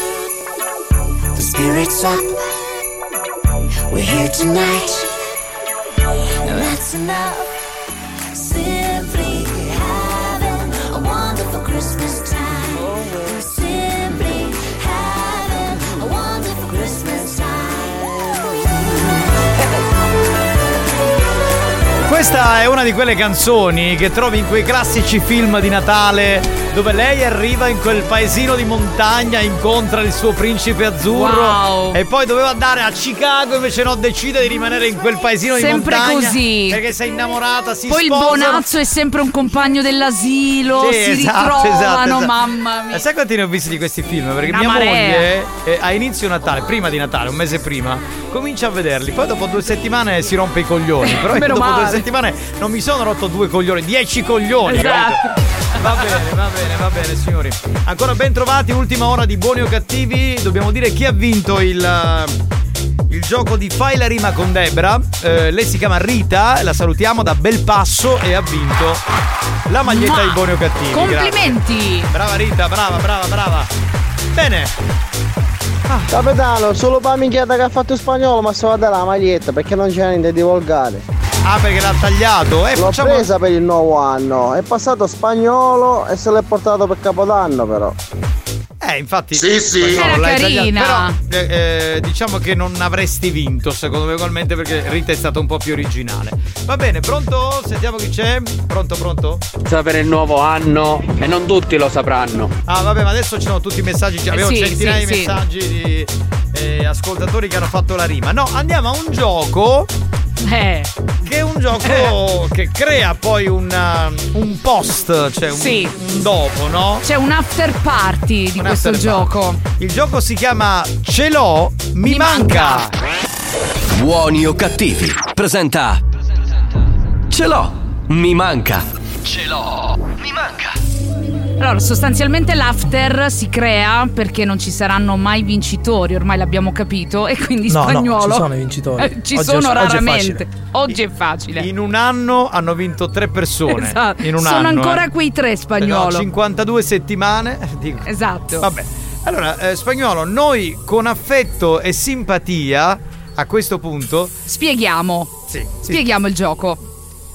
the spirit's up. We're here tonight. Now that's enough. Simply having a wonderful Christmas time. We're Simply having a wonderful Christmas time.
Questa è una di quelle canzoni che trovi in quei classici film di Natale dove lei arriva in quel paesino di montagna, incontra il suo principe azzurro
Wow.
e poi doveva andare a Chicago, invece no, decide di rimanere in quel paesino
Sempre
di montagna.
così.
Perché sei innamorata, si
Poi il
sposano.
bonazzo è sempre un compagno dell'asilo,
Sì,
si
esatto,
ritrovano,
esatto, esatto.
mamma mia.
Eh, sai quanti ne ho visti di questi film? Perché
Una
mia
marea.
moglie eh, a inizio Natale, prima di Natale, un mese prima, comincia a vederli. Poi dopo due settimane si rompe i coglioni. Però io
Meno
dopo due
male.
settimane non mi sono rotto due coglioni, dieci coglioni.
Esatto.
capito? Va bene, va bene, va bene, signori. Ancora ben trovati, ultima ora di buoni o cattivi. Dobbiamo dire chi ha vinto il. eh, il gioco di Fai la rima con Debra. Eh, lei si chiama Rita, la salutiamo da bel passo e ha vinto la maglietta
Ma-
di buoni o cattivi. grazie.
Complimenti!
Brava Rita, brava, brava, brava. Bene. Ah.
Capitano, solo per la minchiata che ha fatto in spagnolo, ma se va dare la maglietta perché non c'è niente di volgare.
Ah, perché l'ha tagliato? Eh,
L'ho
facciamo.
presa per il nuovo anno, è passato spagnolo e se l'è portato per Capodanno però.
Eh, infatti.
Sì, sì.
Spagnolo,
Era
l'hai
carina.
tagliato. Però eh, eh, diciamo che non avresti vinto, secondo me, ugualmente, perché Rita è stata un po' più originale. Va bene, pronto? Sentiamo chi c'è. Pronto, pronto?
Sapere il nuovo anno e non tutti lo sapranno.
Ah, vabbè, ma adesso ci sono tutti i messaggi. Cioè,
Eh
abbiamo
sì,
centinaia
sì,
di
sì.
messaggi di eh, ascoltatori che hanno fatto la rima. No, andiamo a un gioco. Che è un gioco che crea poi un, uh, un post, cioè un,
Sì.
un dopo, no?
C'è un after party di
Un
questo
after
gioco.
Il gioco si chiama Ce l'ho, mi, manca.
Buoni o cattivi? Presenta. Ce l'ho, mi manca.
Ce l'ho, mi manca. Allora, sostanzialmente l'after si crea perché non ci saranno mai vincitori, ormai l'abbiamo capito, e quindi
No, no,
spagnolo.
ci sono i vincitori.
Eh,
Oggi
ci
è-
sono
oggi è
raramente.
facile.
Oggi è facile.
In un anno hanno vinto tre persone.
Esatto.
In un
sono
anno.
ancora
eh.
quei tre
No,
spagnolo.
52 settimane. Dico.
Esatto.
Vabbè. Allora, eh, spagnolo, noi con affetto e simpatia a questo punto
Spieghiamo.
Sì.
Spieghiamo il gioco.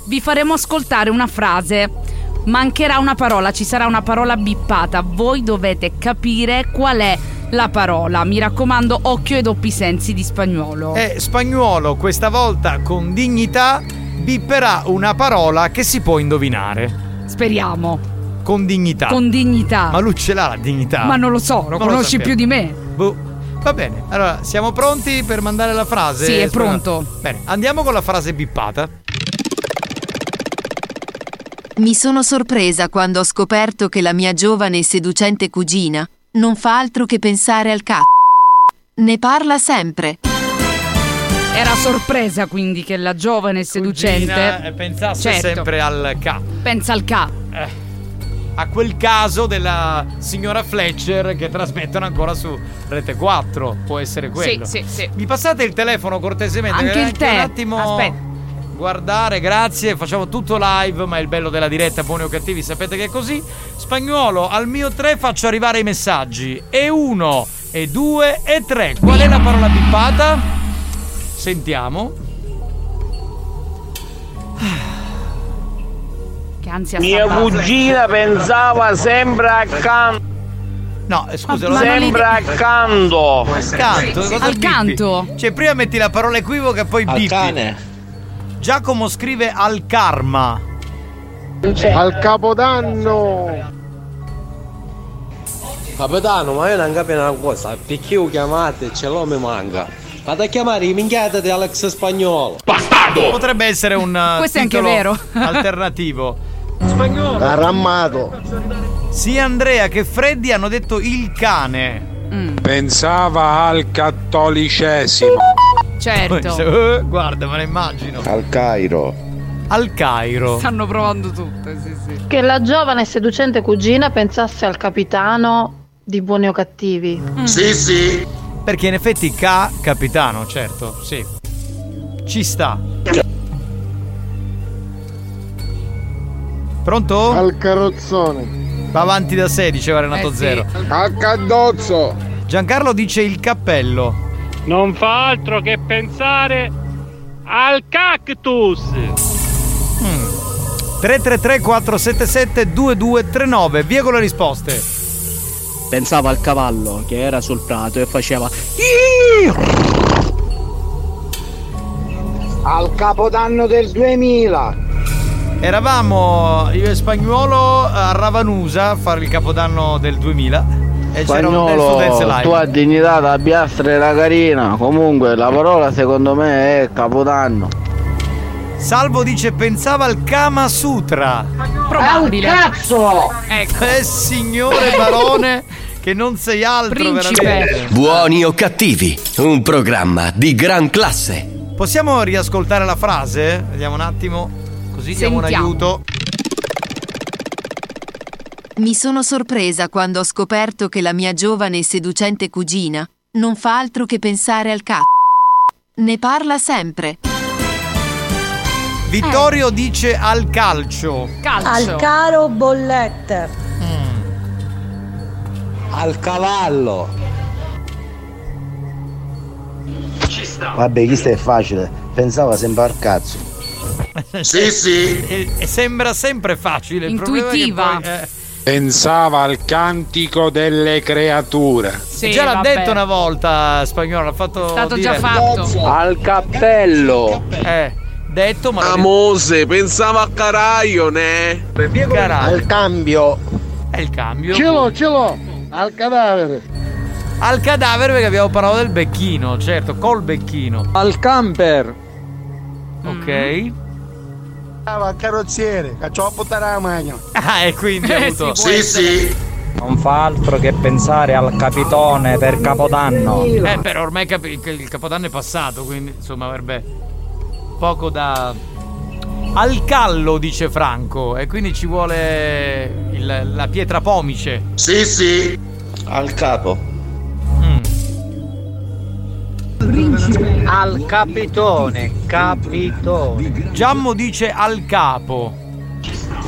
Vi faremo ascoltare una frase. Mancherà una parola, ci sarà una parola bippata. Voi dovete capire qual è la parola. Mi raccomando, occhio e doppi sensi di spagnolo.
E Spagnuolo questa volta con dignità bipperà una parola che si può indovinare.
Speriamo.
Con dignità.
Con dignità.
Ma lui ce l'ha la dignità.
Ma non lo so, lo conosci
sappiamo.
più di me.
Boh. Va bene, allora siamo pronti per mandare la frase?
Sì, è
Spagnolo?
pronto.
Bene, andiamo con la frase bippata.
Mi sono sorpresa quando ho scoperto che la mia giovane e seducente cugina non fa altro che pensare al cazzo. Ne parla sempre.
Era sorpresa quindi che la giovane
Gina, eh,
seducente
pensasse
Certo.
sempre Eh, al K.
pensa al ca.
A quel caso della signora Fletcher che trasmettono ancora su Rete 4. Può essere quello.
Sì, sì, sì.
Mi passate il telefono cortesemente?
Anche il
Anche
tè.
Un eh, attimo.
Aspetta.
Guardare, grazie, facciamo tutto live, ma è il bello della diretta, buoni o cattivi, sapete che è così. Spagnolo, al mio 3 faccio arrivare i messaggi. E 1, e 2, e 3. Qual è la parola pippata? Sentiamo.
Che ansia
Mia
sta base.
cugina pensava sempre a can.
No, eh, scusa,
Ah, Ma- ma non Sembra
al canto. Canto? Cosa
Al
sbippi?
canto.
Cioè, prima metti la parola equivoca e poi bippi. Giacomo scrive al karma.
Al capodanno!
Capitano, ma io non capisco una cosa, perché lo chiamate? Ce l'ho mi manca. Vado a chiamare i minchiate di Alex Spagnolo.
Bastardo! Potrebbe essere un eh,
Questo è anche
titolo
vero.
alternativo. Spagnolo. Arrammato. Sia Andrea che Freddy hanno detto il cane.
Mm.
Pensava al cattolicesimo.
Certo.
Poi, eh, guarda, me lo immagino.
Al Cairo.
Al Cairo.
Stanno provando tutte, sì, sì.
Che la giovane e seducente cugina pensasse al capitano di buoni o cattivi.
Sì, sì. Mm. Perché in effetti ca capitano, certo, sì. Ci sta. Pronto?
Al carrozzone!
Va avanti da 16 diceva Renato
Eh sì.
Zero.
Al caddozzo!
Giancarlo dice il cappello.
Non fa altro che pensare al cactus.
Mm. 333 477 2239. Via con le risposte.
Pensava al cavallo che era sul prato e faceva.
Al capodanno del 2000!
Eravamo io e Spagnuolo a Ravanusa a fare il capodanno del 2000 e Eh, c'era un Dance to Dance
Spagnolo,
Live.
tua dignità da piastra era carina. Comunque, la parola secondo me è capodanno.
Salvo dice pensava al Kama Sutra.
Probabile.
Cazzo! Eh signore barone che non sei altro
Principe.
veramente.
Buoni o cattivi, un programma di gran classe.
Possiamo riascoltare la frase? Vediamo un attimo. Così diamo un
Sentiamo.
aiuto.
Mi sono sorpresa quando ho scoperto che la mia giovane e seducente cugina non fa altro che pensare al cazzo. Ne parla sempre.
Vittorio dice al calcio.
Al caro bollette.
Al cavallo.
Vabbè, questa è facile. Pensava sempre al cazzo.
Sì, sì. E, e sembra sempre facile. il problema è che
Intuitiva.
poi, eh,
Pensava al cantico delle creature.
già l'ha
vabbè.
detto una volta spagnolo, l'ha fatto. È
stato già fatto.
Al cappello. Eh, detto ma.
Amose, pensava a Caraione.
Al
cambio.
È il cambio.
Ce l'ho, ce l'ho! Al cadavere!
Al cadavere perché abbiamo parlato del becchino, certo, col becchino.
Al camper.
Ok.
Al carrozziere, cacciò a buttare la magna!
Ah, e quindi ha avuto.
Non fa altro che pensare al capitone per Capodanno.
Eh, però ormai capi- che il capodanno è passato, quindi insomma avrebbe poco da. Al callo, dice Franco, e quindi ci vuole il- la pietra pomice. Sì, sì. Al capo.
Al capitone, capitone.
Giammo dice al capo.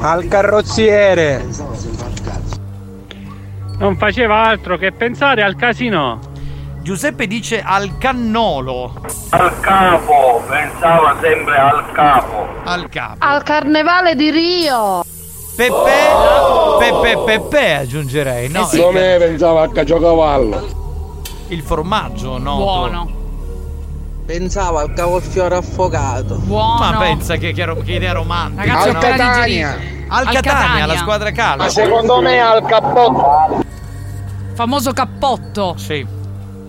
Al carrozziere.
Non faceva altro che pensare al casino.
Giuseppe dice al cannolo.
Al capo, pensava sempre al capo.
Al capo.
Al carnevale di Rio.
Peppe,
Oh!
Peppe, Peppe aggiungerei, no?
non è pensava a caciocavallo!
Il formaggio, no?
Pensava al cavolfiore affogato.
Ma pensa che, che, ro- che idea romantica.
Ragazzi, Al ho appena
Catania. Al
Al
Catania,
Catania.
la squadra calcio.
al cappotto.
Famoso cappotto.
Sì.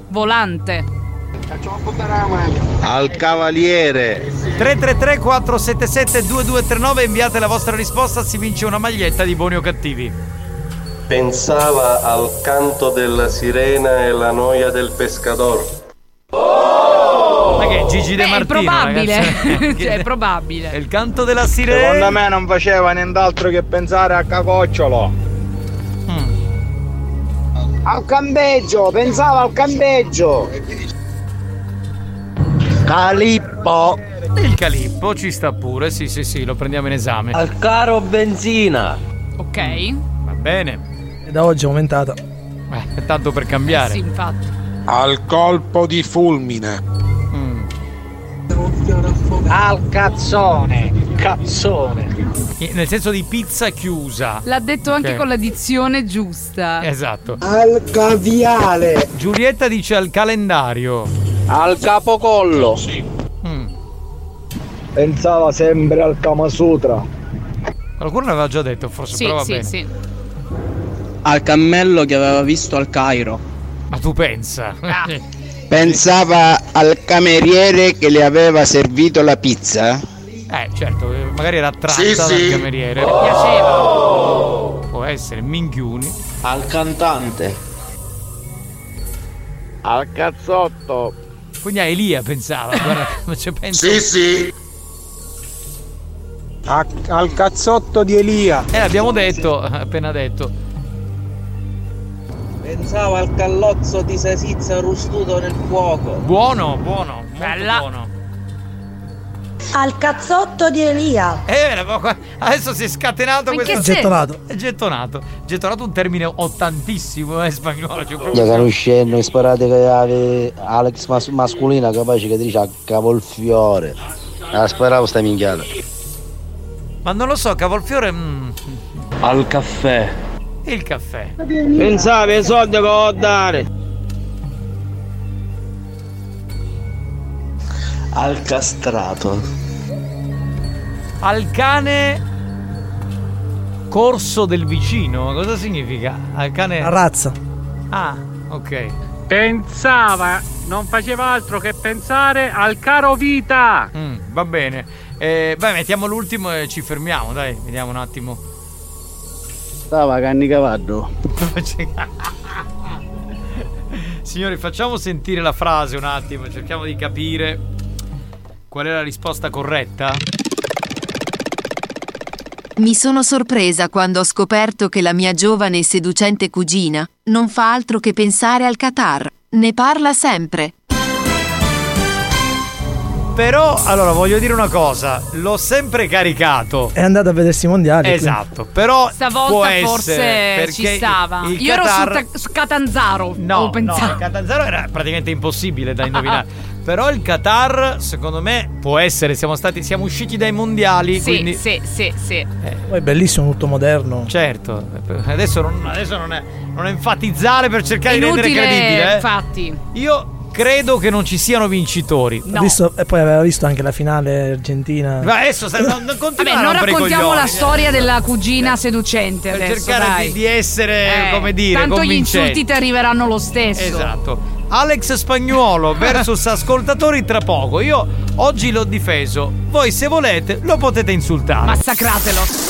Volante.
Al cavaliere. 333 477 2239 inviate la vostra risposta, si vince una maglietta di buoni o cattivi.
Pensava al canto della sirena e la noia del pescador.
Ma che è Gigi De
Oh! Beh, è
Martino,
probabile.
ragazzi?
cioè, è probabile.
È il canto della sirena.
Secondo me non faceva nient'altro che pensare a cacocciolo.
Al campeggio, pensava al campeggio.
Calippo. Il calippo ci sta pure, sì, sì, sì, lo prendiamo in esame.
Al caro benzina.
Ok.
Va bene.
E da oggi è aumentata.
Eh, tanto per cambiare.
Sì, infatti.
Al colpo di fulmine.
Al cazzone.
cazzone.
Eh, Nel senso di pizza chiusa.
L'ha detto anche
Ok.
con la dizione giusta.
Esatto.
Al
caviale. Giulietta dice al calendario.
Al capocollo.
Pensava sempre al Kama Sutra.
Qualcuno l'aveva già detto, forse,
Sì,
però va
sì,
bene.
sì.
Al cammello che aveva visto al Cairo.
Ma tu pensa.
Ah.
Pensava al cameriere che le aveva servito la pizza?
Eh, certo, eh, magari era attratta
Sì,
dal
sì.
cameriere.
Oh!
Piaceva. Può essere, minchiuni.
Al cantante.
Al cazzotto. Quindi a Elia pensava, guarda come ci pensa.
Sì,
sì.
al cazzotto di Elia.
Eh, abbiamo detto, appena detto.
Pensavo al callozzo di sasizza rustuto nel fuoco.
Buono, buono, molto buono.
Al cazzotto di Elia.
Eh, la- qua- adesso si è scatenato
Ma in
questo.
che senso? Gettonato.
È gettonato. Gettonato un termine ottantissimo in spagnolo. cioè proprio-
Io sono uscendo in sporadica ave- Alex mas- mascolina capace che dice a cavolfiore. La speravo sta minchiata.
Ma non lo so, cavolfiore. mm,
Al caffè.
il caffè.
Pensavo ai soldi che ho a dare. Al castrato.
Al cane. Corso del vicino. Ma Cosa significa? Al cane.
razza.
Ah, ok.
Pensava, non faceva altro che pensare al caro vita.
Mm, va bene. Eh, beh, mettiamo l'ultimo e ci fermiamo, dai, vediamo un attimo.
Stava canni cavallo.
Signori, facciamo sentire la frase un attimo, cerchiamo di capire qual è la risposta corretta.
Mi sono sorpresa quando ho scoperto che la mia giovane e seducente cugina non fa altro che pensare al Qatar. Ne parla sempre.
Però, allora, voglio dire una cosa, l'ho sempre caricato.
È andato a vedersi i mondiali. quindi.
Esatto, però
Stavolta
può essere,
forse
perché
ci stava.
il
Io
Qatar-
ero su, Ta- su Catanzaro. ho pensato.
il Catanzaro era praticamente impossibile da indovinare. Però il Qatar, secondo me, può essere. Siamo, stati, siamo usciti dai mondiali.
sì,
quindi... Eh,
sì, sì, sì.
Poi è bellissimo, tutto moderno.
Certo, adesso non, adesso non è, non enfatizzare per cercare di
Inutile,
rendere credibile. eh.
infatti.
Io credo che non ci siano vincitori.
Ha visto- e poi aveva visto anche la finale argentina.
Ma adesso sta, non,
Vabbè,
non continuare a
non
rompere i
raccontiamo
coglioni.
la storia della cugina seducente
Per
adesso,
cercare
dai.
di, di essere,
Eh,
come dire,
Tanto gli
convincenti.
insulti ti arriveranno lo stesso.
Esatto. Alex Spagnuolo versus ascoltatori tra poco. Io oggi l'ho difeso. Voi se volete lo potete insultare.
Massacratelo.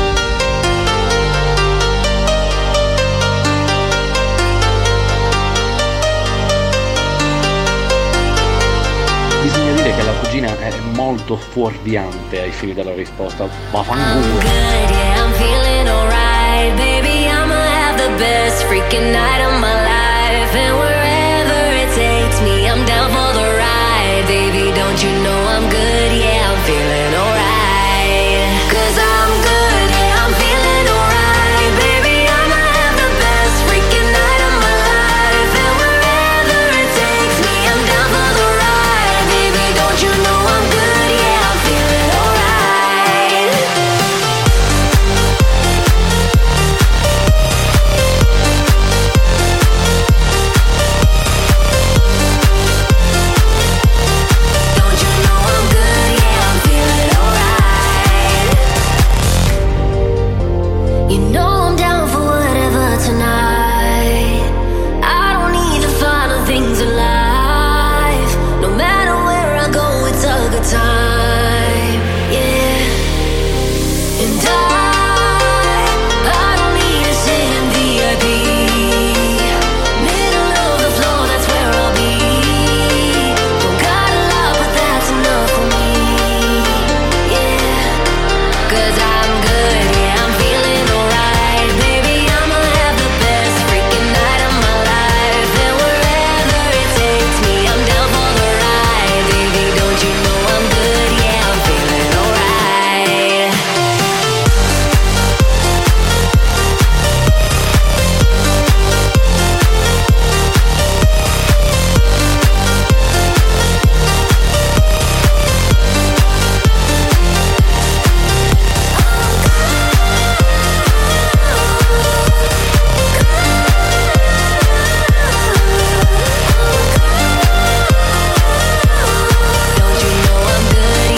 Bisogna dire che la cugina è molto fuorviante ai fini della risposta. Ma fanculo.
Yeah, I'm feeling alright, baby. I'ma have the best freaking night of my life, and wherever it takes me, I'm down for the ride, baby. Don't you know I'm good? Yeah, I'm feeling alright, 'cause I'm good. Yeah, I'm feeling alright, baby. I'ma have the best freaking night of my life, and wherever it takes me, I'm down for the ride, baby. Don't you know I'm good? Yeah, I'm feeling alright. Don't you know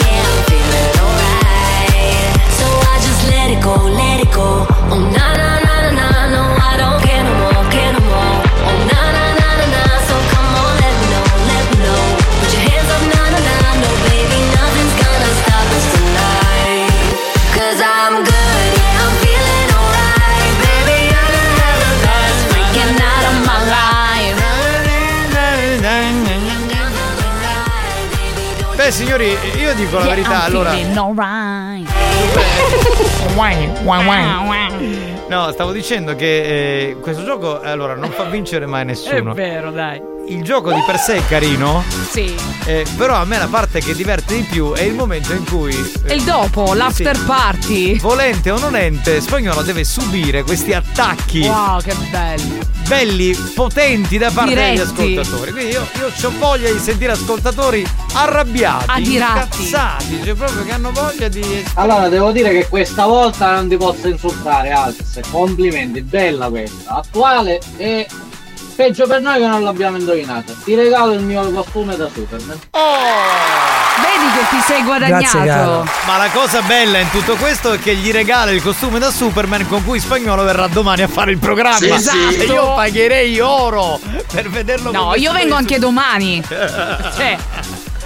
Oh,
Fiori, io dico la
Yeah,
verità,
I'm
allora.
feeling alright.
No, stavo dicendo che eh, questo gioco allora non fa vincere mai nessuno.
Eh
È vero, dai.
Il gioco di per sé è carino,
Sì.
eh, però a me la parte che diverte di più è il momento in cui. eh,
E il dopo, l'after
sì.
party.
Volente o non ente, spagnolo deve subire questi attacchi
Wow, che bello.
belli, potenti da parte
Diretti.
degli ascoltatori. Quindi io, ho voglia di sentire ascoltatori arrabbiati,
Adirati.
incazzati, cioè proprio che hanno voglia di.
Allora, devo dire che questa volta non ti posso insultare, Alex. Complimenti, bella questa. Attuale e peggio per noi che non l'abbiamo indovinata. Ti regalo il mio costume da eh. Superman.
Oh! Vedi che ti sei guadagnato.
Ma la cosa bella in tutto questo è che gli regala il costume da Superman con cui Spagnolo verrà domani a fare il programma.
Sì, sì. Esatto.
E io pagherei oro per vederlo. con
No,
questo
io vengo
costume.
anche domani. Cioè,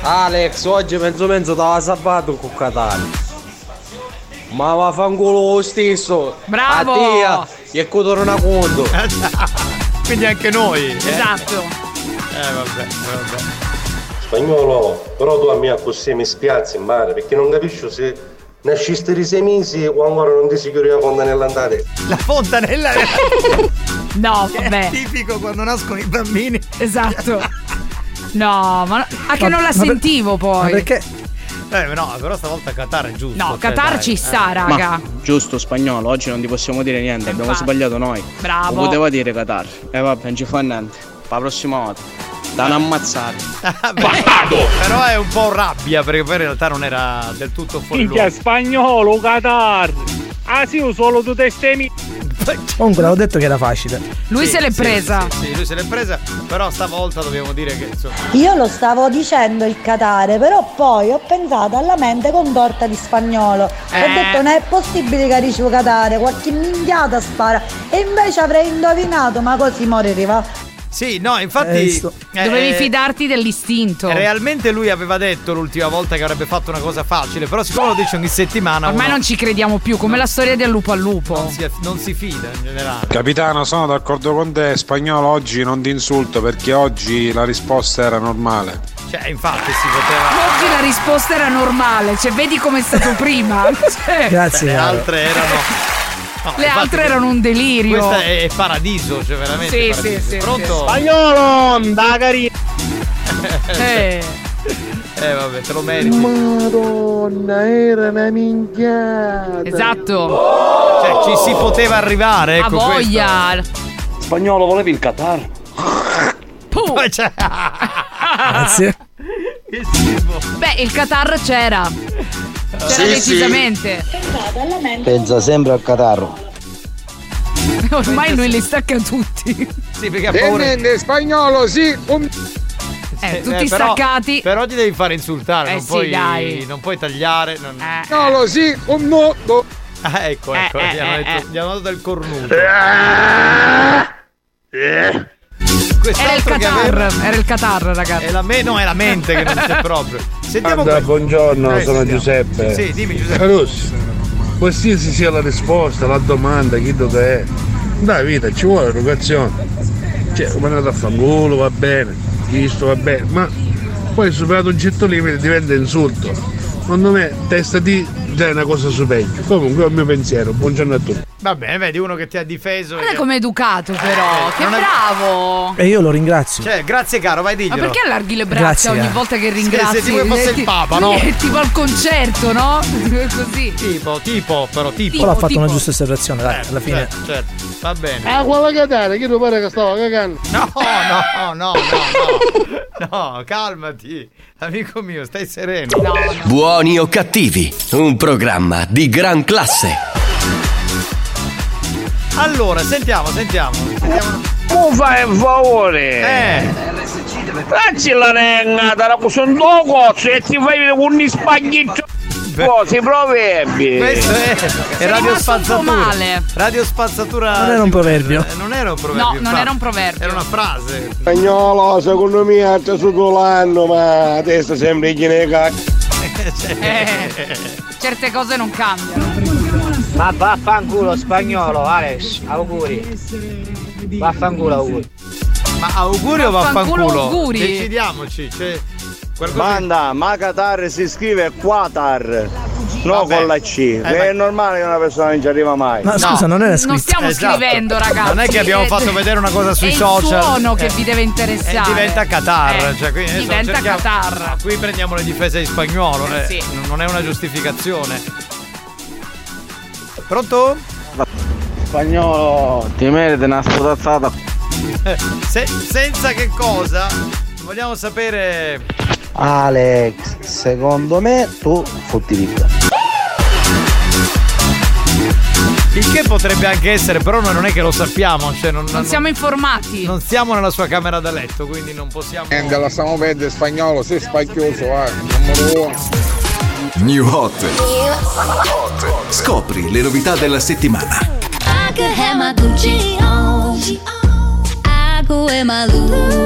Alex, oggi mezzo mezzo da sabato con Catani. Ma vaffanculo lo stesso.
Bravo.
A te, e torna conto.
Quindi anche noi.
Esatto.
Eh, vabbè, vabbè.
Spagnolo, però tu a me così mi spiazzi in mare perché non capisci se nasciste di sei mesi o ancora non ti si chiude la fonda nell'andare.
La fontanella
no,
Eh.
vabbè.
tipico quando nascono i bambini.
Esatto. No, ma a che
Ma-
non la
ma per-
sentivo poi.
ma perché- Eh, no, però stavolta Qatar è giusto.
No,
cioè,
Qatar
dai.
ci sta, raga.
Eh,
Eh,
Ma, giusto spagnolo, oggi non ti possiamo dire niente, abbiamo
Infatti.
sbagliato noi.
Bravo.
Lo poteva dire Qatar. E vabbè, non ci fa niente. La prossima volta. Da non ammazzare.
Però è un po' rabbia Eh, perché poi in realtà non era del tutto fuori
Minchia,
luogo.
spagnolo, Qatar. Ah sì, io solo tutte queste mi...
Comunque l'avevo detto che era facile.
Lui
Sì,
se l'è
sì,
presa.
Sì, sì, lui se l'è presa, però stavolta dobbiamo dire che insomma.
Io lo stavo dicendo il Catare, però poi ho pensato alla mente contorta di spagnolo.
Eh.
Ho detto non è possibile che arrivo Catare, qualche minchiata spara. E invece avrei indovinato, ma così more arriva.
Sì, no, infatti.
Questo.
eh,
Dovevi
eh,
fidarti dell'istinto.
Realmente lui aveva detto l'ultima volta che avrebbe fatto una cosa facile, però siccome lo dice ogni settimana.
Ormai
uno
non ci crediamo più, come la storia del lupo al lupo.
si- non si fida in generale.
Capitano, sono d'accordo con te. Spagnolo, oggi non ti insulto perché oggi la risposta era normale.
Cioè, infatti si poteva.
Oggi la risposta era normale, cioè vedi com'è stato prima. Cioè,
Le altre erano. No,
Le
infatti,
altre erano un delirio.
Questa è è paradiso, cioè veramente.
Sì,
paradiso.
sì, sì,
Pronto?
Spagnolo, da carina.
eh. vabbè, te lo meriti.
Madonna, era una minchiata.
Esatto. Cioè, ci si poteva arrivare, ecco
voglia.
Spagnolo, volevi il Qatar?
Cioè,
Grazie.
Beh, il Qatar c'era. C'era
Sì,
decisamente.
Pensa sempre al catarro.
Ormai lui li stacca tutti.
Sì, perché ha paura.
Eh, spagnolo, sì. Eh, tutti
però-
staccati.
Però ti devi fare insultare,
Eh
non,
sì,
puoi,
dai. Eh.
non puoi tagliare. Non...
No, lo sì, un nodo.
Ah, ecco, ecco,
Eh, eh,
gli hanno
eh,
detto,
eh.
gli hanno dato il cornuto.
Era il
Quest'altro che
Qatar,
aveva-
era il Qatar, ragazzi.
È la me- no, è la mente che non c'è proprio. Sentiamo
Anda,
que-
buongiorno,
Eh,
sono
sentiamo.
Giuseppe.
Sì, dimmi Giuseppe.
Caruso, qualsiasi sia la risposta, la domanda, chi dove è, dai vita, ci vuole educazione. Cioè, come andate a fanculo, va bene, questo va bene, ma poi superato un certo limite diventa insulto. Secondo me testa di già è una cosa su peggio. Comunque è un mio pensiero, buongiorno a tutti.
Va bene, vedi uno che ti ha difeso.
Guarda com'è educato però,
Eh,
che
non è-
bravo.
E io lo ringrazio.
Cioè, grazie caro, vai
Ma
diglielo.
perché allarghi le
Grazie,
braccia ogni
eh.
volta che
Sì,
ringrazi?
se tipo fosse il Papa, no?
È tipo al concerto, no? Così.
Tipo, tipo, però tipo.
Però ha fatto una giusta osservazione, dai, alla fine.
Certo, certo. Va
Eh.
bene.
Ah, quella catare, chi lo pare che stavo cagando?
No, no, no, no, no. No, calmati. Amico mio, stai sereno.
Buoni o cattivi, un programma di gran classe.
Allora, sentiamo, sentiamo. sentiamo.
Mi fai un favore!
Eh.
Facci la renga, te la cucino cozzo e ti fai un Oh, spaghetto Cose, proverbi!
Questo è, è Radio
rimasto un po'
Spazzatura.
male.
Radio Spazzatura.
Non era un proverbio.
Eh, Non era un proverbio.
No, non
infatti.
era un proverbio.
Era una frase.
Spagnolo, secondo me ha tessuto l'anno, ma la testa sembra di
Eh.
Certe cose non cambiano.
Ma vaffanculo spagnolo, Alex, auguri. Vaffanculo auguri.
Ma augurio o
Vaffanculo
vaffanculo?
auguri.
Decidiamoci. Cioè,
Manda, ma Qatar si scrive Qatar. No
Vabbè.
con la C.
Eh,
Ma è normale che una persona non ci arriva mai.
Ma scusa, non era scritto.
Esatto. Non è che abbiamo fatto vedere una cosa sui
è
social.
il suono che
Eh,
vi deve
E
interessare. Eh.
diventa Qatar. cioè, quindi adesso
diventa
cerchiamo-
Qatar.
Ah, Qui prendiamo le difese in spagnolo. eh, n- Non è una giustificazione. Pronto?
Spagnolo, ti meriti una sputazzata.
Eh, Se- senza che cosa? Vogliamo sapere.
Alex, secondo me tu fotti ricca.
Il che potrebbe anche essere, però noi non è che lo sappiamo. Cioè non,
Non siamo informati.
non siamo nella sua camera da letto, quindi non possiamo.
Niente, lasciamo perdere spagnolo, sei spacchioso, eh. Numero uno.
New Hot. Scopri le novità della settimana.
I could have my Gucci on. I could wear my Louis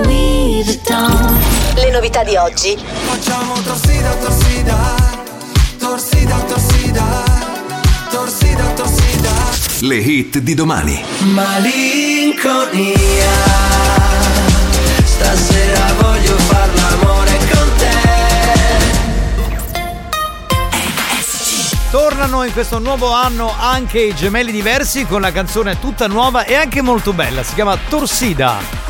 Vuitton. Le novità di oggi.
Facciamo torsida, torsida, torsida, torsida, torsida, torsida.
Le hit di domani.
Malinconia. Stasera voglio far l'amore con te.
Tornano in questo nuovo anno anche i gemelli diversi con la canzone tutta nuova e anche molto bella. Si chiama Torsida.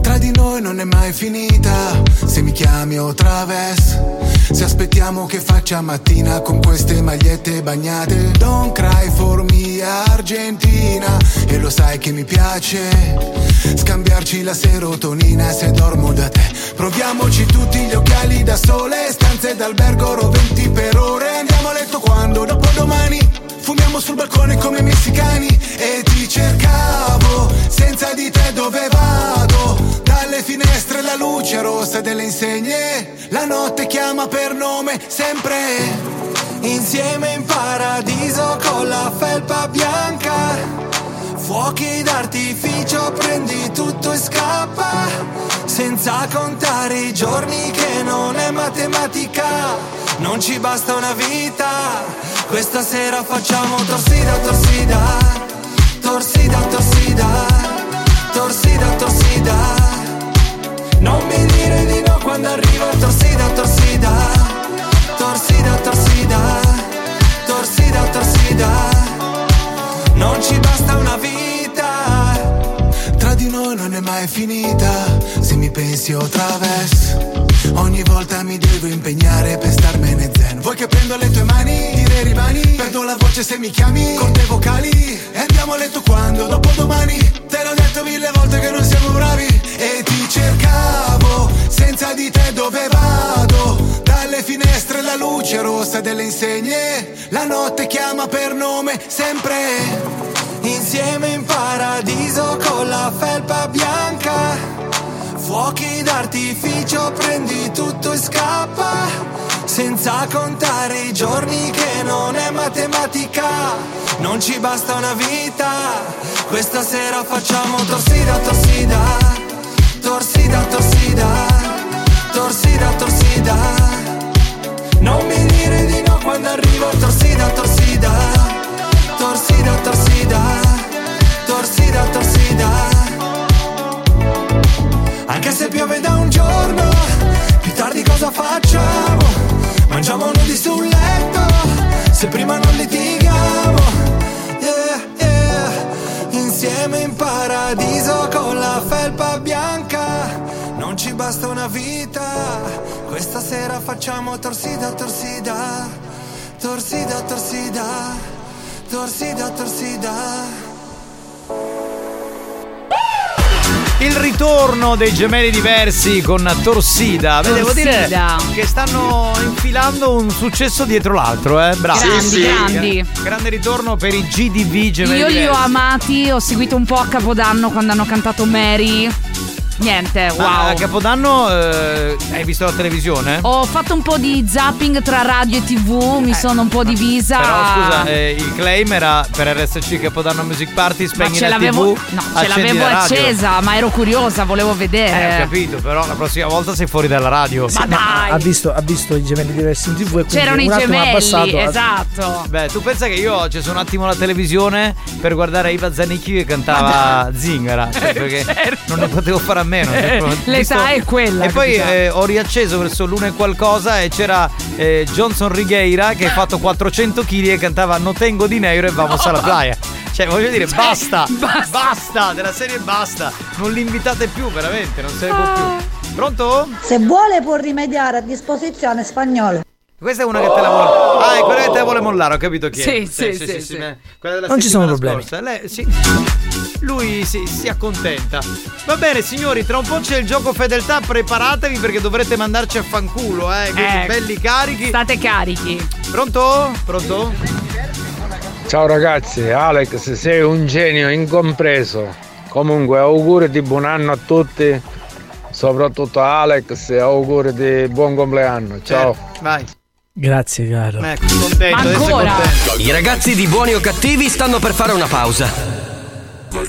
Tra di noi non è mai finita, se mi chiami o traves. Se aspettiamo che faccia mattina con queste magliette bagnate. Don't cry for me Argentina, e lo sai che mi piace. Scambiarci la serotonina se dormo da te. Proviamoci tutti gli occhiali da sole, stanze d'albergo roventi per ore. Andiamo a letto quando dopodomani. Fumiamo sul balcone come i messicani e ti cercavo, senza di te dove vado? Dalle finestre la luce rossa delle insegne, la notte chiama per nome sempre. Insieme in paradiso con la felpa bianca. Fuochi d'artificio, prendi tutto e scappa, senza contare i giorni che non è matematica, non ci basta una vita, questa sera facciamo torsida, torsida, torsida, torsida, torsida, torsida, non mi dire di no quando arriva torsida, torsida, torsida, torsida, torsida, torsida. Non ci basta una vita Tra di noi non è mai finita Se mi pensi o traves Ogni volta mi devo impegnare per starmene zen Vuoi che prendo le tue mani, dire rimani Perdo la voce se mi chiami, con te vocali E andiamo a letto quando, dopo domani Te l'ho detto mille volte che non siamo bravi E ti cercavo, senza di te dove vado Dalle finestre la luce rossa delle insegne La notte chiama per nome, sempre Insieme in paradiso con la felpa bianca Fuochi d'artificio, prendi tutto e scappa, senza contare i giorni che non è matematica, non ci basta una vita, questa sera facciamo torsida, torsida, torsida, torsida, torsida, torsida, non mi dire di no quando arrivo, torsida, torsida, torsida, torsida, torsida, torsida. Anche se piove da un giorno, più tardi cosa facciamo? Mangiamo nudi sul letto, se prima non litighiamo. Yeah, yeah. Insieme in paradiso con la felpa bianca. Non ci basta una vita, questa sera facciamo torsida, torsida, torsida, torsida, torsida, torsida.
Il ritorno dei gemelli diversi con Torsida. Beh, devo dire
Torsida.
che stanno infilando un successo dietro l'altro, eh. Bravo.
Grandi, Sì, sì. grandi.
Grande ritorno per i GDV gemelli
Io li ho
diversi.
amati, ho seguito un po' a Capodanno quando hanno cantato Mary. Niente, wow.
Ma a Capodanno eh, hai visto la televisione?
Ho fatto un po' di zapping tra radio e tv, mi sono un po' divisa.
Eh, Però scusa, eh, il claim era per RSC Capodanno Music Party,
ma
spegni
ce
la
l'avevo,
TV,
no, ce
accendi
l'avevo
la radio.
accesa, ma ero curiosa, volevo
Eh, ho
vedere.
capito, però la prossima volta sei fuori dalla radio.
Ma dai!
Ha visto, ha visto i gemelli diversi in tv e quindi
C'erano i
un attimo ha
gemelli,
abbassato.
esatto.
Beh, tu pensa che io ho acceso un attimo la televisione per guardare Iva Zanicchi che cantava Zingara, cioè,
Eh,
perché
certo.
non ne potevo fare a meno.
Eh,
Cioè,
l'età
visto-
è quella,
E poi
capitano.
eh, ho riacceso verso l'una e qualcosa e c'era eh, Johnson Righeira
Ah.
che ha fatto 400 kg e cantava No tengo dinero e vamos alla playa. Cioè, voglio dire, basta, basta, della serie basta. Non li invitate più, veramente, non se ne può più. Pronto?
Se vuole può rimediare a disposizione spagnolo.
Questa è una che te la vuole. Ah, è quella che te la vuole mollare, ho capito chi è. Eh,
Sì, sì, sì, sì.
Quella della
Non ci sono
settimana scorsa. Lei- sì. Lui si, si accontenta. Va bene, signori, tra un po' c'è il gioco fedeltà, preparatevi perché dovrete mandarci a fanculo, eh. Quindi
Eh,
belli carichi.
State carichi.
Pronto? Pronto?
Ciao ragazzi, Alex, sei un genio incompreso. Comunque, auguri di buon anno a tutti, soprattutto a Alex, e auguri di buon compleanno. Ciao.
Eh, Vai.
Grazie, caro.
Ecco, contento.
adesso è
Ancora?
I ragazzi di Buoni o Cattivi stanno per fare una pausa.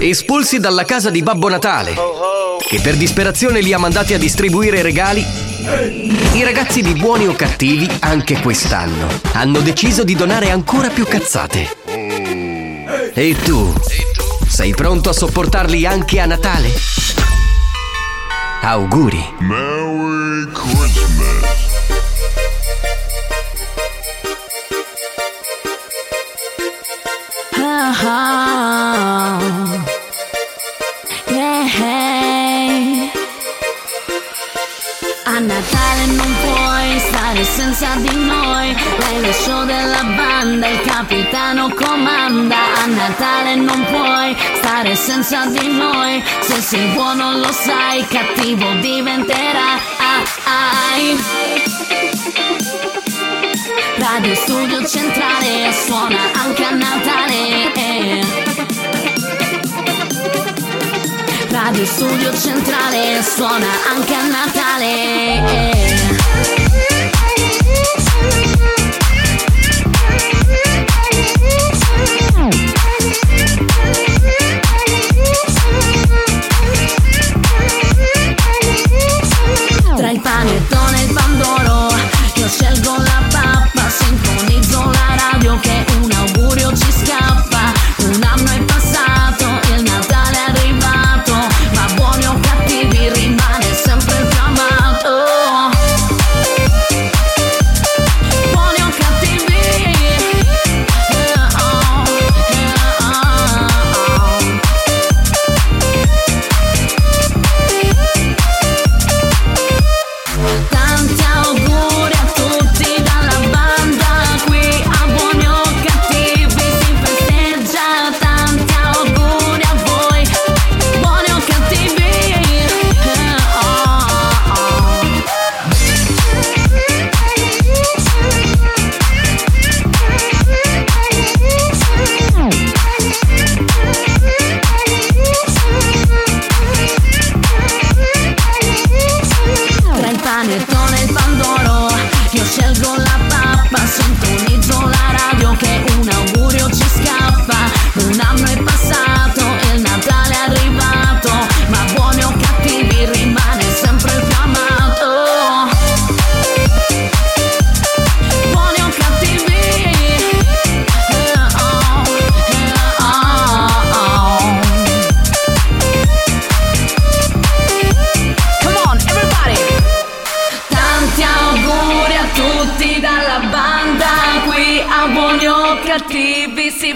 Espulsi dalla casa di Babbo Natale, che per disperazione li ha mandati a distribuire regali, i ragazzi di Buoni o Cattivi, anche quest'anno, hanno deciso di donare ancora più cazzate. E tu? Sei pronto a sopportarli anche a Natale? Auguri! Merry Christmas!
Uh-huh.
Oh, yeah.
A Natale non puoi stare senza di noi Lei è lo show della banda, il capitano comanda A Natale non puoi stare senza di noi Se sei buono lo sai, cattivo Ah, diventerai ah. Radio Studio Centrale suona anche a Natale Radio Studio Centrale suona anche a Natale. Tra il panettone e il pandoro, io scelgo la pappa, sintonizzo la radio che un augurio ci scappa. Un anno è passato, il Natale è arrivato, ma buoni o cattivi rimane sempre il fiammato. eh, oh, eh, oh.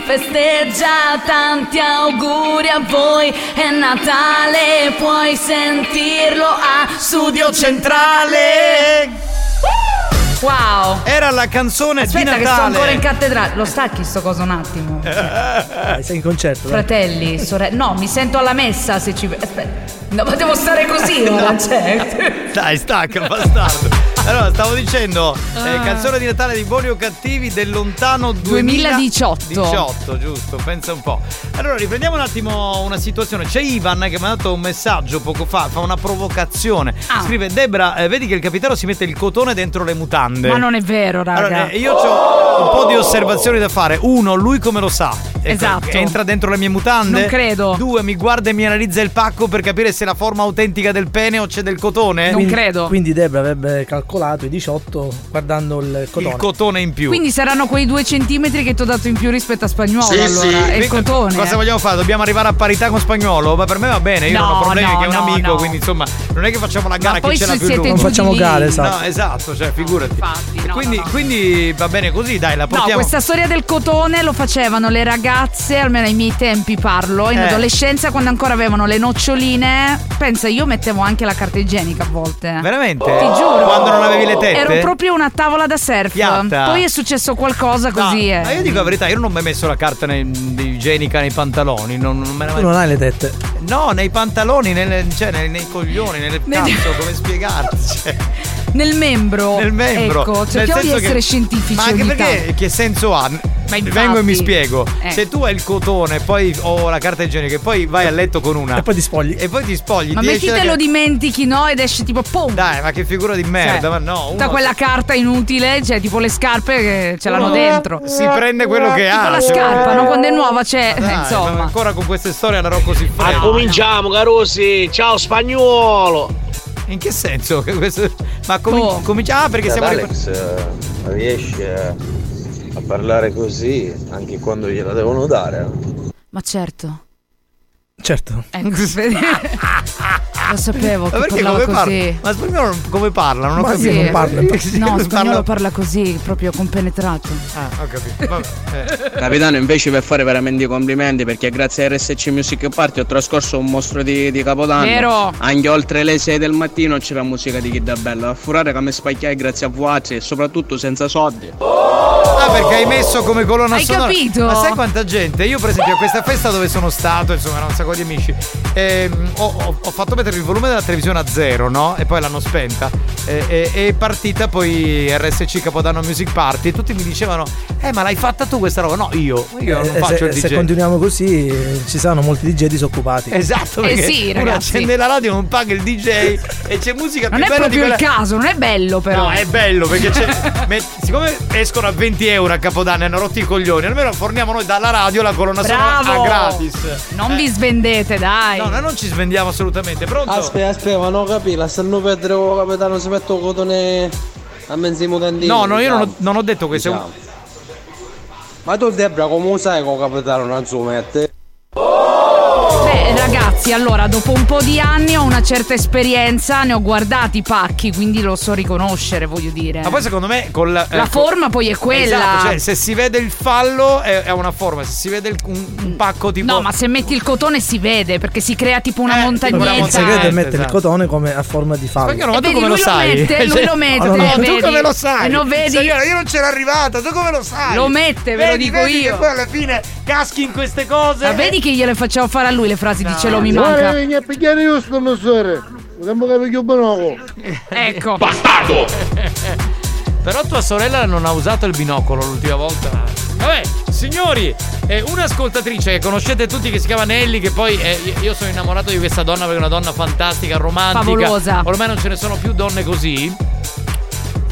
festeggia, tanti auguri a voi, è Natale, puoi sentirlo a Studio Centrale.
Wow!
Era la canzone
Aspetta
di
che sto
Natale.
ancora in cattedrale. Lo stacchi sto coso un attimo.
Dai, Eh, sei in concerto. dai.
Fratelli, sorelle. No, mi sento alla messa se ci. Aspetta. No, ma devo stare così
No.
ora, cioè.
Dai, stacca, bastardo. Allora, stavo dicendo,
Ah.
eh, canzone di Natale di Bonio Cattivi del lontano
2018.
2018, Esatto. giusto, pensa un po'. Allora, riprendiamo un attimo una situazione. C'è Ivan eh, che mi ha dato un messaggio poco fa, fa una provocazione.
Ah.
Scrive, Debra, eh, vedi che il capitano si mette il cotone dentro le mutande.
Ma non è vero, raga.
Allora, eh, io ho un po' di osservazioni da fare. Uno, lui come lo sa? Ecco,
Esatto.
Entra dentro le mie mutande?
Non credo.
Due, mi guarda e mi analizza il pacco per capire se è la forma autentica del pene o c'è del cotone?
Eh, Quindi- Quindi Debra avrebbe calcolato i 18 guardando il cotone.
Il cotone in più.
Quindi saranno quei due centimetri che ti ho dato in più rispetto a spagnolo. allora. E il
Quindi
cotone. eh.
Cosa vogliamo fare? Dobbiamo arrivare a parità con spagnolo? Ma per me va bene, io non
No,
ho problemi
no,
che è un
no,
amico,
no.
quindi insomma, non è che facciamo la gara
poi
che ce
se
l'ha più
siete
lunga.
Non giù facciamo di lì- gare, esatto.
No, esatto, cioè figurati. E quindi, quindi va bene così, dai, la
No,
portiamo.
questa storia del cotone lo facevano le ragazze, almeno ai miei tempi parlo, in
Eh.
adolescenza quando ancora avevano le noccioline. Pensa, io mettevo anche la carta igienica a volte.
Veramente?
Ti giuro.
Quando non avevi le tette?
Ero proprio una tavola da surf.
Piatta.
Poi è successo qualcosa così. eh.
Ma Ah, io dico la verità, io non ho mai messo la carta nei- di igienica nei pantaloni. Non, non me la
Tu non hai le tette.
No, nei pantaloni, nelle- cioè nei, nei coglioni, nel cazzo, come spiegarti? Cioè,
Nel membro.
nel membro.
Ecco,
Nel
cerchiamo di
senso che-
essere scientifici.
Ma anche
ogni
perché
tanto.
che senso ha?
infatti.
Vengo e mi spiego.
Eh.
Se tu hai il cotone, poi ho la carta igienica, e poi vai a letto con una. E poi
ti spogli.
E poi ti spogli.
Ma
ti
metti
esce la
te lo
ca-
dimentichi, no? Ed esce tipo pum. Cioè,
Dai, ma che figura di merda, ma no.
Tutta
uno-
quella carta inutile, cioè tipo le scarpe che ce l'hanno
Uno
dentro.
si prende quello che
Tipo
ha,
la
cioè.
scarpa, no? Quando è nuova
Eh,
c'è.
Dai, ma
insomma.
ancora con queste storie alla Rocco si fa.
Cominciamo, carosi. Ciao spagnolo.
In che senso? Che questo- Ma cominciamo
Oh.
ah, perché siamo ripartiti.
Alex eh, riesce a parlare così anche quando gliela devono dare. eh.
Ma certo.
Certo.
Ecco, vedi? Lo sapevo
Ma
che
perché
parlava
come parla?
così.
Ma spagnolo non- come parla? Ah, Non ho
Ma sì.
capito.
No,
Parla-
spagnolo parla così, proprio compenetrato.
Ah, ho capito. Vabbè, eh.
Capitano, invece per fare veramente i complimenti perché grazie a RSC Music Party ho trascorso un mostro di, di Capodanno.
Vero.
Anche oltre le 6 del mattino c'era musica di Kid da Bella. A furare come spacchiai grazie a VH e soprattutto senza soldi.
Eh,
Ah, perché hai messo come colonna
Hai
sonora.
capito?
Ma sai quanta gente? Io, per esempio, a questa festa dove sono stato, insomma, erano un sacco di amici. ehm, ho, ho- ho fatto mettere il volume della televisione a zero, no? E poi l'hanno spenta. E, e- è partita poi RSC Capodanno Music Party. E tutti mi dicevano: Eh, ma l'hai fatta tu questa roba? No, io. Io
Eh,
non
eh,
faccio
se,
il DJ.
se continuiamo così eh, ci saranno molti DJ disoccupati.
Esatto,
Eh
perché uno accende la radio, non paga il DJ e c'è musica
Non
più
è
bella
proprio
di quella...
il caso, non è bello però.
No, è bello perché c'è. met- siccome escono a 20 euro a Capodanno e hanno rotto i coglioni, almeno forniamo noi dalla radio la colonna sonora
Bravo!
a gratis.
Non vi svendete, dai.
No, noi non ci svendiamo assolutamente. Pronto?
Ah,
Aspetta, aspetta, ma non capì, la stanno perdere con capitano, si mette un cotone a mezzo mutandini.
no, no, io non ho, non ho detto questo. è un-
Ma tu Debra come lo sai che il capitano non si mette?
Beh, ragazzi, allora, dopo un po' di anni ho una certa esperienza, ne ho guardati i pacchi, quindi lo so riconoscere, voglio dire.
Ma poi secondo me con la.
La forma poi è quella.
Esatto, cioè se si vede il fallo è, è una forma, se si vede il- un, un pacco tipo.
No, ma se metti il cotone si vede perché si crea tipo
Eh,
una montagnetta.
Il segreto è mettere il
esatto.
cotone come a forma di fallo.
Spagnolo,
E
ma tu
Eh, vedi,
come lo
lui lo
sai?
mette, lui lo mette,
Ma
te
tu
vedi.
come lo sai?
E non vedi?
Signora, io non c'ero arrivata, tu come lo sai?
Lo mette, ve lo
Vedi,
dico
vedi
io.
Che poi alla fine caschi in queste cose.
Ma vedi che gliele facciamo fare a lui le frasi di ce l'ho mi
Guarda,
manca.
vieni a pigliare io sto messore. Vediamo che piglio bonoco.
Ecco.
Bastardo!
Però tua sorella non ha usato il binocolo l'ultima volta. Vabbè, signori, eh, un'ascoltatrice che conoscete tutti che si chiama Nelly, che poi eh, io- io sono innamorato di questa donna perché è una donna fantastica, romantica.
Favolosa.
Ormai non ce ne sono più donne così.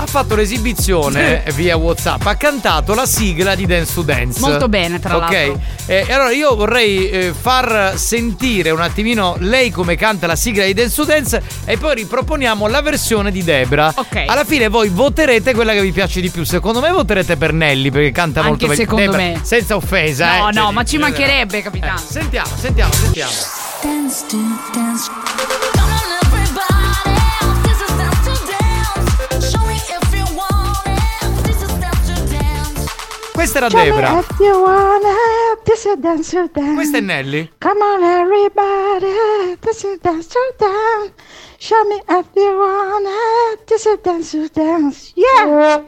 Ha fatto l'esibizione eh, via WhatsApp, ha cantato la sigla di Dance to Dance.
Molto bene, tra l'altro.
Ok, eh, e allora io vorrei eh, far sentire un attimino lei come canta la sigla di Dance to Dance e poi riproponiamo la versione di Debra.
Ok.
Alla fine voi voterete quella che vi piace di più. Secondo me voterete per Nelly perché canta
Anche
molto bene.
secondo
Debra,
me.
Senza offesa,
No,
eh.
no,
Cioè,
ma ci
eh,
mancherebbe, capitano.
Sentiamo, sentiamo, sentiamo.
Dance to dance.
Questa era Debra.
you wanna
This is dance your dance.
Questa è Nelly.
Come on everybody, this is dance your dance. Show me everyone, this is dance your dance. Yeah.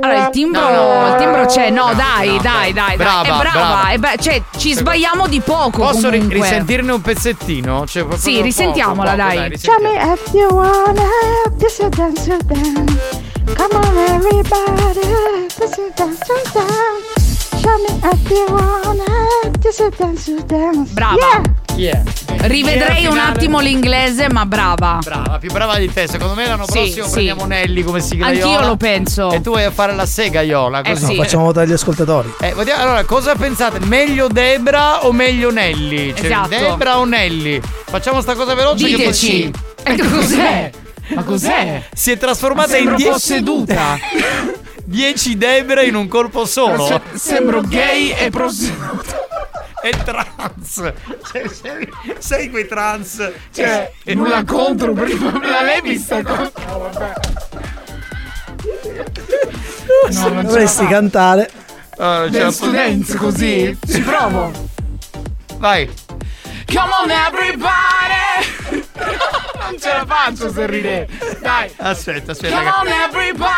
Allora, il timbro, il timbro c'è, no, dai, dai, dai, dai,
Brava,
è brava,
brava.
è bra- cioè ci sbagliamo di poco.
Posso ri-
comunque.
risentirne un pezzettino? Cioè, proprio
Sì,
poco,
risentiamola,
poco,
dai.
Show
risentiamo.
me everyone, this is dance your dance. Come on everybody, this is dance your dance. Show me everyone, this is dance your dance.
Brava.
Yeah.
Rivedrei
Era
un
finale.
attimo l'inglese, ma brava.
Brava, più brava di te. Secondo me l'anno
Sì,
prossimo
sì.
prendiamo Nelly come siglaiola.
Anch'io lo penso.
E tu vai a fare la segaiola.
Eh
Così.
No, facciamo votare gli ascoltatori.
Eh, vogliamo- allora, cosa pensate? Meglio Debra o meglio Nelly? Cioè,
Esatto.
Debra o Nelly? Facciamo sta cosa veloce che
Diteci.
poi-
Eh, cos'è?
Ma
cos'è?
Si è trasformata
Sembro
in 10
posseduta.
10 Debra in un colpo solo.
Se- sembro gay
e prostituta. E trans. Cioè, sei, sei quei trans. Cioè,
Eh, nulla contro, prima me la levi sta cosa.
No, non ce
Dovresti
la fa.
cantare.
Ah,
Del
la-
students, così. Ci provo.
Vai.
Come on everybody! non ce la faccio sorridere. Dai.
Aspetta, aspetta.
Come
che-
on everybody!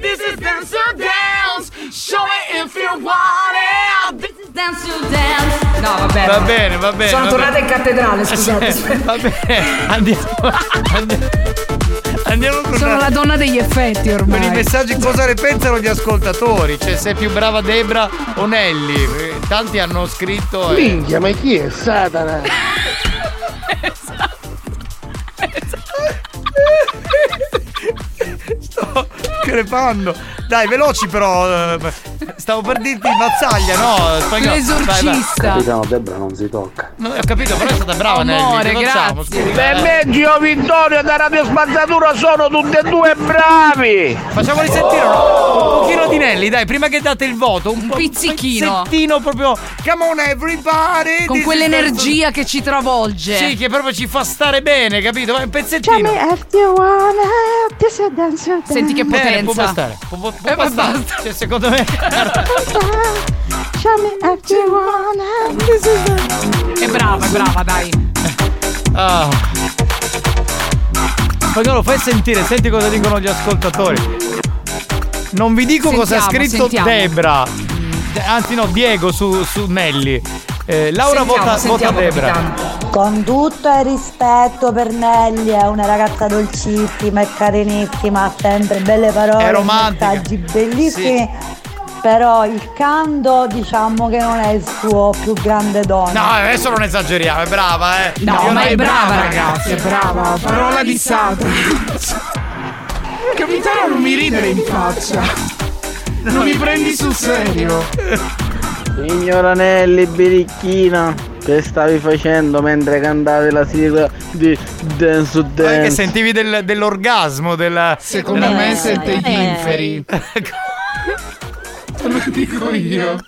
This is dance or dance! Show it if you want it! This is dance or dance!
No, vabbè.
Va bene, va bene.
Sono
va
tornata
bene.
in cattedrale, scusate.
Eh, Sì, Va bene, andiamo. andiamo- Andiamo con
Sono la donna degli effetti ormai.
con i messaggi cosa ne pensano gli ascoltatori? Cioè, se è più brava Debra o Nelly? Eh, Tanti hanno scritto. eh.
Minchia, ma chi è Satana?
Sto crepando. Dai, veloci però. eh, Stavo per dirti mazzaglia, no? Spagnolo. Vai, vai.
Capitano Debra non si tocca.
No, ho capito, però è stata brava
Amore,
Nelly. che facciamo?
grazie.
Scusa,
Per
eh.
me
Gio Vittorio da Radio Spazzatura sono tutti e due bravi!
Facciamo risentire un, un pochino di Nelly, dai, prima che date il voto, un, po-
pizzichino.
Un pezzettino proprio. Come on everybody!
Con
this is
quell'energia che ci travolge.
the- Sì, che proprio ci fa stare bene, capito? Vai, un
Show Cioè, me
pezzettino.
everyone, this is dance your dance.
Bene, può bastare. Può, può- può bastare. Cioè, secondo me.
Show me everyone, this is dance.
È brava, è brava, dai.
Ah. Spagnolo, fai sentire, senti cosa dicono gli ascoltatori. Non vi dico cosa ha
Sentiamo,
scritto
sentiamo.
Debra. De- Anzi, no, Diego su, su Nelly. Eh, Laura
Sentiamo,
vota,
sentiamo,
vota Debra.
Con tutto il rispetto per Nelly, è una ragazza dolcissima e carinissima, ha sempre belle
È
parole,
romantica.
messaggi bellissimi. Però il canto diciamo che non è il suo più grande dono.
No, adesso non esageriamo, è brava, eh.
No,
Io
ma
non-
è brava,
ragazzi,
è brava.
Parola di Satana! Capitano non mi ridere in faccia! Non mi prendi sul serio!
Signora Nelly Birichina, che stavi facendo mentre cantavi la sigla di Dance to Dance?
Eh, Che sentivi del- dell'orgasmo della.
Secondo
della-
me sente gli inferi. Lo dico io!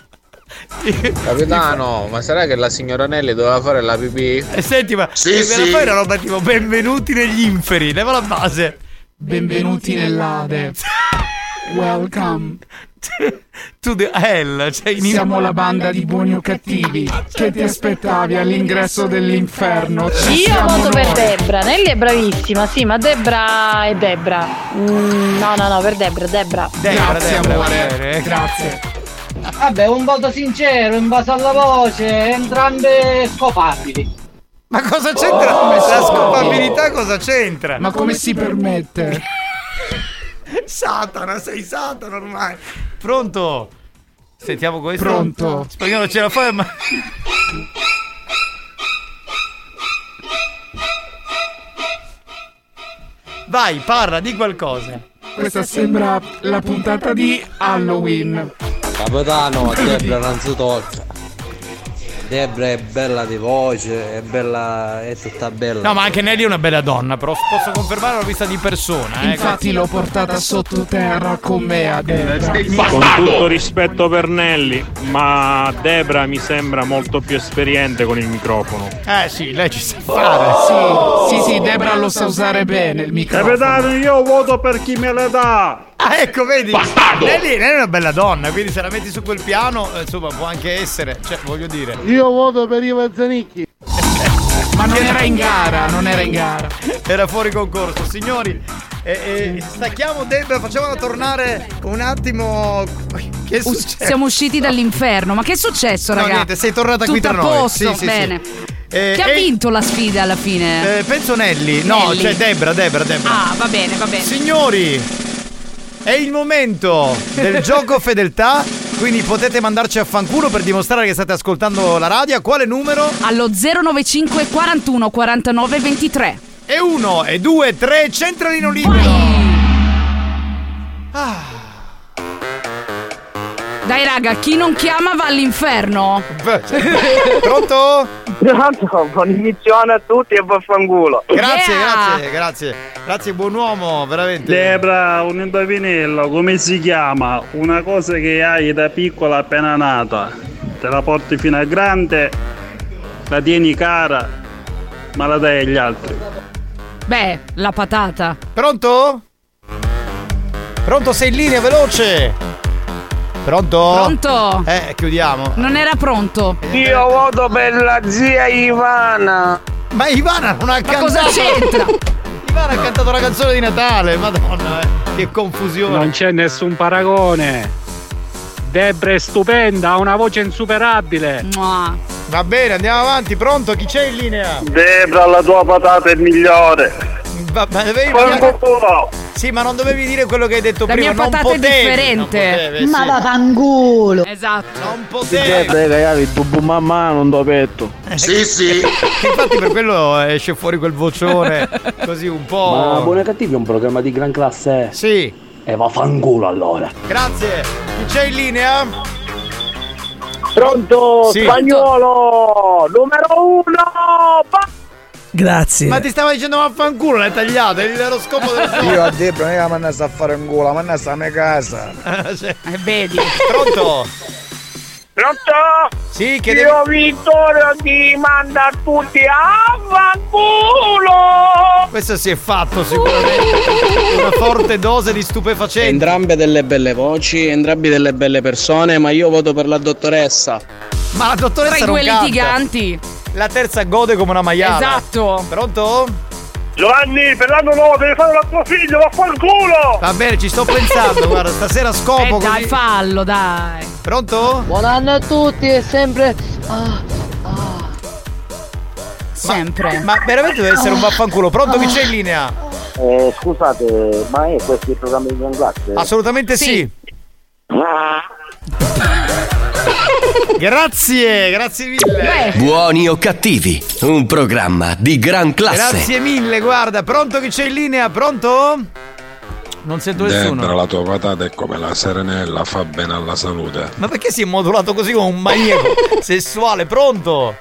Capitano, ma sarà che la signora Nelly doveva fare la pipì?
E Eh, senti, ma
Sì,
e
sì.
poi era roba tipo benvenuti negli inferi, leva la base.
Benvenuti nell'Ade! Welcome!
To the hell, cioè in
Siamo la banda di buoni o cattivi che ti aspettavi all'ingresso dell'inferno. Ci
Io
siamo
voto per
noi.
Debra, Nelly è bravissima, sì, ma Debra è Debra. Mm, no, no, no, per Debra, Debra.
Grazie
Debra,
amore, grazie.
Vabbè, un voto sincero, in base alla voce, entrambe scopabili.
Ma cosa c'entra?
Oh!
La scopabilità cosa c'entra?
Ma come si permette?
Satana, sei Satana ormai. Pronto? Sentiamo questo.
Pronto.
Spagnolo ce la fai, ma. Vai, parla di qualcosa.
Questa sembra la puntata di Halloween.
Capitano, Debra non si tocca. Debra è bella di voce, è bella, è tutta bella.
cioè. No, ma anche Nelly è una bella donna, però posso confermare l'ho vista di persona. eh.
Infatti l'ho portata sottoterra con me a Debra.
Con tutto rispetto per Nelly, ma Debra mi sembra molto più esperiente con il microfono.
Eh sì, lei ci sa
fare.
Sì, sì, sì, Debra lo sa usare bene il microfono.
Capitano, io voto per chi me le dà.
Ah, ecco, vedi. Bastardo! Nelly, Nelly è una bella donna, quindi se la metti su quel piano, eh, insomma, può anche essere. Cioè, voglio dire.
Io voto per Ivan Zanicchi.
Ma non
era in gara,
non era in gara. Era fuori concorso, signori. eh, eh, stacchiamo Debra, facciamola tornare un attimo. Che
Us-
succede?
Siamo usciti dall'inferno. Ma che è successo,
No,
ragazzi?
niente, sei tornata qui
Tutto a
tra noi.
posto,
Sì, sì, sì.
bene.
Eh,
Chi ha
e-
vinto la sfida alla fine?
Eh, penso Nelly. No,
Nelly.
cioè Debra, Debra, Debra.
Ah, va bene, va bene.
Signori, è il momento del gioco fedeltà. Quindi potete mandarci a fanculo per dimostrare che state ascoltando la radio. A Quale numero?
Allo 095 41 49 23.
E uno, e due, tre, centralino libero.
Dai raga, chi non chiama va all'inferno.
Pronto?
Pronto, buon inizione a tutti e vaffanculo.
Grazie, grazie, Eh, grazie. Grazie, buon uomo, veramente.
Debra, un indovinello, come si chiama? Una cosa che hai da piccola appena nata, te la porti fino a grande, la tieni cara, ma la dai agli altri.
Beh, la patata.
Pronto? Pronto, sei in linea, veloce. Pronto?
Pronto?
Eh, chiudiamo.
Non era pronto.
Io voto per la zia Ivana. Ma Ivana non
Ma
ha cantato.
cosa c'entra?
Ivana ha cantato la canzone di Natale, madonna, eh. che confusione.
Non c'è nessun paragone. Debra è stupenda, ha una voce insuperabile.
Va bene, andiamo avanti, pronto? Chi c'è in linea?
Debra, la tua patata è migliore.
Va- ma dovevi- Sì, ma non dovevi dire quello che hai detto
La
prima.
mia
non
patata è
potevi,
differente.
non potevi,
Ma
sì.
vaffanculo.
Esatto.
Non
Che
potevi.
prega, Iavi, tu bu mamma non do petto.
Sì, sì. Eh, Infatti per quello esce fuori quel vocione così un po'.
Ma Buoni e Cattivi è un programma di gran classe.
Sì.
E vaffanculo allora.
Grazie. Chi c'è in linea?
Pronto,
Sì.
spagnolo, numero uno.
Grazie.
Ma ti stava dicendo vaffanculo, l'hai tagliato, era lo scopo del gioco.
Io a Debra non è che mandasse a fare un culo, mandasse a me casa.
E vedi. Pronto?
Pronto?
Sì, che
Io
devi-
Vittorio ti manda tutti a fanculo.
Questo si è fatto sicuramente. Una forte dose di stupefacenti.
Entrambe delle belle voci, entrambi delle belle persone, ma io voto per la dottoressa.
Ma la dottoressa
Tra i due
non canta.
litiganti.
La terza gode come una maiala.
Esatto.
Pronto?
Giovanni, per l'anno nuovo devi fare la tua figlia, vaffanculo.
Va bene, ci sto pensando, guarda, stasera scopo
Eh, dai,
così.
fallo, dai.
Pronto?
Buon anno a tutti e sempre.
Ah.
Sempre.
Ma, veramente deve essere un vaffanculo. Pronto chi c'è in linea?
Eh, scusate, ma è questo il programma di gran classe?
Assolutamente sì. Grazie, grazie mille.
Buoni o cattivi, un programma di gran classe.
Grazie mille, guarda, pronto chi c'è in linea? Pronto? Non sento nessuno.
Debra, la tua patata è come la serenella, fa bene alla salute.
Ma perché si è modulato così come un maniaco sessuale? Pronto?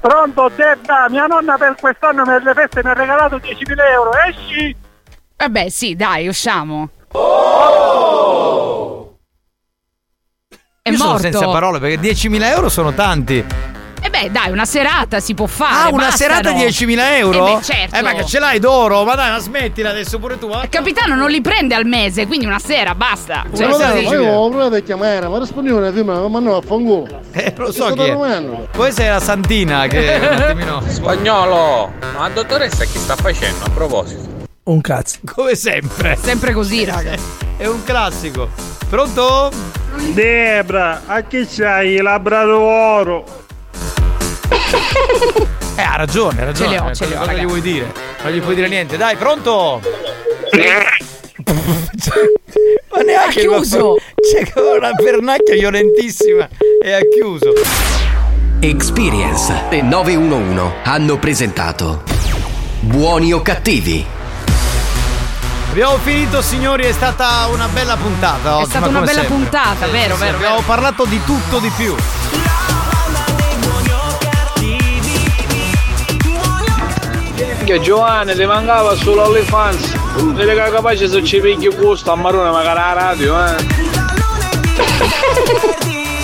Pronto, Debra, mia nonna per quest'anno per le feste mi ha regalato 10.000 euro, esci!
Vabbè, sì, dai, usciamo. È
Io
morto.
sono senza parole perché 10.000 euro sono tanti.
E Eh beh, dai, una serata si può fare.
ah, una
bastano.
serata 10.000 euro?
Eh beh, certo.
Eh, ma che ce l'hai d'oro? Ma dai, ma smettila adesso pure tu.
Il capitano non li prende al mese, quindi una sera, basta. Cioè,
Ma guarda,
sì.
ma io ho provato a chiamare, ma rispondevano prima, ma no, affanculo.
Eh, lo so chi è. Questa è la Santina che un attimino.
Spagnolo! Ma la dottoressa che sta facendo a proposito?
Un cazzo.
Come sempre.
Sempre così, raga.
È un classico. Pronto?
Debra, a chi c'hai il labradoro?
Eh, ha ragione, ha ragione.
Ce le ho, ce
Cosa-
le ho,
Cosa gli
ragazzi.
vuoi dire? Non gli puoi dire niente. Dai, pronto? Ma neanche
Ha chiuso.
C'è come una pernacchia violentissima. E ha chiuso.
Experience e 911 hanno presentato Buoni o cattivi.
Abbiamo finito, signori. È stata una bella puntata oggi.
È stata
ma
una
come
bella
sempre.
puntata,
Sì,
vero,
sì,
vero,
Abbiamo parlato di tutto di più.
Che Giovanni ti mancava solo all'infanzia. Vedi che capace se ci pigli gusto a Marone magari la radio, eh.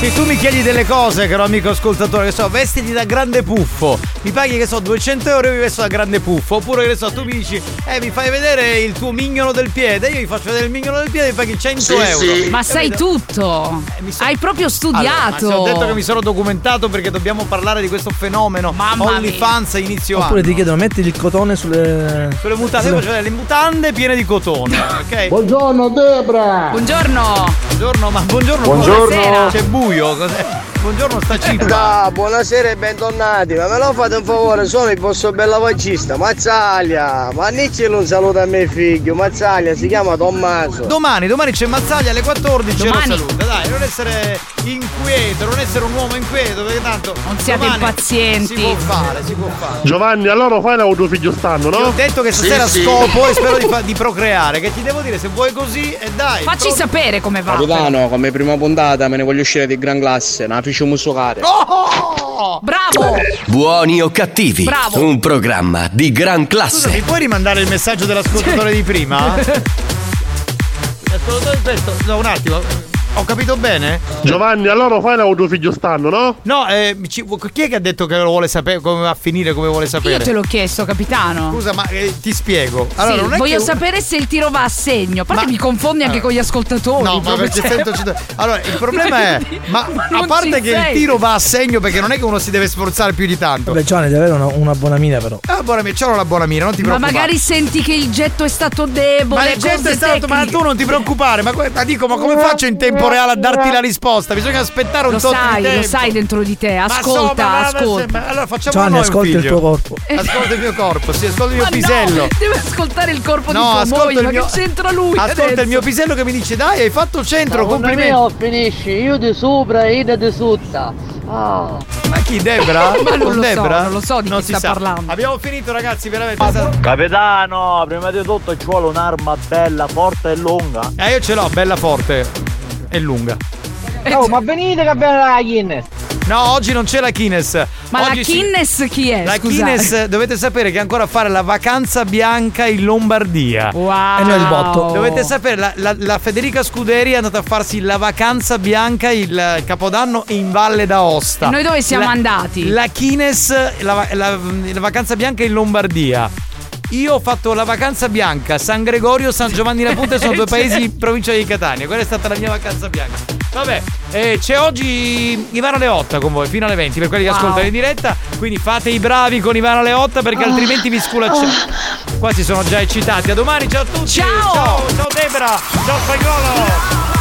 Se tu mi chiedi delle cose, caro amico ascoltatore, che so, vestiti da grande puffo, mi paghi che so 200 euro e io mi vesto da grande puffo, oppure che so, tu mi dici, eh mi fai vedere il tuo mignolo del piede, io gli faccio vedere il mignolo del piede e mi paghi 100 euro.
Ma sai tutto.
Eh,
Hai proprio
Allora, ma
studiato.
se ho detto che mi sono documentato perché dobbiamo parlare di questo fenomeno. Mamma OnlyFans a inizio
Oppure
anno.
ti chiedono, metti il cotone sulle.
Sulle mutande, io faccio vedere le mutande piene di cotone, ok?
Buongiorno Debra!
Buongiorno!
Buongiorno, ma buongiorno.
Buongiorno.
buonasera. C'è buio, cos'è? Buongiorno, sta ciclo.
Da, buonasera e bentornati, ma me lo fate un favore, sono il vostro bellavagista, Mazzaglia, ma nicelo un saluto a mio figlio, Mazzaglia, si chiama Tommaso.
Domani, domani c'è Mazzaglia alle 14 e lo
Domani.
saluta. Dai, non essere inquieto, non essere un uomo inquieto, perché tanto. Non
siate impazienti.
Si può fare, si può fare.
Giovanni, allora fai l'audio figlio stanno,
Ti
no?
ho detto che stasera scopo e spero di, fa- di procreare. Che ti devo dire se vuoi così e dai.
Facci
pro-
sapere come va.
Capitano, come prima puntata me ne voglio uscire di gran classe, la faccio musocare.
Oh! Bravo!
Buoni o cattivi?
Bravo.
Un programma di gran classe.
Scusa, mi puoi rimandare il messaggio dell'ascoltatore di prima? Ascoltatore di questo- No, un attimo. Ho capito bene?
Giovanni, allora fai l'audio figlio stanno, no?
No, eh, ci- chi è che ha detto che lo vuole sapere come va a finire, come vuole sapere?
Io te l'ho chiesto, capitano.
Scusa, ma eh, ti spiego. Allora,
Sì,
non è
voglio
che... Ah.
sapere se il tiro va a segno. A parte mi confondi anche con gli ascoltatori.
No, ma
proprio,
perché
cioè.
sento ci- Allora, il problema è. Ma, a
non
parte
ci
che il
sei.
tiro va a segno, perché non è che uno si deve sforzare più di tanto.
Vabbè, Giovanni, devi avere una, una buona mira, però.
Ah, buona mira, c'ho la buona mira, non ti
Ma
preoccupare.
magari senti che il getto è stato
Ma
debole.
il getto è
cose
stato, ma
tecniche.
tu non ti preoccupare, ma, que- ma dico, ma come faccio in tempo reale a darti la risposta? Bisogna aspettare un
Lo
tot di
sai,
tempo.
lo sai dentro di te.
Ma so,
Ascolta,
ma- ma-
ascolta.
ma- allora facciamo
Giovanni,
noi un
ascolta il
figlio.
tuo corpo.
Ascolta il mio corpo, sì, ascolta il mio
Ma no,
pisello.
deve ascoltare il corpo
No,
di tua
ascolta
moglie,
il
ma
mio-
che c'entra lui?
Ascolta
adesso?
il mio pisello che mi dice, dai, hai fatto centro,
Secondo
complimenti.
me o finisci io di sopra e io di sotto. Ah.
Oh! Ma chi, Debra?
Ma non
Con
lo so,
Debra?
non lo so di chi
si
sta
sa.
parlando.
Abbiamo finito, ragazzi, veramente. è stato-
Capitano, prima di tutto ci vuole un'arma bella, forte e lunga.
Eh, io ce l'ho, bella forte e lunga.
Oh, ma venite che abbiamo la Guinness.
No, oggi non c'è la Kines.
Ma la
Oggi si-
Guinness chi è?
La
Scusate.
Kines, dovete sapere che è ancora a fare la vacanza bianca in Lombardia.
Wow. Oh.
E noi il botto.
Dovete sapere, la, la- la Federica Scuderi è andata a farsi la vacanza bianca il capodanno in Valle d'Aosta.
E noi dove siamo
La-
andati?
La Kines, la, la- la vacanza bianca in Lombardia. Io ho fatto la vacanza bianca, San Gregorio, San Giovanni la Punta, sono due
Cioè.
paesi in provincia di Catania. Quella è stata la mia vacanza bianca. Vabbè, eh, c'è oggi Ivana Leotta con voi fino alle 20 per quelli che
Wow.
ascoltano in diretta. Quindi fate i bravi con Ivana Leotta perché
Ah.
altrimenti vi sculacciate. Qua si sono già eccitati. A domani, ciao a tutti. Ciao, ciao, ciao Debra, ciao Spagnolo.